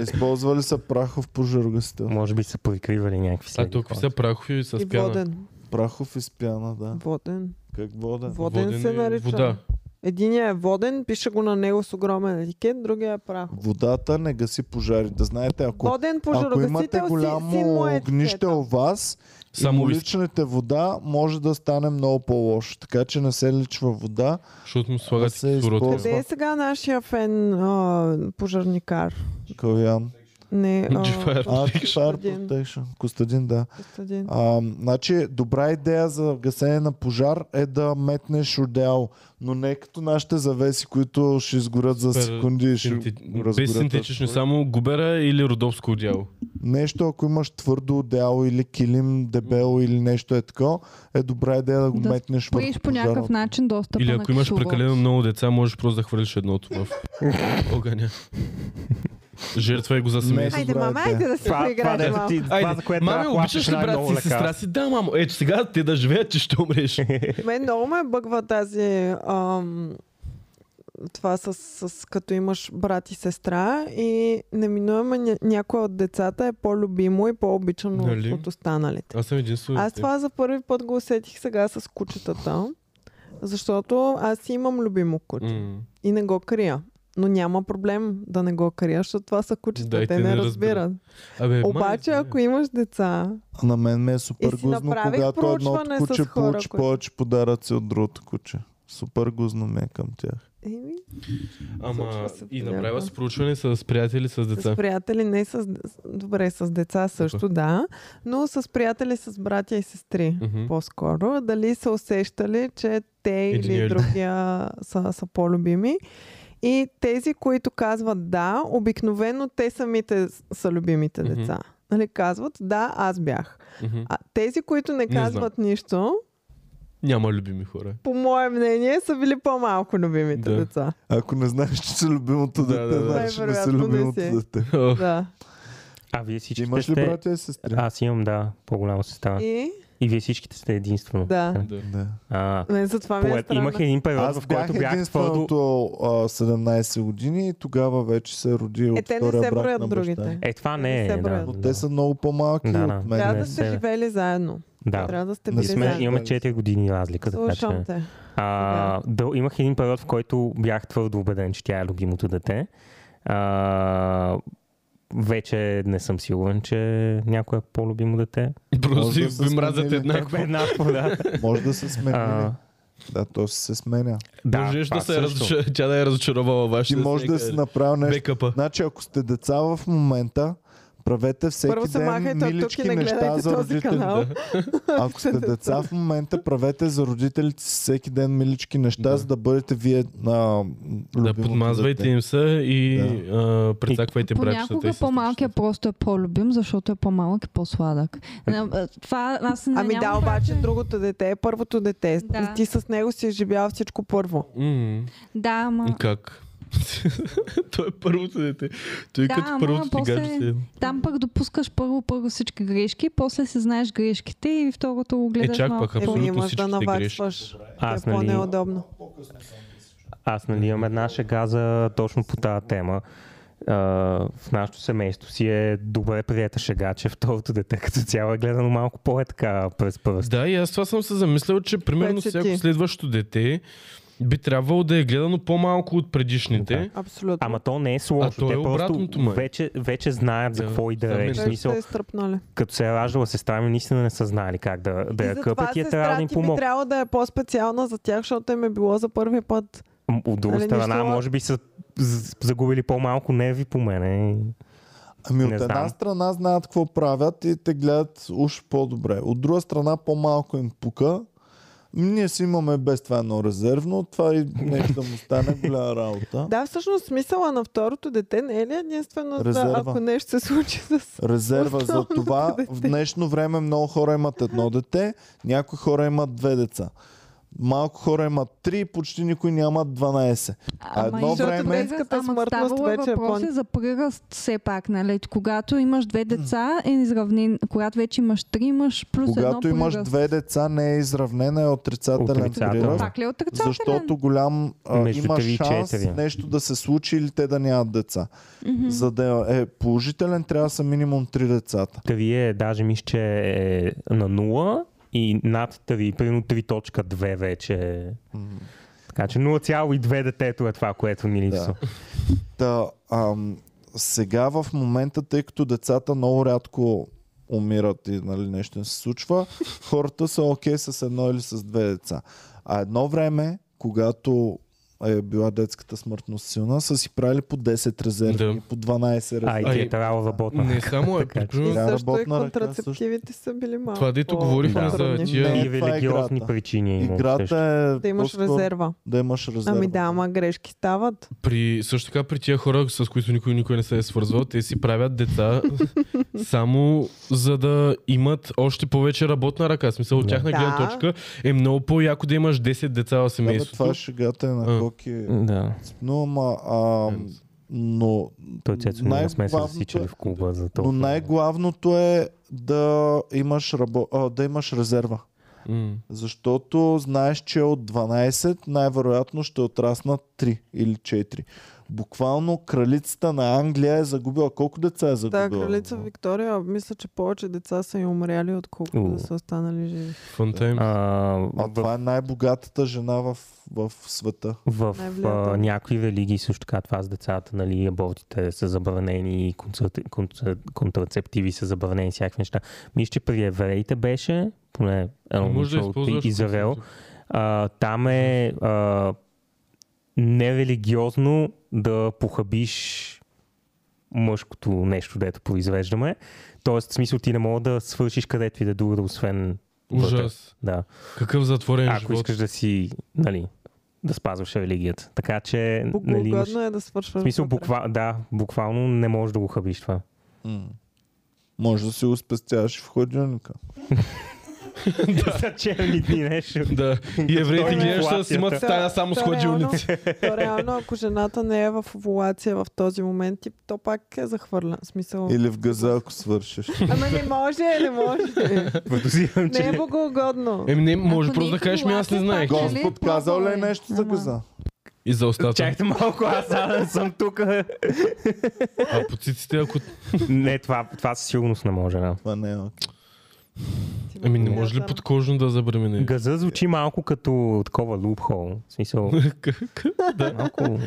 Използвали са прахов пожарогасител. Може би са прикривали някакви А следи. Е, тук хора. са прахови с И пяна. воден. Прахов и спяна, да. Воден. Как вода? Воден, се и нарича. Вода. Единия е воден, пише го на него с огромен етикет, другия е прах. Водата не гаси пожари. Да знаете, ако, Воден ако имате пожарогасител голямо си, си му е огнище етикета. у вас, Само Само виски. личните вода може да стане много по-лошо. Така че не се личва вода. Защото му Да слагат се сурото. използва. Къде е сега нашия фен а, пожарникар? Кавиан. Не, а, Джифар. А, Fire Костадин. Protection. Костадин, да. Костадин. А, значи, добра идея за гасене на пожар е да метнеш одеяло, но не е като нашите завеси, които ще изгорят за Супер секунди и ще го Синти- Без разгорят. синтетично, само губера или родовско дяло. Нещо, ако имаш твърдо одеяло или килим дебело или нещо е такова, е добра идея да го Да метнеш Поиш върху по някакъв пожара. начин доста Или ако имаш прекалено много деца, можеш просто да хвърлиш едното (laughs) в огъня. Жертва е го за семейство. Айде, добра мама, идея. айде да се Това, това, поиграем дето малко. ти- това, за Айде, което маме, трябва да е плащаш обичаш ли брат най-много си, сестра лекарства. си? Да, мамо. Ето сега те да живеят, че ще умреш. Мен много ме бъгва тази... Ам, това с, с, като имаш брат и сестра и неминуемо ня, някое от децата е по-любимо и по-обичано Нали? от останалите. (laughs) Аз съм единствено. Аз дете. това за първи път го усетих сега с кучетата, защото аз си имам любимо куче М. и не го крия. Но няма проблем да не го кария, защото това са кучета. Да, и те, не, разбират. Абе, Обаче, Е, май, ако имаш деца, На мен ме е супер И си гузно, направих когато едно от проучване с куче хора, получи които- повече подаръци от другото куче. Супер гузно ме е към тях. еми, Ама Случва се и понякога. направя с проучване с приятели, с деца. с приятели, не с... Добре, с деца също, да. Но с приятели, с братя и сестри. Мгм. по-скоро, дали са усещали, че те или Инженери. другия са, са по-любими. И тези, които казват да, обикновено те самите с- са любимите Мгм. деца. Нали, казват да, аз бях. Мгм. А тези, които не Не знам. казват не нищо, Няма любими хора. по мое мнение, са били по-малко любимите Да. деца. Ако не знаеш, че си любимото Да, дете, да, да. знаеш, че не си Най-вероятно не любимото си. дете. (laughs) Да. А вие всички Имаш ли сте... братя и сестри? Аз имам, да, по-голяма сестра. И... И и вие всичките сте единствено. да. (laughs) Да. Да. А, Мен за това ми е по... странно. Имах един период, Аз в бях който бях твърдо... единственото а, 17 години и тогава вече се роди Е, от те не втория се брат броят на другите. баща. Е, това Не не е. се Да, броят. Но да, те са много по-малки Да, от да. мен. Трябва не да сте се. живели заедно. да. Трябва да сте Не били сме- Сме, заедно. имаме 4 години разлика. Така, че... Слушам те. А, да, имах един период, в който бях твърдо убеден, че тя е любимото дете. А, вече не съм сигурен, че някой е по-любимо дете. Просто Може да си се ви мразят сменили. еднакво. Еднакво, да. (laughs) Може да се смени. А, Да, то си се сменя. да, Можеш да това се също. разочар... тя да е разочаровала вашите. Ти може да си направил нещо. бекъпа. Значи, ако сте деца в момента, правете всеки Първо се ден махайте от тук и милички не неща гледайте за този родителите. канал. Ако (laughs) сте деца в момента, правете за родителите си всеки ден милички неща, Да. за да бъдете вие на Да подмазвайте им се и а, прецаквайте братчетата. Понякога и по-малкият сестричките. просто е по-любим, защото е по-малък и по-сладък. Ами На- а, Това аз не Ами нямам да, обаче проблем. другото дете е първото дете. Да. Ти с него си изживял всичко първо. М. Да, ама... (laughs) Как? Той е първото дете. Той Да, като ама първото ти после- гадже. Там пък допускаш първо, първо всички грешки, после си знаеш грешките и второто го гледаш чак малко пък, по- абсолютно Еми имаш да всичките грешки. наваксваш. Аз, е нали, по-неудобно. аз нали, имам една шега за точно по тази тема. А, в нашето семейство си е добре приета шега, че второто дете като цяло е гледано малко по-е така през пръст. Да, и аз това съм се замислял, че примерно си всяко ти? следващо дете би трябвало да е гледано по-малко от предишните. Абсолютно. Ама то не е сложно. то е Те обратното, просто май. вече, вече знаят за Да, какво и за да е. мен В също. Те смисъл, сте изтръпнали. като се е раждала сестра ми, наистина не са знали как да, да и я затова къпят и е трябва сестра да им ти би помогна. трябва да е по-специална за тях, защото им е било за първи път. М, От друга Нали, страна, нищо- може би са з- загубили по-малко нерви по мене. Ами от Не една знам. страна знаят какво правят и те гледат уж по-добре. От друга страна по-малко им пука. Ние си имаме без това едно резервно, това и нещо да му стане голяма работа. Да, всъщност смисъла на второто дете не е ли единствено за Резерва. ако нещо се случи с... Резерва за Основното това. дете. В днешно време много хора имат едно дете, някои хора имат две деца. Малко хора имат три, почти никой нямат 12. А едно и- Защото време- детската ама смъртност ставало вече е въпрос по- за приръст все пак, нали? Когато имаш две деца е изравнен, когато вече имаш три, имаш плюс едно Когато имаш приръст. две деца, не е изравнена, е отрицателен, Отрицателен. приръст. Пак ли е отрицателен? Защото голям а, Между има три и шанс четири. нещо да се случи или те да нямат деца. Мгм. За да е положителен, трябва да са минимум три децата. Три е, даже мисля, че е на 0 и над 3, примерно 3.2 вече. е. Така че 0,2 детето е това, което ни липсва. Та, ам, сега в момента, тъй като децата много рядко умират и нали, нещо не се (laughs) случва, хората са окей с едно или с две деца. А едно време, когато е била детската смъртност силна, са си правили по 10 резерви, Да. по 12 резерви. А и А ти е и- трябвало работна. Не само е. (laughs) Така че- И примерно, Да, също и работна ръка, контрацептивите са били малко. Това дето говорихме Да. за по-трудни. тия Не, И това е религиозни играта. причини. има също. Играта е Да имаш по-скоро резерва. да имаш резерва. Ами да, ама грешки стават. При, също така при тия хора, с които никой никой не се е свързвал, те си правят (laughs) деца само за да имат още повече работна ръка. В Смисъл, от Да. тяхна гледна Да. точка е много по-яко да имаш 10 деца в Абе, семейството. това е шегата е на Ами, А. Коки. Да. Но, ама, а, но, Той цецо не сме се Най-главното е- засичали в клуба за но това. най-главното е да имаш, рабо, а, да имаш резерва. М. Защото знаеш, че от 12 най-вероятно ще отраснат 3 или 4. Буквално кралицата на Англия е загубила. Колко деца е Да, загубила? кралица Виктория, мисля, че повече деца са и умряли, отколкото У. да са останали живи. Фонтейм. А, А в, това е най-богатата жена в, в света. в Най-влиятелно. а, някои религии също така това с децата, нали, абортите са забранени, концерт, концерт, контрацептиви са забранени, всякакви неща. Мисля, че при евреите беше, поне едно Може да начало използваш. от Израел, а, там е а, нерелигиозно да похабиш мъжкото нещо, дето произвеждаме. Тоест, в смисъл ти не мога да свършиш където и да друга, освен вътре. Ужас. Да. Какъв затворен Ако Е, живот. искаш да си, нали, да спазваш религията. Така че, нали, имаш... Богоугодно е да свършва. В смисъл, буква... да, буквално не можеш да го (laughs) хабиш това. М. Може да си го спестяваш в ходилника. (laughs) За черни дни (laughs) нещо. Да. И евреите Той ги гледаш да си инфлацията. имат стая само с хладилници. То реално, ако жената не е в овулация в този момент, ти- то пак е захвърлен. В смисъл... Или в газа, ако свършиш. Ама не може, не може. Подозирам, че Не е богоугодно. Еми не, може Ако просто не да е кажеш ми, аз не хилата, знаех. пак- нали? Господ казал ли е нещо за газа? И за остата. Чакайте малко, аз а, съм тук. (laughs) А по циците, ако... не, това, това със сигурност не може. Да. Това не е окей. Ти Ами не ме може ли гледа. подкожно да забремене? Газа звучи малко като такова лупхол. (laughs) В смисъл, малко...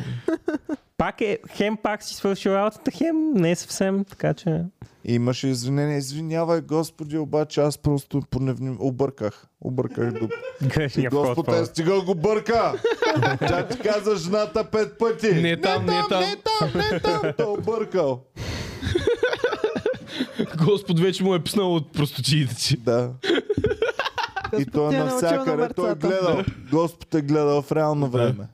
Пак е, хем пак си свършил работата, хем не е съвсем, така че... Имаше извинение. Извинявай, Господи, обаче аз просто поневним... обърках. Обърках дупка. Грешния Господ е вход. стигал го бърка. (laughs) Тя ти каза жената пет пъти. Не е там, не там. Не там, не там. Той е объркал. Господ вече му е писнал от простотиите си. Да. И Господ той ти е е научил на навсякъде. Той е мърцата. гледал. Господ е гледал в реално време.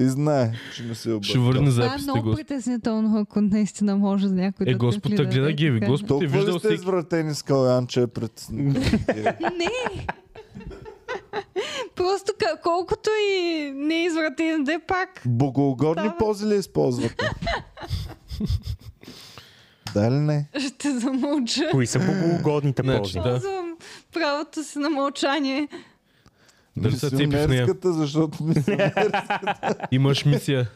И знае, че не се Ще объркал. върне Това е записите, много Господ. притеснително, ако наистина може за някой да Е, те Господ те гледа, гледа, е Геви, така. Господ. Ти Толкова виждал ли сте всеки- извратени с Калян, че е пред... Не! Просто ка- колкото и неизвратен да е пак. Богоугодни Става. пози ли използвате? Дали не? Ще замълча. Кои са богоугодните Значи, ползи? да. Ползвам правото си на мълчание. Дали са цепи в нея? Мисионерската, защото мисионер- Имаш (laughs) мисия.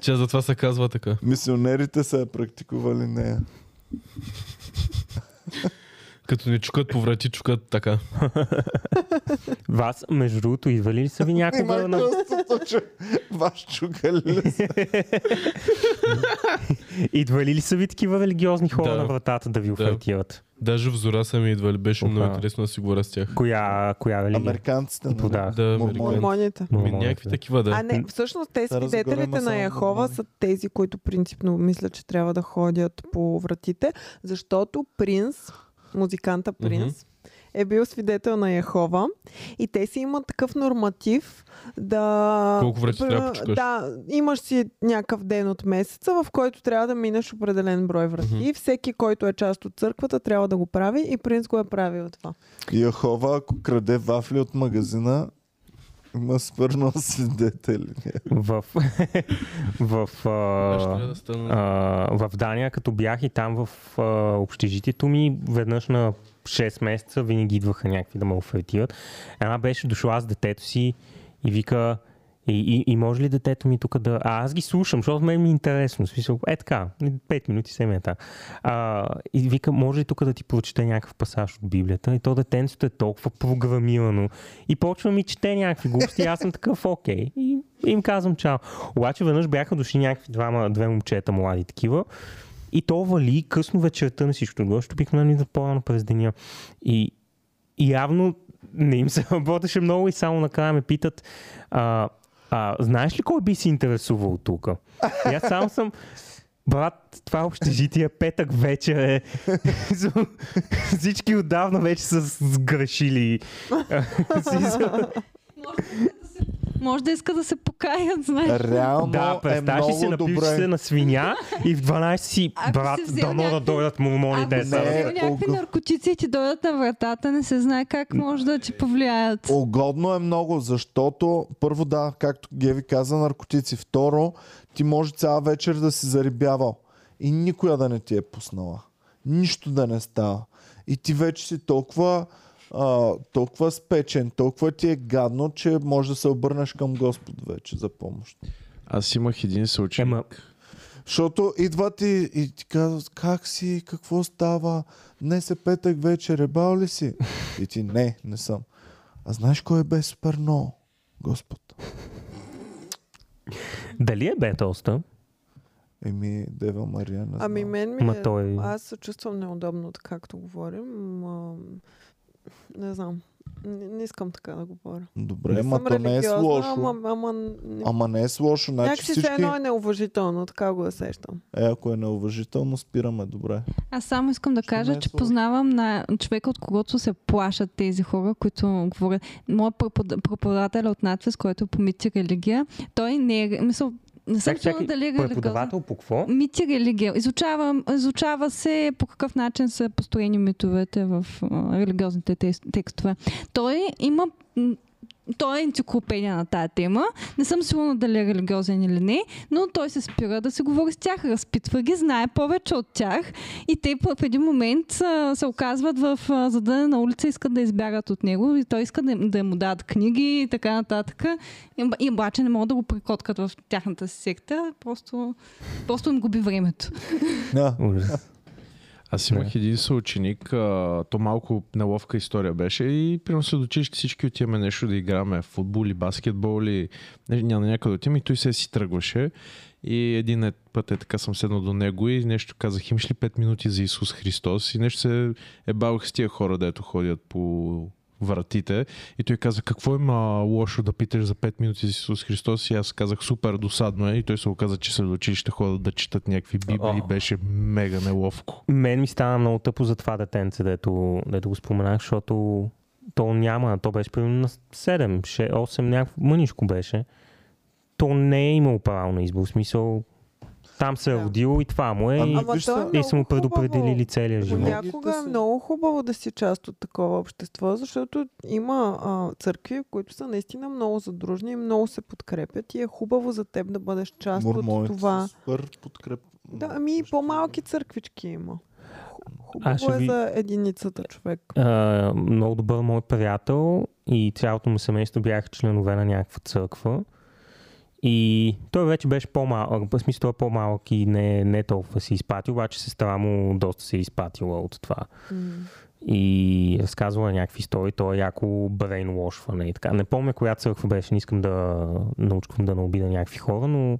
Тя затова се казва така. мисионерите са я практикували нея. Като не чукат по врати, чукат така. Вас, между другото, идвали ли са ви някога Има на... чувството, че ваш чукали ли са? Идвали ли са ви такива религиозни хора Да. на вратата да ви офертират? Даже в Зора са ми идвали, беше ми много Оха. интересно да си говоря с тях. Коя, коя религия? Американците. нали? Подах. Да, Мормони. американци. Мормоните. Ми, Ами, е. Някакви такива, А да. не, всъщност те Разгорема свидетелите само на Яхова мормони. са тези, които принципно мислят, че трябва да ходят по вратите, защото принц, музиканта принц, е бил свидетел на Яхова и те си имат такъв норматив да... Колко врати трябва да почукаш? Да, имаш си някакъв ден от месеца, в който трябва да минеш определен брой врати. Мгм. И всеки, който е част от църквата, трябва да го прави и принц го е правил това. Яхова, ако краде вафли от магазина, има свърнал свидетели. В... (laughs) в... Аз ще трябва А... да стана. А, в Дания, като бях и там в а, общежитието ми, веднъж на 6 месеца винаги идваха някакви да ме офертират. Една беше дошла с детето си и вика, и, и, и може ли детето ми тук да... А аз ги слушам, защото мен ми е интересно. В Смисъл, е така, 5 минути, 7 минута. А, и вика, може ли тук да ти прочета някакъв пасаж от Библията? И то детенцето е толкова програмирано. И почва ми чете някакви глупости. и Аз съм такъв, окей. И им казвам чао. Обаче веднъж бяха дошли някакви двама, две момчета млади такива. И то вали късно вечерта на всичко отгоре, защото обикновено идват по-рано през деня. И, и явно не им се (laughs) работеше много и само накрая ме питат а, а, знаеш ли кой би се интересувал тук? И аз само съм Брат, това общежитие петък вечер е. (laughs) Всички отдавна вече са сгрешили. (laughs) Може да иска да се покаят, знаеш. Реално да, е представяш ли много си, напиваш добре. се на свиня и в 12 си, Ако си брат, взел дано да някакви- дойдат мормони Ако те си Не, са. взел Е, някакви огъ- наркотици и ти дойдат на вратата, не се знае как може да ти повлияят. Угодно е много, защото първо да, както Геви каза, наркотици. Второ, ти може цяла вечер да си зарибявал и никоя да не ти е пуснала. Нищо да не става. И ти вече си толкова а, а, толкова спечен, толкова ти е гадно, че може да се обърнеш към Господ вече за помощ. Аз имах един случай. Ема, Защото идват и, и ти казват, как си, какво става, днес е петък вечер, ебал ли си? И ти, не, не съм. А знаеш кой е бе супер много? Господ. дали е Бетолста? Еми, Дева Мария, не Ами знам. мен ми Ма е... той- Аз се чувствам неудобно, така както говорим. Ам, не знам. Не, не искам така да говоря. Добре, Не ама съм то не е религиозна, с лошо. Ама, Ама, ама, не... ама не е с лошо, значи Някакси все всички... едно е неуважително, така го усещам. Е, ако е неуважително, спираме, добре. Аз само искам да Ще ме кажа, че сложи. познавам на човека, от когото се плашат тези хора, които говорят. Моят препод- преподавател от надвис, който е по мити религия, той не е... Мисъл, не съм Чак, чула чакай, дали е религиозен. преподавател по какво? Мити религия. Изучава, изучава се по какъв начин са построени митовете в а, религиозните тес- текстове. Той има м, той е енциклопедия на тая тема. Не съм сигурна дали е религиозен или не, но той се спира да се говори с тях, разпитва ги, знае повече от тях и те в един момент а, се оказват в а, задънена улица, искат да избягат от него и той иска да, да му дадат книги и така нататък. И, оба- и обаче не могат да го прикоткат в тяхната си секта, просто, просто им губи времето. Да. Ужас. Аз имах един съученик, а, то малко неловка история беше и примерно се дочиш, всички отиваме нещо да играме футбол или баскетбол или не- ня- на някъде отиваме и той се си тръгваше. И един е- път е така съм седнал до него и нещо казах, имаш ли 5 минути за Исус Христос? И нещо се ебавах с тия хора, дето ходят по вратите. И той каза, какво има лошо да питаш за 5 минути за Исус Христос? И аз казах, супер досадно е. И той се оказа, че след училище ходят да четат някакви библии. О. Беше мега неловко. Мен ми стана много тъпо за това детенце, дето, дето го споменах, защото то няма, то беше примерно на 7, 6, 8, някакво мъничко беше. То не е имало право на избор, в смисъл там се е Да. родило и това му е и, Ама Ама виж той е са- и много са му предопределили хубаво. целия живот. Понякога Понякога е са- много хубаво да си част от такова общество, защото има а, църкви, които са наистина много задружни и много се подкрепят и е хубаво за теб да бъдеш част от Мормоите това. са супер подкреп. Да, ами и по-малки църквички има. Ху- Аз ще Хубаво е ви- за единицата човек. а, много добър мой приятел и цялото му семейство бяха членове на някаква църква. И той вече беше по-малък, в смисъл той е по-малък и не, не е толкова се изпати, обаче сестра му доста се е изпатила от това. М. И разказвала някакви истории, то е яко брейнлошване и така. Не помня коя църква беше, не искам да научкам да не обида някакви хора, но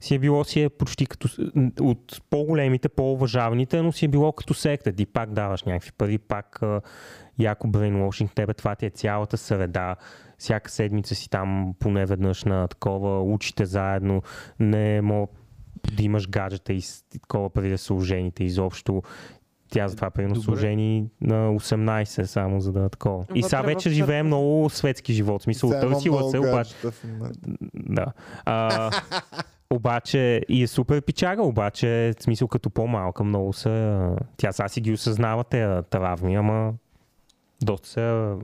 си е било си е почти като с- от по-големите, по-уважаваните, но си е било като секта. Ти пак даваш някакви пари, пак а, яко брейнлошинг тебе, това ти е цялата среда. Всяка седмица си там поне веднъж на такова, учите заедно, не мога да имаш гаджета и с- и такова преди да са ожените изобщо. Тя затова примерно Добре. служени на 18 само за да е такова. И Вътре сега в вече църква. живее много светски живот. В смисъл, Сега имам търсила много се, обаче гаджета в момента. да. А, обаче и е супер пичага, обаче в смисъл като по-малка много са... Тя сега си ги осъзнава тези травми, ама доста са...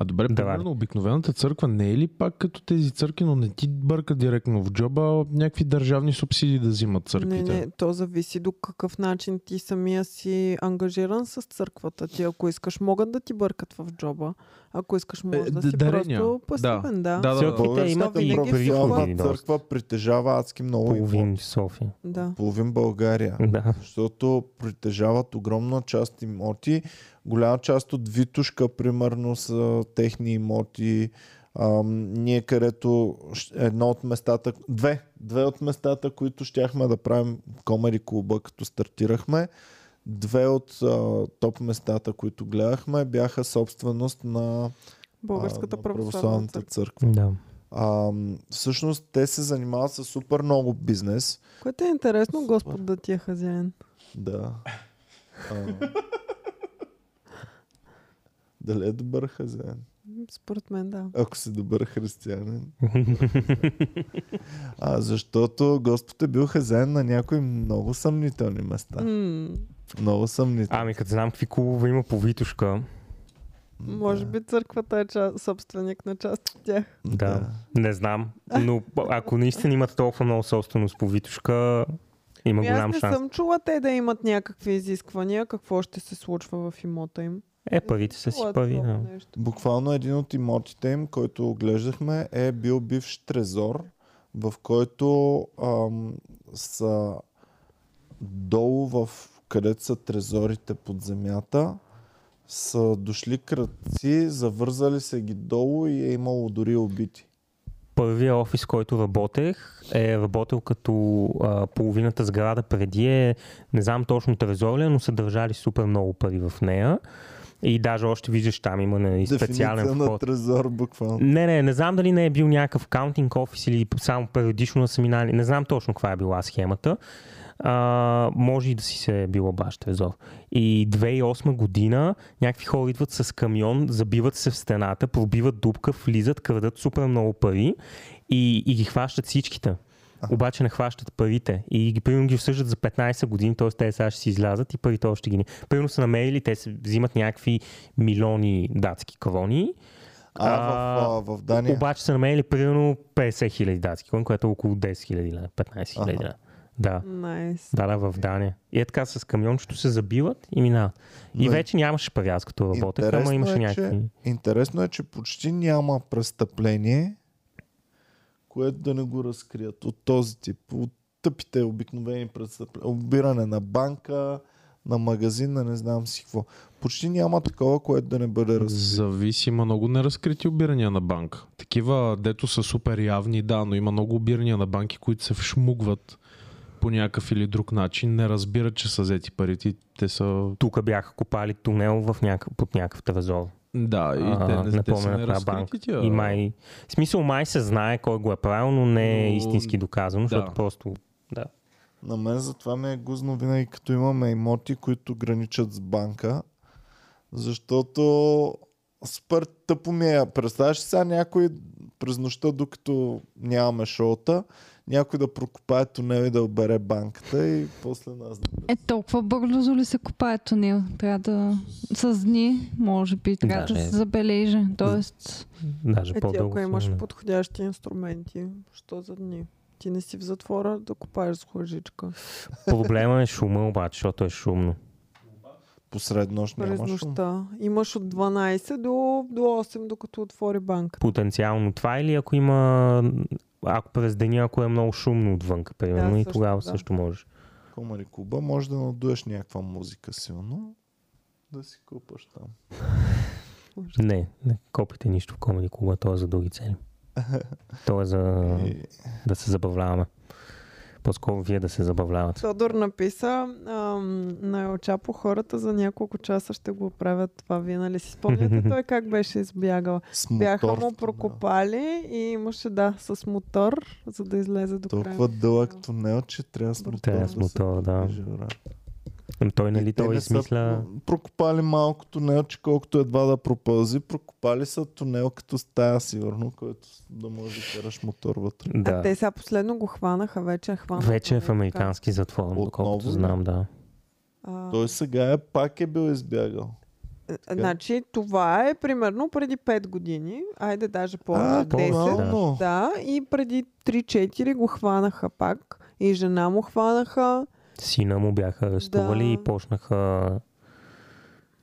А добре, Да, примерно обикновената църква не е ли пак като тези църкви, но не ти бърка директно в джоба, а някакви държавни субсидии да взимат Не, църквите? не, то зависи до какъв начин ти самия си ангажиран с църквата. Ти ако искаш, могат да ти бъркат в джоба. Ако искаш, може да д- си дарения. просто Да. пасивен, да. Да, да, да. Църквите имат Българската и винаги преди са години православна доста. църква притежава адски много Половин имоти. София. да. Половин България. Да. Защото притежават огромна част имоти. Голяма част от Витушка, примерно, са техни имоти. Ам, ние където щ- едно от местата, две, две от местата, които щяхме да правим комери клуба, като стартирахме, две от а, топ местата, които гледахме, бяха собственост на а, Българската на православна църква. църква. да. А, всъщност те се занимават с супер много бизнес. Което е интересно, Господ да ти е хазяин. Да. А, дали е добър хазяин? Според мен, да. Ако си добър християнин. А, защото Господ е бил хазяин на някои много съмнителни места. М, Много съмнителни. Ами като знам какви клубове има по Витушка, може би църквата е ча... собственик на част от тях. да, не знам, но ако наистина имат толкова много собственост по Витушка, има Ами Аз голям не шанс. съм чула те да имат някакви изисквания, какво ще се случва в имота им. Е, парите са си Чула пари. такова Да. нещо. Буквално един от имотите им, който оглеждахме, е бил бивш трезор, в който ам, са долу в където са трезорите под земята, са дошли крадци, завързали се ги долу и е имало дори убити. Първия офис, който работех, е работил като а, половината сграда преди е, не знам точно трезор ли е, но са държали супер много пари в нея. И даже още виждаш там има нали, специален Дефиниция на вход. трезор буквално. Не, не, не знам дали не е бил някакъв каунтинг офис или само периодично да са минали. Не знам точно каква е била схемата. А, може и да си се е била баш Трезор. И 2008 година някакви хора идват с камион, забиват се в стената, пробиват дупка, влизат, крадат супер много пари и, и ги хващат всичките. Обаче не хващат парите и ги, примерно ги осъждат за 15 години, т.е. те сега ще си излязат и парите още ги не. Примерно са намерили, те се взимат някакви милиони датски крони А, в, а, в Дания. обаче са намерили примерно 50 хиляди датски кон, което е около 10 хиляди лева, 15 хиляди лева. Да. Найс. Да, да, в Дания. И е така с камиончето се забиват и минават. И Но- вече нямаше пари, аз като работех, Интересно ама имаше е, някакви... Че, интересно е, че почти няма престъпление, което да не го разкрият от този тип. От тъпите обикновени престъпления. Обиране на банка, на магазин, на не знам си какво. Почти няма такова, което да не бъде разкрито. Зависи, има много неразкрити обирания на банка. Такива, дето са супер явни, да, но има много обирания на банки, които се вшмугват по някакъв или друг начин, не разбират, че са взети парите и те са... Тук бяха копали тунел в някакъв, под някакъв трезор. Да, и А, те не, не те помня са на коя банка. неразкрити. Тя... И май... В смисъл май се знае кой го е правил, но не е Но- истински доказано, да. защото просто... Да. На мен затова ми е гузно винаги, като имаме имоти, които граничат с банка, защото супер тъпо ми е. Представяш ли сега някой през нощта, докато нямаме шоута, някой да прокопае тунел и да обере банката и после нас да... Е, толкова бързо ли се копае тунел? Трябва да... С дни, може би, трябва да, Даже- се забележи. Тоест, Даже Е, ти по-дълго. ако сме, имаш да. подходящи инструменти, що за дни? Ти не си в затвора да копаеш с лъжичка. Проблема е шума обаче, защото е шумно. Посред нощ През нямаш. шум. нощта. Имаш от 12 до, до 8, докато отвори банка. потенциално това или ако има ако през деня, ако е много шумно отвън, примерно, Да, и също, тогава да. също можеш. Комари Куба, може да надуеш някаква музика силно, да си купаш там. Не, не копите нищо в Комеди клуба, то е за (laughs) други цели. То е за И... да се забавляваме. По-скоро вие да се забавлявате. Тодор написа ам, на Елчапо хората за няколко часа ще го правят това. Вие нали си (laughs) спомняте той как беше избягал? С Бяха мотор, му прокопали и имаше да с мотор, за да излезе до края. Толкова дълъг тунел, че трябва с мотор. Трябва да с се мотор, да. движи, брат. Ем Той, И нали, те той не измисля... Са прокопали малко тунел, че колкото едва да пропълзи, прокопали са тунел като стая, сигурно, който да може да караш мотор вътре. А те Да. сега последно го хванаха, вече е хванат. Вече е нали в така? американски затвор, Отново доколкото ли? знам, да. А, Той сега е пак е бил избягал. е, Значи това е примерно преди 5 години, айде даже а, повече 10. по-малко. Да, и преди 3-4 го хванаха пак. И жена (laughs) му хванаха. Сина му бяха арестували Да. и почнаха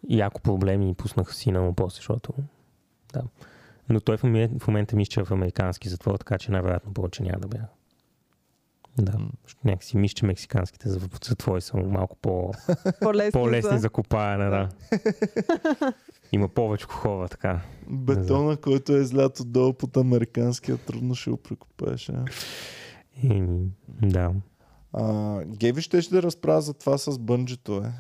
яко проблеми и пуснаха сина му после, защото... Да. Но той в момента, в момента мисля, че е в американски затвор, така че най-вероятно повече няма да бяга. Да, М. защото някакси мисля, че мексиканските зав- затвори са малко по, По-лесни, по-лесни за... за копаене, да. Има повече хора, така. Бетона, който е излят отдолу под американския, трудно ще го прекопаеш. е. А? И, да. А, Геви ще ще да разправя за това с бънджето, е.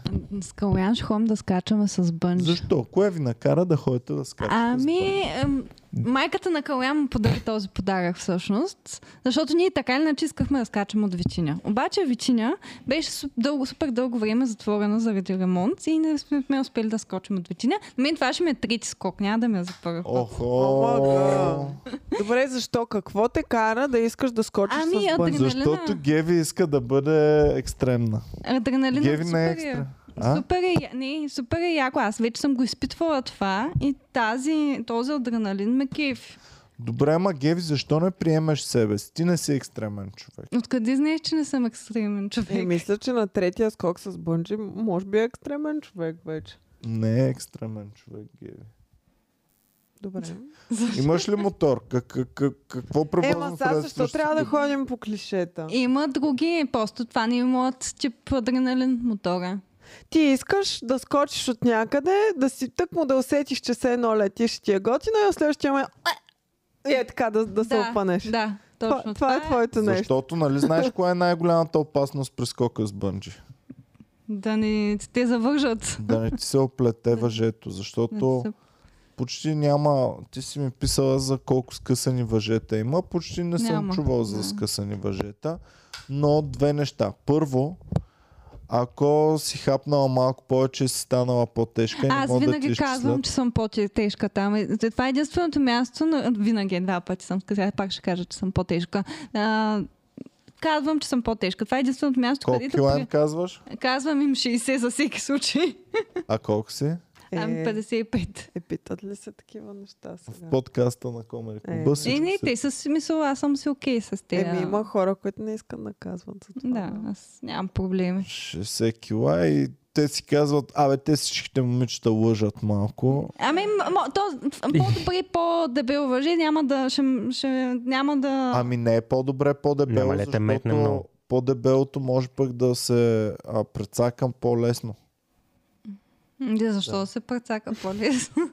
с Калян ще ходим да скачаме с бънджи. Защо? Кое ви накара да ходите да скачате? с бънджи? Ами, ем, майката на Калян му подари този подарък всъщност, защото ние така или иначе искахме да скачаме от Вичиня. Обаче Вичиня беше су- дълго, супер дълго време затворена заради ремонт и не сме успели да скочим от Вичиня. На мен това ще ми е трети скок, няма да ме е за първи път. Охо! Добре, защо? Какво те кара да искаш да скочиш с Ами, бънджи? адреналина. Защото Геви иска да бъде екстремна. Нали, Адреналинът Геви не е супер е. екстра. А? Супер е, я- не, супер е яко. Аз вече съм го изпитвала това и тази, този адреналин ме кефи. Добре, ама Геви, защо не приемаш себе си? Ти не си екстремен човек. Откъде знаеш, че не съм екстремен човек? Е, мисля, че на третия скок с бънджи може би е екстремен човек вече. Не е екстремен човек, Геви. Добре. Имаш ли мотор? Как, как, как, какво Е, Ема, превозно сега средство? защо ще трябва да ти- ходим по клишета? Има други, просто това не е моят тип адреналин мотора. Ти искаш да скочиш от някъде, да си тъкмо да усетиш, че се едно летиш и ти е готино и в следващия момент е, е така да, да се да, опънеш. Да, това, точно това е твоето нещо. Защото, нали знаеш коя е най-голямата опасност при скока с бънджи? Да ни те завържат. Да не ти се оплете въжето, защото почти няма... Ти си ми писала за колко скъсани въжета има. Почти не съм Няма. чувал за Да. скъсани въжета. Но две неща. Първо, ако си хапнала малко повече, си станала по-тежка и не Аз мога да ти винаги казвам, изчислят. че съм по-тежка там. И Това е единственото място, но винаги два пъти съм казала, пак ще кажа, че съм по-тежка. А, казвам, че съм по-тежка. Това е единственото място, Колко където кила им казваш? при- казвам им 60 за всеки случай. А колко си? Е, Ами 55. е, питат ли се такива неща сега? В подкаста на Комери Е. Клуба Е, всичко не, се те са смисъл, аз съм си окей с тези. Еми има хора, които не искат да казват за това. Да, аз нямам проблеми. 60 кила и те си казват, абе, те всичките момичета лъжат малко. Ами, м- мо- то, по-добре, по-дебел въжи, няма да, ще, ще, няма да... Ами не е по-добре по-дебело, Намалете, метне защото много. по-дебелото може пък да се а, прецакам по-лесно. (laughs) Де, защо да. се нали? прецака по-лесно?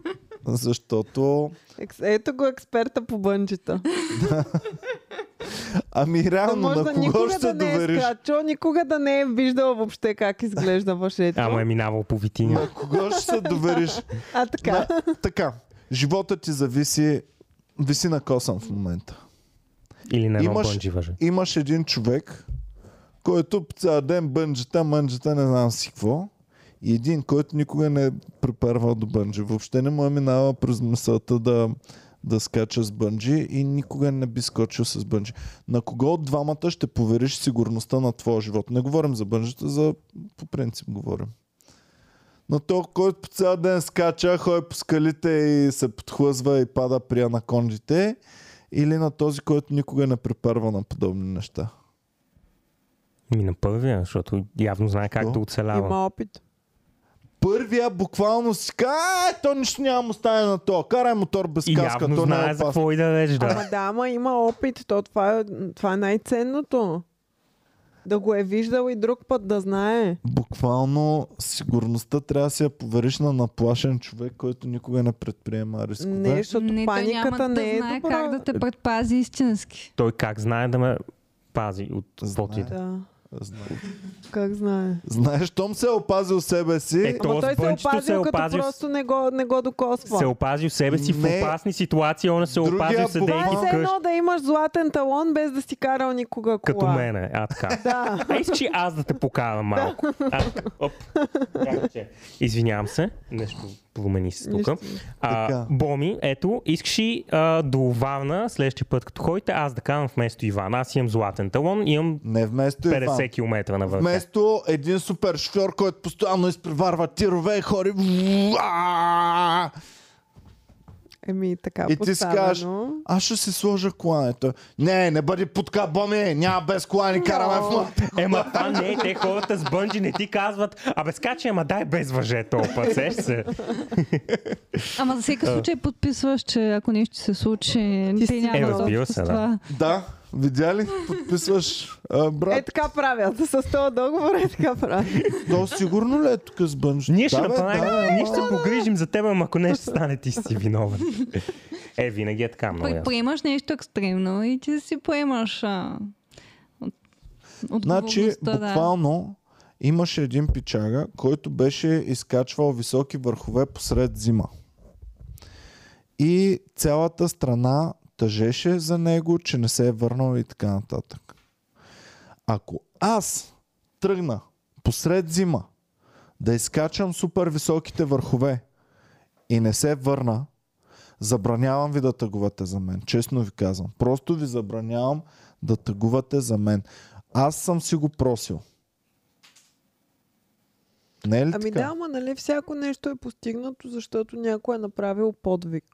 Защото, Екс- Ето го експерта по бънджита. ами Да реално, може да на кого никога ще да се не е довериш? скачал, никога да не е виждал въобще как изглежда въжето. Ама е минавал по витиня. На кого ще се довериш? А така. На, така, живота ти зависи, виси на косъм в момента. Или на едно Имаш- бънджи въже. имаш един човек, който цял ден бънджета, мънджета, не знам си какво. И един, който никога не е препарвал до бънджи. Въобще не му е минава през мисълта да, да скача с бънджи и никога не би скочил с бънджи. На кого от двамата ще повериш сигурността на твоя живот? Не говорим за бънджета, за по принцип говорим. На то, който по цял ден скача, ходи по скалите и се подхлъзва и пада при анакондите, или на този, който никога не препарва на подобни неща. Ми Ами на първия, защото явно знае Що? как да оцелява. Има опит. Първия буквално си ка, е, то нищо няма му стане на то. Карай мотор без И каска, явно то не е знае опасно. за какво и да дадеш, Ама да. да, ама има опит. То, това, е, това е най-ценното. Да го е виждал и друг път да знае. Буквално сигурността трябва да си я повериш на наплашен човек, който никога не предприема рискове. Не, защото не, той паниката няма не да е знае добра. как да те предпази истински. Той как знае да ме пази от каквото и да. е. Да, Знае. как знае. Знаеш, щом се е опазил себе си, Е, Ама Тоест, той се е бънчето опазил, се е като опазил с- просто не го, не го докосва. се опази в себе си Не. в опасни ситуации, он е се Другия опази в буквално- седейки Това е все вкъщи. едно да имаш златен талон, без да си карал никога кола. Като мене, (laughs) а така. Да. А искаш и аз да те покарам малко. А, така, оп. Така, че. Извинявам се, нещо промени се тук. Нищо. А, Така. Боми, ето, искаш и а, до Варна следващия път, като ходите, аз да карам вместо Иван. Аз имам златен талон, имам не вместо Иван. 50 км на върха. Вместо един супер шофьор, който постоянно изпреварва тирове и хори. Ааа! Еми, така И ти си кажеш, поставено. аз ще си сложа колането. Не, не бъди путка, Боми, няма без кола, ни караме в мъ- Ема това не е, те хората с бънджи не ти казват, абе скачай, ама дай без въже толкова, път, сеш се. Ама за всеки случай подписваш, че ако нещо се случи, Ти те си няма Е, разбира да се, да. това. Да, видя ли? Подписваш, а, брат. Е така правят. (laughs) С този договор е така правят. То сигурно ли е тук с бънж? Ние ще Да, бе, направим, да, ние ще се погрижим за теб, ама ако нещо стане, ти си виновен. Е, винаги е така много ясно. Приемаш нещо екстремно и ти си поемаш а, от, Значи, отговорността, да. буквално имаше един пичага, който беше изкачвал високи върхове посред зима. И цялата страна тъжеше за него, че не се е върнал и така нататък. Ако аз тръгна посред зима да изкачам супер високите върхове и не се върна, забранявам ви да тъгувате за мен. Честно ви казвам. Просто ви забранявам да тъгувате за мен. Аз съм си го просил. Не е ли Ами така? да, ама нали всяко нещо е постигнато, защото някой е направил подвиг.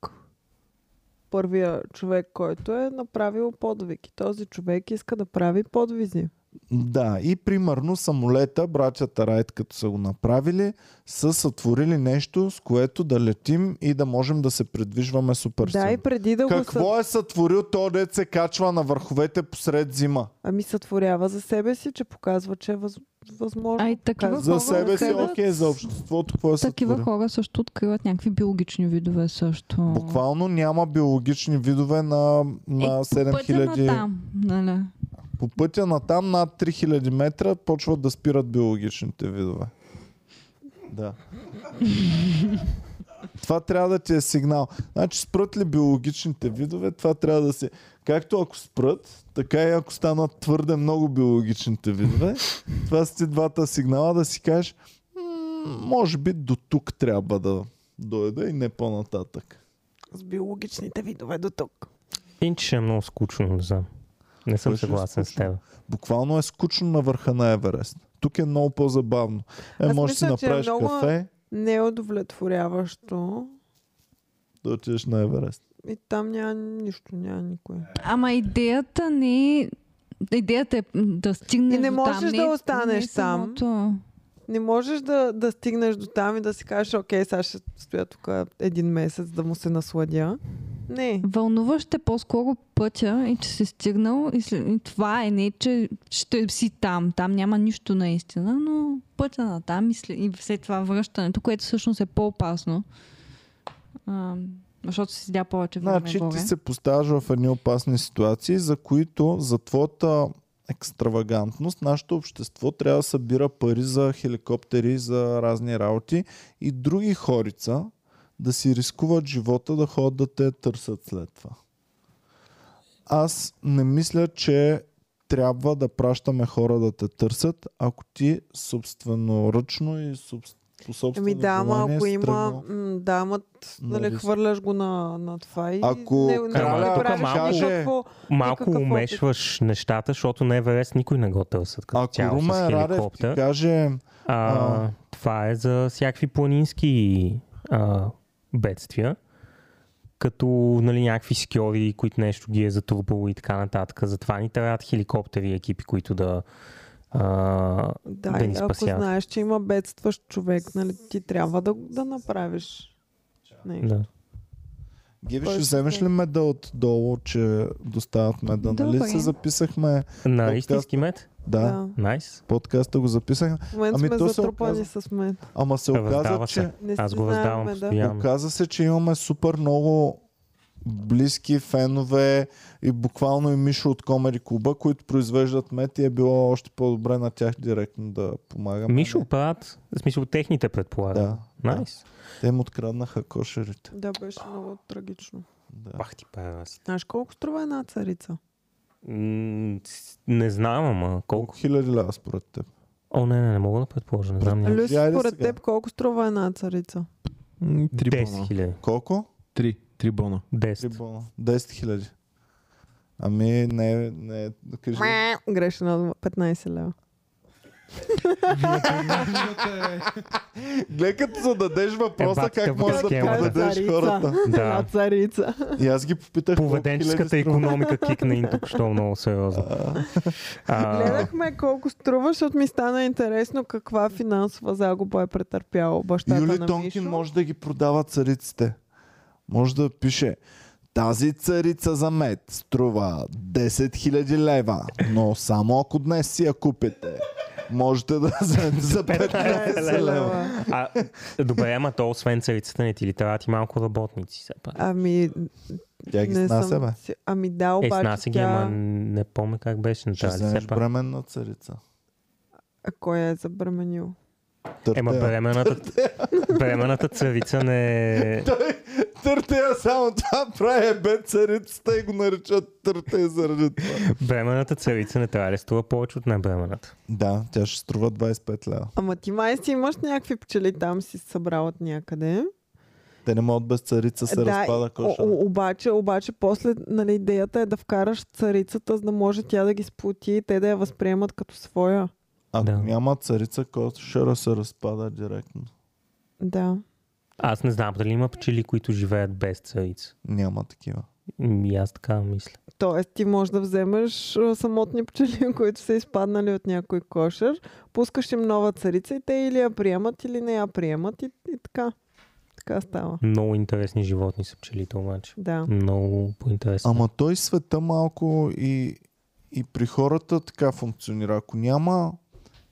Първия човек, който е направил подвиг. И този човек иска да прави подвизи. Да, и примерно самолета, братята Райт, като са го направили, са сътворили нещо, с което да летим и да можем да се придвижваме супер Да, и силно. преди да го съ... Какво е сътворил то, дет се качва на върховете посред зима? Ами сътворява за себе си, че показва, че е въз... възможно. Ай, такива Казва. За Е, хора себе си, откриват- окей, за обществото, какво е Такива сътворил? хора също откриват някакви биологични видове също. Буквално няма биологични видове на, на Е, Пътя на 7000. там, нали? По пътя на там над 3000 метра почват да спират биологичните видове. Да. това трябва да ти е сигнал. Значи спрат ли биологичните видове, това трябва да се... Както ако спрат, така и ако станат твърде много биологичните видове, това са ти двата сигнала да си кажеш, «М, може би до тук трябва да дойда и не по-нататък. С биологичните видове до тук. Инче ще е много скучно, не знам. Не съм Кое ще е съгласен с скучно? теб. Буквално е скучно на върха на Еверест. Тук е много по-забавно. Е, Аз може да си мисля, че е направиш много- кафе, Не е удовлетворяващо. да отидеш на Еверест. И там няма нищо, няма никой. Ама идеята не е... Идеята е да стигнеш И не до можеш там, да останеш не е там. самото- Не можеш да, да стигнеш до там и да си кажеш, окей, сега ще стоя тук един месец да му се насладя. Не. Вълнуващ е по-скоро пътя и че си стигнал и, след... и това е не, че ще си там. Там няма нищо наистина, но пътя на там и, след... и след това връщането, което всъщност е по-опасно. А, защото си седя повече време Значи ти горе. се поставяш в едни опасни ситуации, за които за твоята екстравагантност нашето общество трябва да събира пари за хеликоптери, за разни работи и други хорица да си рискуват живота да ходят да те търсят след това. Аз не мисля, че трябва да пращаме хора да те търсят, ако ти собственоръчно и собс- по собствено Ами да, ама желание ако е, си има, тръгнал. м, да, ама т- на нали, риск. хвърляш го на, на това и Ако не, не, краля не тук правиш малко- никакво... Малко опит. умешваш нещата, защото на Еверест никой не го търсят като Ако цяло с Румен Радев ти хеликоптер. каже, А, А. Това е за всякакви планински а, бедствия, като нали, някакви скьори, които нещо ги е затрупало и така нататък. Затова ни трябват хеликоптери и екипи, които да... А, Да, да ни и ако спасяват. знаеш, че има бедстващ човек, нали, ти трябва да, да направиш. Не. да. Гиви, Кой ще ще вземеш се- ли меда от долу, че достават меда? Нали Добре. се записахме? На Подкаст. истински мед? Да, да. е. да. Найс. подкаста го записахме. В момента Ами сме то се затрупани оказа- с мен. Ама се оказа, Раздава се. че... Не Аз си го знаем раздавам меда. постоянно. Оказа се, че имаме супер много близки фенове и буквално и Мишо от Комери Клуба, които произвеждат мед и е било още по-добре на тях директно да помагаме. Мишо правят, в смисъл техните предполагам. Да. Найс. Те им откраднаха кошерите. Да, беше много трагично. Да. Бах ти параси. Знаеш колко струва една царица? Не знам, ама колко. Колко хиляди лева според теб? О, не, не, не мога да предположа. Не знам. Люси, Айде според сега. теб колко струва една царица? М, Три 10 бона. хиляди. Колко? Три. Три бона. 10. Трибуна. 10 хиляди. Ами не, не, кажи. Грешен на 15 лева. Гледай като зададеш въпроса, Е, как бати, можеш да бати, бати. подадеш Царица. хората. Една Да. царица. И аз ги попитах колко Поведенческата хиляди струва. економика кикна и тук, що много сериозно. А, Гледахме колко струва, защото ми стана интересно каква финансова загуба е претърпял бащата Юли на Тонкин Мишо. може да ги продава цариците. Може да пише тази царица за мед струва 10 000 лева, но само ако днес си я купите, можете да (laughs) я вземете за 15 лева. а, добре, ама то освен царицата не ти ли трябват и малко работници все пак? Ами, Тя Е, ги не снася, съм... бе. си- Ами да, Е, обаче снася ги, ама тя... не помня как беше. Не Ще трябва ли вземеш все пак? бременна царица. А кой я е забременил? Ема Търпея. бременната, бременната царица не... Той търтея само това прави бе царицата и го наричат търтея заради това. Бременната царица не трябва ли струва повече от небременната? Да, тя ще струва 25 лева. Ама ти май си имаш някакви пчели там си събрал от някъде. Те не могат без царица се разпада о, коша. о, обаче, обаче после нали, идеята е да вкараш царицата, за да може тя да ги сплоти и те да я възприемат като своя. Ако Да. няма царица, кошера се разпада директно. Да. Аз не знам дали има пчели, които живеят без царица. Няма такива. М, И аз така мисля. Тоест ти можеш да вземеш а, самотни пчели, (laughs) които са изпаднали от някой кошер, пускаш им нова царица и те или я приемат, или не я приемат и, и така. Така става. Много интересни животни са пчелите обаче. Да. Много по-интересни. Ама той света малко и, и при хората така функционира. Ако няма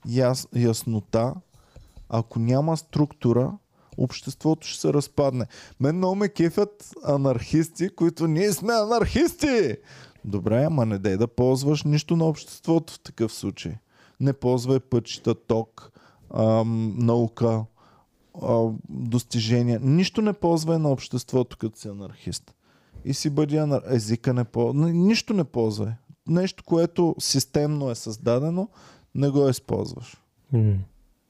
яс, яснота, ако няма структура, обществото ще се разпадне. Мен много ме кефят анархисти, които ние сме анархисти! Добре, ама не дай да ползваш нищо на обществото в такъв случай. Не ползвай пътища, ток, ам, наука, а, достижения. Нищо не ползвай на обществото, като си анархист. И си бъди анар... езика не ползвай. Нищо не ползвай. Нещо, което системно е създадено, не го използваш. М.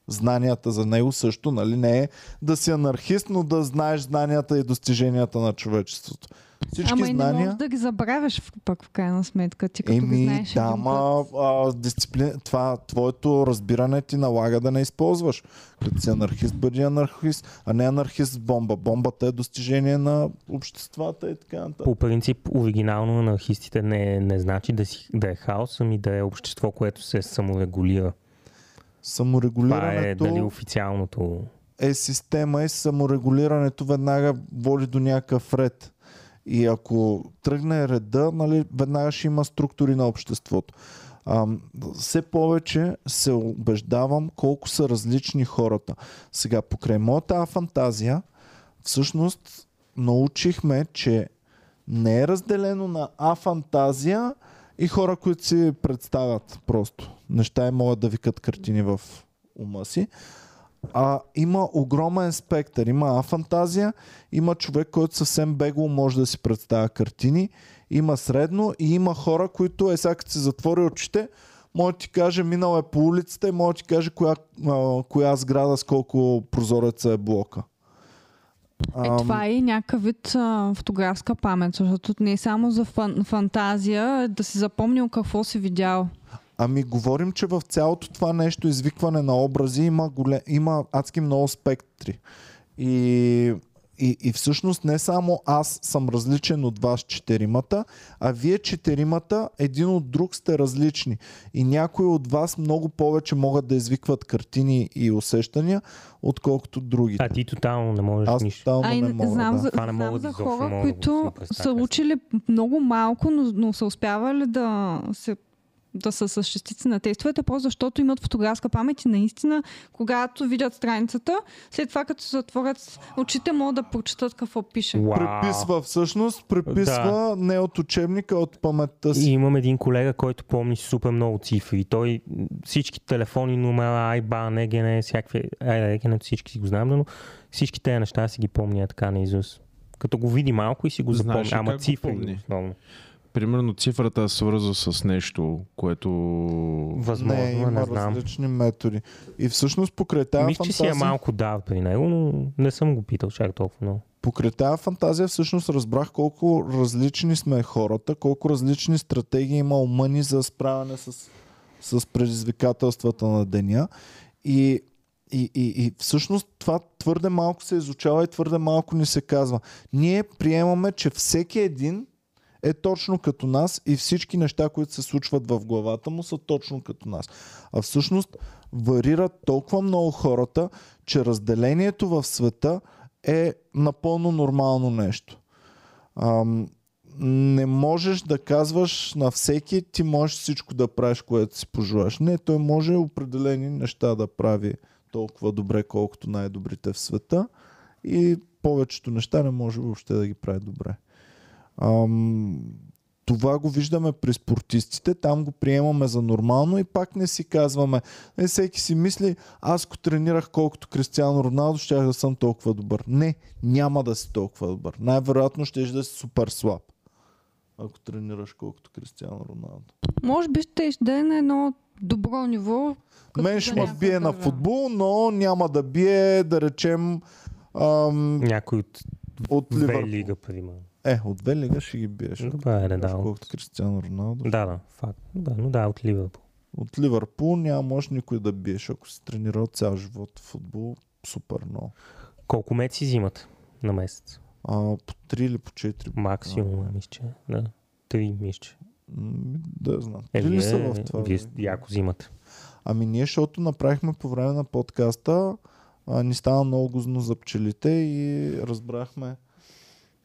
Знанията за него също, нали? Не е да си анархист, но да знаеш знанията и достиженията на човечеството. Всички Ама и не знания... можеш да ги забравяш в- пък в крайна сметка. Ти като ги Еми, знаеш да, един ма, път. а, дисциплина, това, твоето разбиране ти налага да не използваш. Като си анархист, бъди анархист, а не анархист с бомба. Бомбата е достижение на обществата и така нататък. По принцип, оригинално анархистите не, не значи да, си, да е хаос, ами да е общество, което се саморегулира. Това е Саморегулирането дали официалното. е система и саморегулирането веднага води до някакъв ред. И ако тръгне реда, нали, веднага ще има структури на обществото. Ам, все повече се убеждавам колко са различни хората. Сега, покрай моята фантазия, всъщност научихме, че не е разделено на афантазия и хора, които си представят просто. Неща и могат да викат картини в ума си. А, има огромен спектър. Има афантазия, има човек, който съвсем бегло може да си представя картини, има средно и има хора, които е сега като си затвори очите, може да ти каже минал е по улицата и може да ти каже коя, а, коя сграда с колко прозореца е блока. Е, това е и някакъв вид а, фотографска памет, защото не е само за фан- фантазия, е да си запомнил какво си видял. Ами говорим, че в цялото това нещо, извикване на образи, има, голе... има адски много спектри. И, и, и всъщност не само аз съм различен от вас четиримата, а вие четиримата един от друг сте различни. И някои от вас много повече могат да извикват картини и усещания, отколкото другите. А ти тотално не можеш аз нищо. тотално Ай, не мога. знам, да. за, Това не знам мога да за изобщо не мога хора, да го които си представя. са учили много малко, но, но са успявали да се да са с шестици на тестовете, просто защото имат фотографска памет и наистина, когато видят страницата, след това като се затворят очите, могат да прочитат какво пише. Уау. Преписва всъщност, преписва не от учебника, а от паметта си. И имам един колега, който помни супер много цифри. Той м, всички телефони, номера, Айбан, ЕГН, всякакви... е, Айде, ЕГН всички си го знам, но всички тези неща си ги помня така на Изус. Като го види малко и си го запомня. Знаеш ли как Ама го цифри помни? основно. Примерно цифрата е свързва с нещо, което... Възможно, не, не, има не знам. различни методи. И всъщност покрай тази Мисля, че си фантазия, е малко дал при него, но не съм го питал чак толкова много. покрай тази фантазия всъщност разбрах колко различни сме хората, колко различни стратегии има ума ни за справяне с, с предизвикателствата на деня. И, и, и, и всъщност това твърде малко се изучава и твърде малко ни се казва. Ние приемаме, че всеки един е точно като нас и всички неща, които се случват в главата му са точно като нас. А всъщност варират толкова много хората, че разделението в света е напълно нормално нещо. Ам, не можеш да казваш на всеки, ти можеш всичко да правиш, което си пожелаш. Не, той може определени неща да прави толкова добре, колкото най-добрите в света и повечето неща не може въобще да ги прави добре. Ам, това го виждаме при спортистите, там го приемаме за нормално и пак не си казваме. Не всеки си мисли, аз ако тренирах колкото Кристиано Роналдо, щях да съм толкова добър. Не, няма да си толкова добър. Най-вероятно ще да си супер слаб, ако тренираш колкото Кристиано Роналдо. Може би ще ще да е на едно добро ниво. като Мен за ще ме някаква бие на държава. футбол, но няма да бие, да речем, ам, Някой от от две Ливърпул. лига, примерно. Е, от две лига ще ги биеш. Добре, е, да. от- Колкото Кристиано Роналдо. Да, да, факт. Да, но да, от Ливърпул. От Ливърпул няма можеш никой да биеш, ако си тренирал цял живот в футбол. Супер много. Колко мет си взимат на месец? а, по 3 или по 4. Максимум, мисля, че. Да. Три, мисля, че. Ами, Да, знам. Е, Три ли вие, са в това? вие бе? яко взимате. Ами ние, защото направихме по време на подкаста, а, ни стана много гузно за пчелите и разбрахме.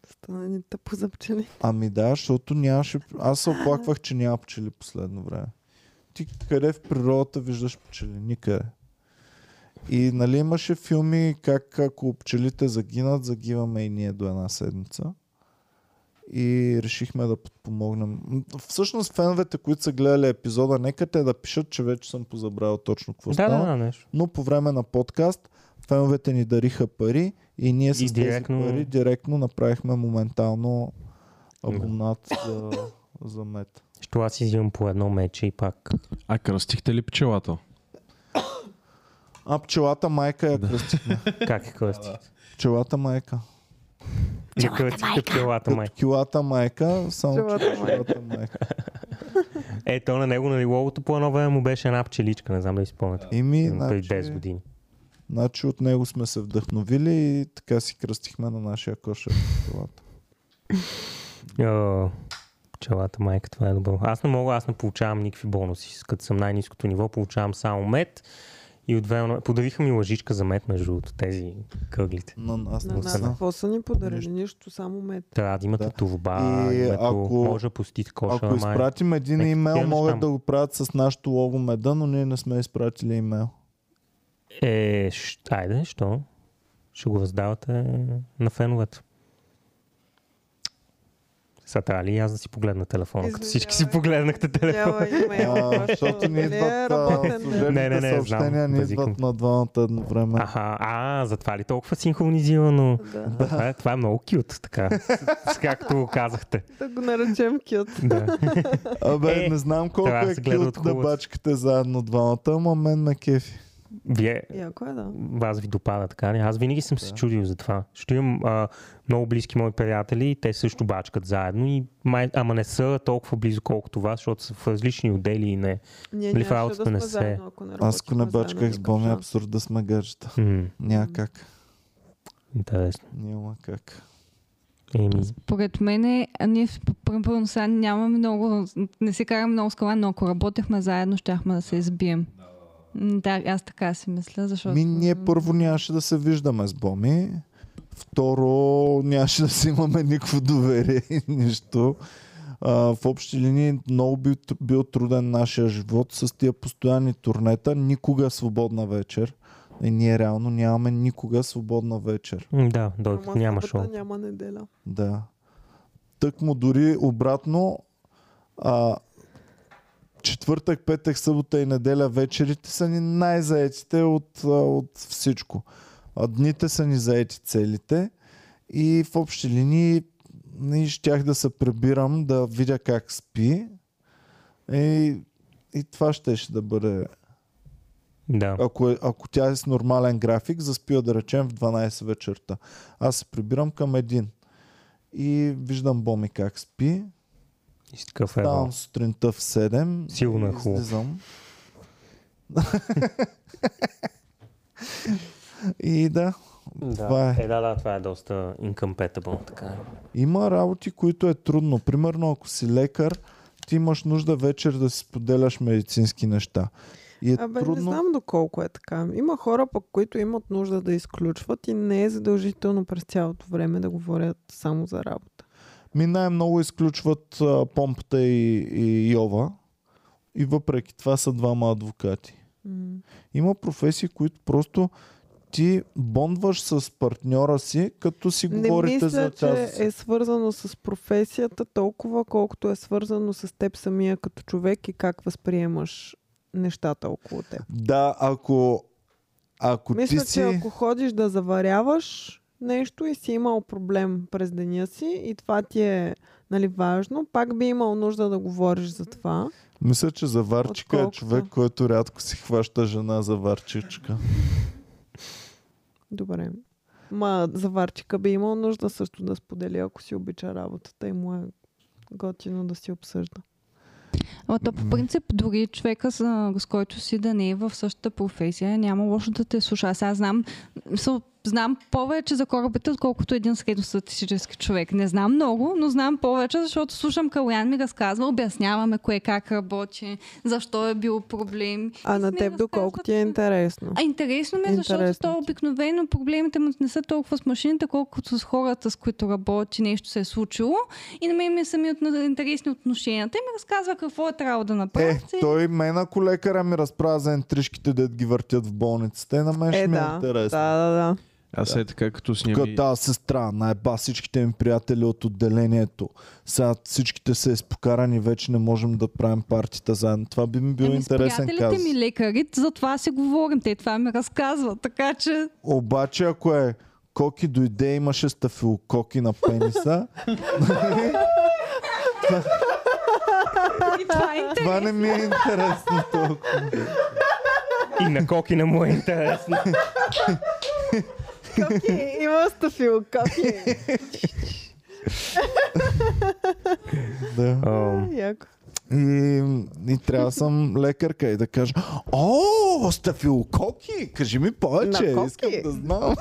Стана ни тъпо за пчели. Ами да, защото нямаше... Аз се оплаквах, че няма пчели последно време. Ти къде в природата виждаш пчели? Никъде. И нали имаше филми как ако пчелите загинат, загиваме и ние до една седмица. И решихме да подпомогнем. М, Всъщност феновете, които са гледали епизода, нека те да пишат, че вече съм позабравил точно какво Да, става. да, да, нещо. Но по време на подкаст феновете ни дариха пари и ние с И тези директно- пари директно направихме моментално абонат за, за мед. Що аз изимам по едно мече и пак. А кръстихте ли пчелата? А пчелата майка я кръсти. Как е кръсти? Пчелата майка. Ти кръстихте пчелата май. Като килата майка, само Пчелата че пчелата майка. Е, то на него, нали, логото по едно време му беше една пчеличка, не знам дали си спомняте. Ими, Преди значи, 10 години. значи от него сме се вдъхновили и така си кръстихме на нашия кошер пчелата. О, пчелата майка, това е добро. Аз не мога, аз не получавам никакви бонуси. Като съм най-низкото ниво, получавам само мед. И от време... на- Подариха ми лъжичка за мед, между другото, тези къглите. На нас На не нас са. какво са ни подарили? Нищо. Нищо, само мед. Трябва да имате Да. да. това, И името, ако- може да пусти коша, Ако май. изпратим един Някакви имейл, такива могат неща. да го правят с нашото лого меда, но ние не сме изпратили имейл. Е, ш... айде, що? Ще го раздавате на феновете. Сега трябва ли и аз да си погледна телефона, като всички си Извинявай. погледнахте телефона? Цяла А, имейл, просто. защото не Нали е идват а, работен ден? служебните Не, не, не, знам. съобщения, не идват Базикам. на двамата едновременно. Аха, а, затова ли толкова синхронизирано? Да. Да. Това, е, това е много кют, така, с- с както го казахте. Да го наречем кют. Да. Абе, Е, не знам трябва колко да е се гледа кют от да хубавата. бачкате заедно двамата, ама мен ме кефи. Вие, Яко е, да. вас ви допада, така ли? Аз винаги съм се чудил за това. Ще имам а, много близки мои приятели, и те също бачкат заедно, и май, ама не са толкова близо колкото вас, защото са в различни отдели и не. Ние Нали в нямаше да работата сме не се- заедно, ако не Аз ако не работихме заедно, бачках с никакъв Боми, шанс. абсурд да сме гаджета. М, Няма как. интересно. Няма как. Еми, Поред мен, е, а ние в- примерно сега нямаме много, не се караме много скала, но ако работехме заедно, щяхме да се избием. М, Да, аз така си мисля, защото... Ми, ние първо нямаше да се виждаме с Боми. Второ, нямаше да си имаме никакво доверие и нищо. А, в общи линии много би тр- бил труден нашия живот с тия постоянни турнета. Никога свободна вечер. И ние реално нямаме никога свободна вечер. м, да, дойдат, Ама няма шоу. събота Няма неделя. Да. Тък му дори обратно, а, четвъртък, петък, събота и неделя вечерите са ни най-заетите от, а, от всичко. А дните са ни заети целите и в общи линии и щях да се прибирам, да видя как спи. Е, И, и това щеше да бъде. Да. Ако, е, ако тя е с нормален график, заспива да речем в 12 вечерта. Аз се прибирам към 1. И виждам Боми как спи. Е, И си такъв е. Ставам сутринта в 7. Силно и е хубаво. излизам. (laughs) и да, това е. Е, да, да, това е доста incompatible, така. е. Има работи, които е трудно. Примерно, ако си лекар, ти имаш нужда вечер да си споделяш медицински неща. И е Абе, трудно. не знам доколко е така. Има хора пък, които имат нужда да изключват и не е задължително през цялото време да говорят само за работа. Ми най-много изключват а, помпата и, и Йова. И въпреки това са двама адвокати. М. Има професии, които просто ти бондваш с партньора си, като си Не говорите мисля, за че тази... е свързано с професията толкова, колкото е свързано с теб самия като човек и как възприемаш нещата около теб. Да, ако... Ако Мисля, ти си... че ако ходиш да заваряваш нещо и си имал проблем през деня си и това ти е нали, важно, пак би имал нужда да говориш за това. Мисля, че заварчика е Отколкото- човек, който рядко си хваща жена заварчичка. Добре. Ма заварчика би имал нужда също да сподели, ако си обича работата и му е готино да си обсъжда. Ама то по принцип, дори човека, с, с който си да не е в същата професия, няма лошо да те слуша. Аз, аз знам, мисъл, знам повече за корабите, отколкото един средностатистически човек. Не знам много, но знам повече, защото слушам Калян ми разказва, обясняваме кое как работи, защо е бил проблем. А И на ми теб доколко ти е разказват- интересно? а интересно ми е, защото Интересно. то обикновено проблемите му не са толкова с машините, колкото с хората, с които работи, нещо се е случило. И на мен ми са ми от... интересни отношенията. И ми разказва какво е трябвало да направи. Е, той мен ако лекаря ми разправя за интрижките, дед ги въртят в болницата, и на мен ще Е, ми е да, да, да, интересно. да. Аз е така, като с Тук Ами- ними... тази сестра, най-ба всичките ми приятели от отделението. Сега всичките са изпокарани, вече не можем да правим партията заедно. Това би ми бил Ами, с интересен приятелите казус. ми лекари, за това си говорим. Те това ми разказват. Така че Обаче, ако е Коки дойде, имаше стафилококи на пениса. и това е интересно. Това не ми е интересно толкова. И на коки не му е интересно. Капки, има стафил, капки. Да. Ам, Яко. И, и трябва да съм лекарка и да кажа О, стафилококи! Кажи ми повече, На коки? искам да знам.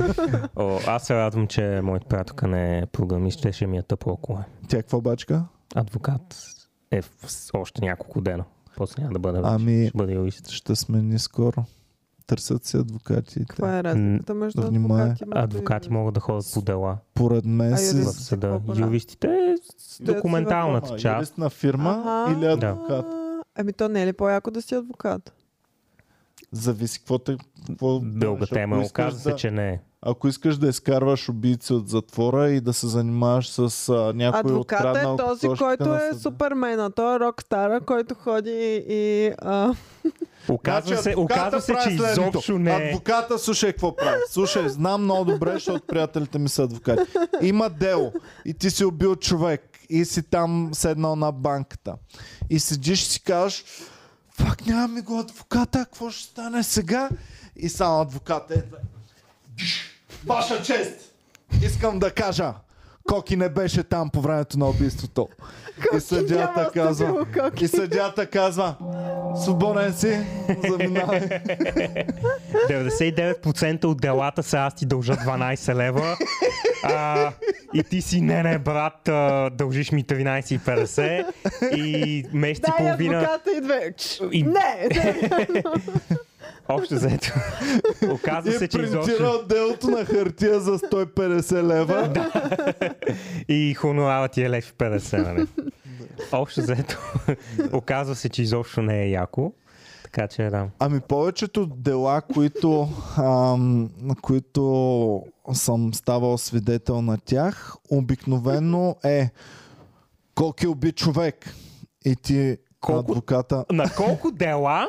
О, аз се радвам, че моят приятелка не е програмист, ще, ще ми е тъпло, ако е. Тя каква бачка? Адвокат е в с- още няколко дена. После няма да бъде. вече. Ами- Ще бъде юрист. Ще смени скоро. Търсят се адвокатите. Каква е разликата между Внимай. адвокати? и мотиви? Адвокати могат да ходят по дела Поред мен А си в юрист? съда. Какво правят? Юристите е Стоят с си документалната Ама, част. юрист на фирма Аха. или адвокат. Ами то не е ли по-яко да си адвокат? Зависи какво те... Какво Дълга правиш. тема. Ако искаш Оказва се, да- че не е. Ако искаш да изкарваш убийци от затвора и да се занимаваш с а, някой Адвоката откраднал е този, кокошките който на е съда. супермена. Той е рокстара, който ходи и... А, Оказва Значи се, адвоката оказва се, прави че следното. изобщо не е. Адвоката, слушай какво прави. Слушай, знам много добре, защото приятелите ми са адвокати. Има дело и ти си убил човек и си там седнал на банката. И седиш и си казваш, фак няма ми го адвоката, какво ще стане сега? И само адвоката едва. Ваша чест! Искам да кажа, Коки не беше там по времето на убийството. и съдята няма казва, студио, Коки. и съдята казва, свободен си, заминавай. 99% от делата са аз ти дължа 12 лева. А, и ти си, не, не, брат, а, дължиш ми 13,50 и месец и дай половина. адвоката и две. Чш, И- Не, не. Общо заето. Оказва се, е че изобщо принтирал делото на хартия за 150 лева. и хонорава ти е лев и 50, нали? Общо заето. Оказва се, че изобщо не е яко. Така че да. Ами повечето дела, които, ам, на които съм ставал свидетел на тях, обикновено е колко уби човек. И ти Колко- адвоката... На колко дела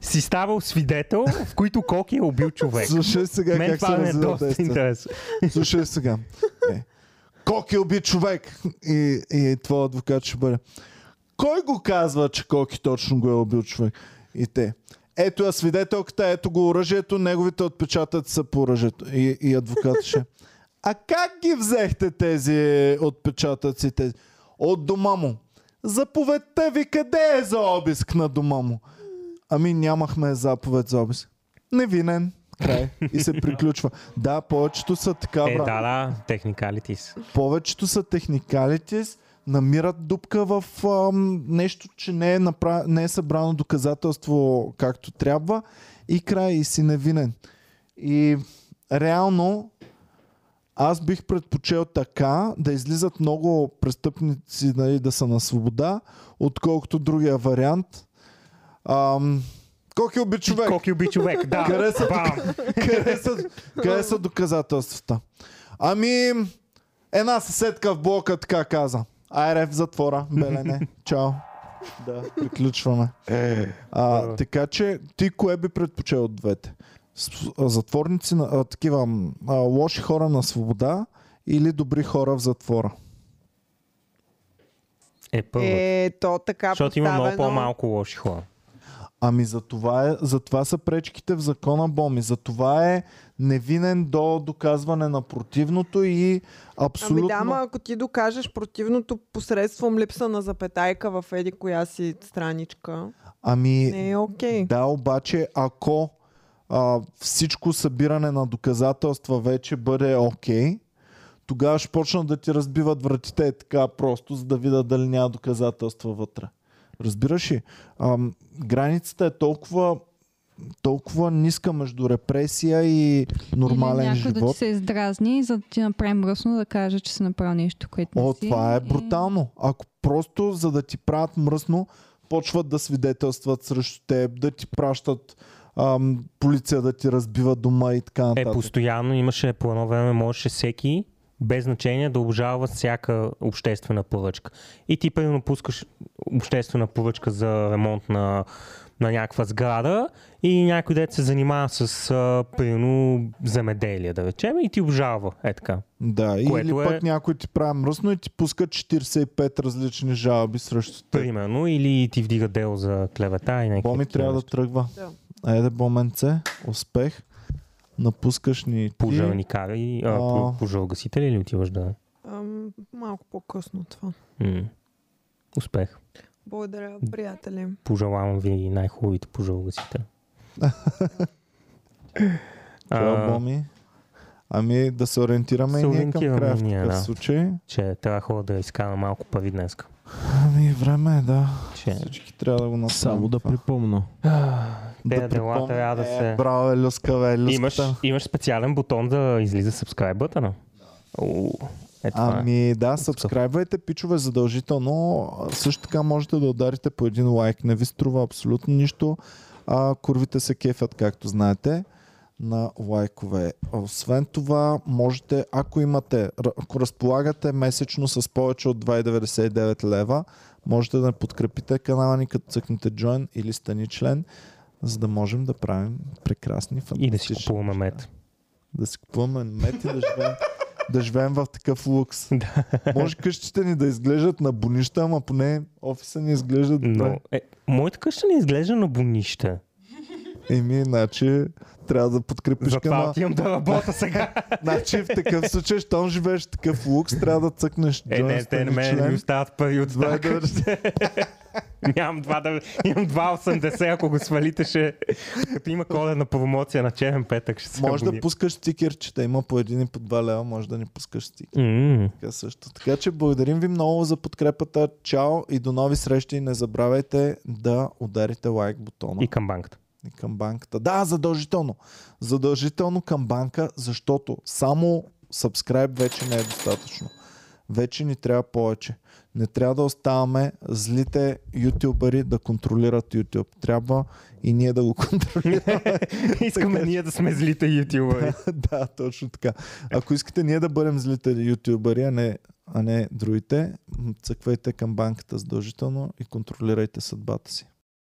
си ставал свидетел, в които Коки е убил човек? Слушай сега Мен как това се ми е развива доста действието. интересно. Слушай сега. Е. Коки уби човек. И, и твой адвокат ще бъде. Кой го казва, че Коки точно го е убил човек? И те. Ето я свидетелката, ето го оръжието, неговите отпечатъци са по оръжието. И, и адвокат ще. А как ги взехте тези отпечатъци? Тези? От дома му. Заповедта ви къде е за обиск на дома му? Ами нямахме заповед за обиск. Невинен. Край. И се приключва. Да, повечето са така, Е, брат. да, да, техникалитис. Повечето са техникалитис, намират дупка в ам, нещо, че не е, направ... не е събрано доказателство както трябва и край и си невинен. И реално аз бих предпочел така да излизат много престъпници нали, да са на свобода, отколкото другия вариант. Ам, колко уби човек? Коки уби човек, да. Къде са Бам. къде, са, къде са доказателствата? Ами, една съседка в блока така каза. Айре в затвора, белене. Чао. Да, приключваме. А, така че, ти кое би предпочел от двете? С- а, Затворници, на, а, такива м, а, лоши хора на свобода или добри хора в затвора? Е, първо. Е, то така Защото има много поставено. по-малко лоши хора. Ами за това, е, за това са пречките в закона Боми. За това е невинен до доказване на противното и абсолютно... Ами да, ама ако ти докажеш противното посредством липса на запетайка в еди коя си страничка, Ами, не е окей. да, обаче, ако а, всичко събиране на доказателства вече бъде окей, okay, тогава ще почнат да ти разбиват вратите е така просто, за да видят дали няма доказателства вътре. Разбираш ли? А, границата е толкова толкова ниска между репресия и нормален Или нали, някой да живот. ти се издразни, за да ти направи мръсно да каже, че си направил нещо, което не О, си. това е и- брутално. Ако просто за да ти правят мръсно, почват да свидетелстват срещу теб, да ти пращат ам, полиция да ти разбива дома и така Е, нататък. постоянно имаше по едно време, можеше всеки, без значение, да обжалва всяка обществена поръчка. И ти, примерно, пускаш обществена поръчка за ремонт на, на някаква сграда и някой дет се занимава с, а, примерно, земеделие, да речем, и ти обжалва. Е така. да, което или е- пък някой ти прави мръсно и ти пуска 45 различни жалби срещу теб. Примерно, или ти вдига дело за клевета и някакви. Боми такива трябва да неща. тръгва. Да. Айде, Боменце, успех. Напускаш ни ти. Пожарникари, а, А. по- пожаргасители или отиваш да... Ам, малко по-късно това. М. Успех. Благодаря, приятели. Пожелавам ви е най-хубавите пожаргасители. Това, а, Боми. Ами да се ориентираме се и ние към ориентираме края в ние, такъв да. случай. че трябва хора да изкара малко пари днес. Ами време е, да. Че... Всички трябва да го направим. Само да това. припомна. Те дела припомня- трябва да Е, се... браво, е, люскава, е, люската. Имаш, имаш специален бутон да излиза subscribe бътъна. Е, това е. Ами да, сабскрайбвайте, пичове, задължително. А, Също така можете да ударите по един лайк. Не ви струва абсолютно нищо. А курвите се кефят, както знаете, на лайкове. Освен това, можете, ако имате, р- ако разполагате месечно с повече от 2,99 лева, можете да подкрепите канала ни, като цъкнете Join или стани член, за да можем да правим прекрасни фантастични И да си купуваме неща. мед. Да си купуваме мед и да живеем, да живеем в такъв лукс. Да. Може къщите ни да изглеждат на бунища, ама поне офиса ни изглежда добре. Но, е, моята къща не изглежда на бунища. Еми, значи трябва да подкрепиш Затова канала. отивам да работя сега. Значи в такъв случай, щом живееш в такъв лукс, трябва да цъкнеш Е, не, Джонс, те на стани мен не ми член. остават пари от Два е това. долара. (laughs) Нямам 2,90, имам 2,80, ако го свалите ще... Като има коледна промоция на черен петък, ще се Може да абонирам. пускаш стикерчета, има по един и по два лева, може да ни пускаш стикер. М. Така също. Така че благодарим ви много за подкрепата. Чао и до нови срещи. Не забравяйте да ударите лайк бутона. И (laughs) към банката. И към банката. Да, задължително. Задължително към банка, защото само subscribe вече не е достатъчно. Вече ни трябва повече. Не трябва да оставаме злите ютубъри да контролират YouTube. Трябва и ние да го (laughs) контролираме. Искаме ние да сме злите ютубъри. да, точно така. Ако искате ние да бъдем злите ютубъри, а не, а не другите, м, цъквайте към банката задължително и контролирайте съдбата си.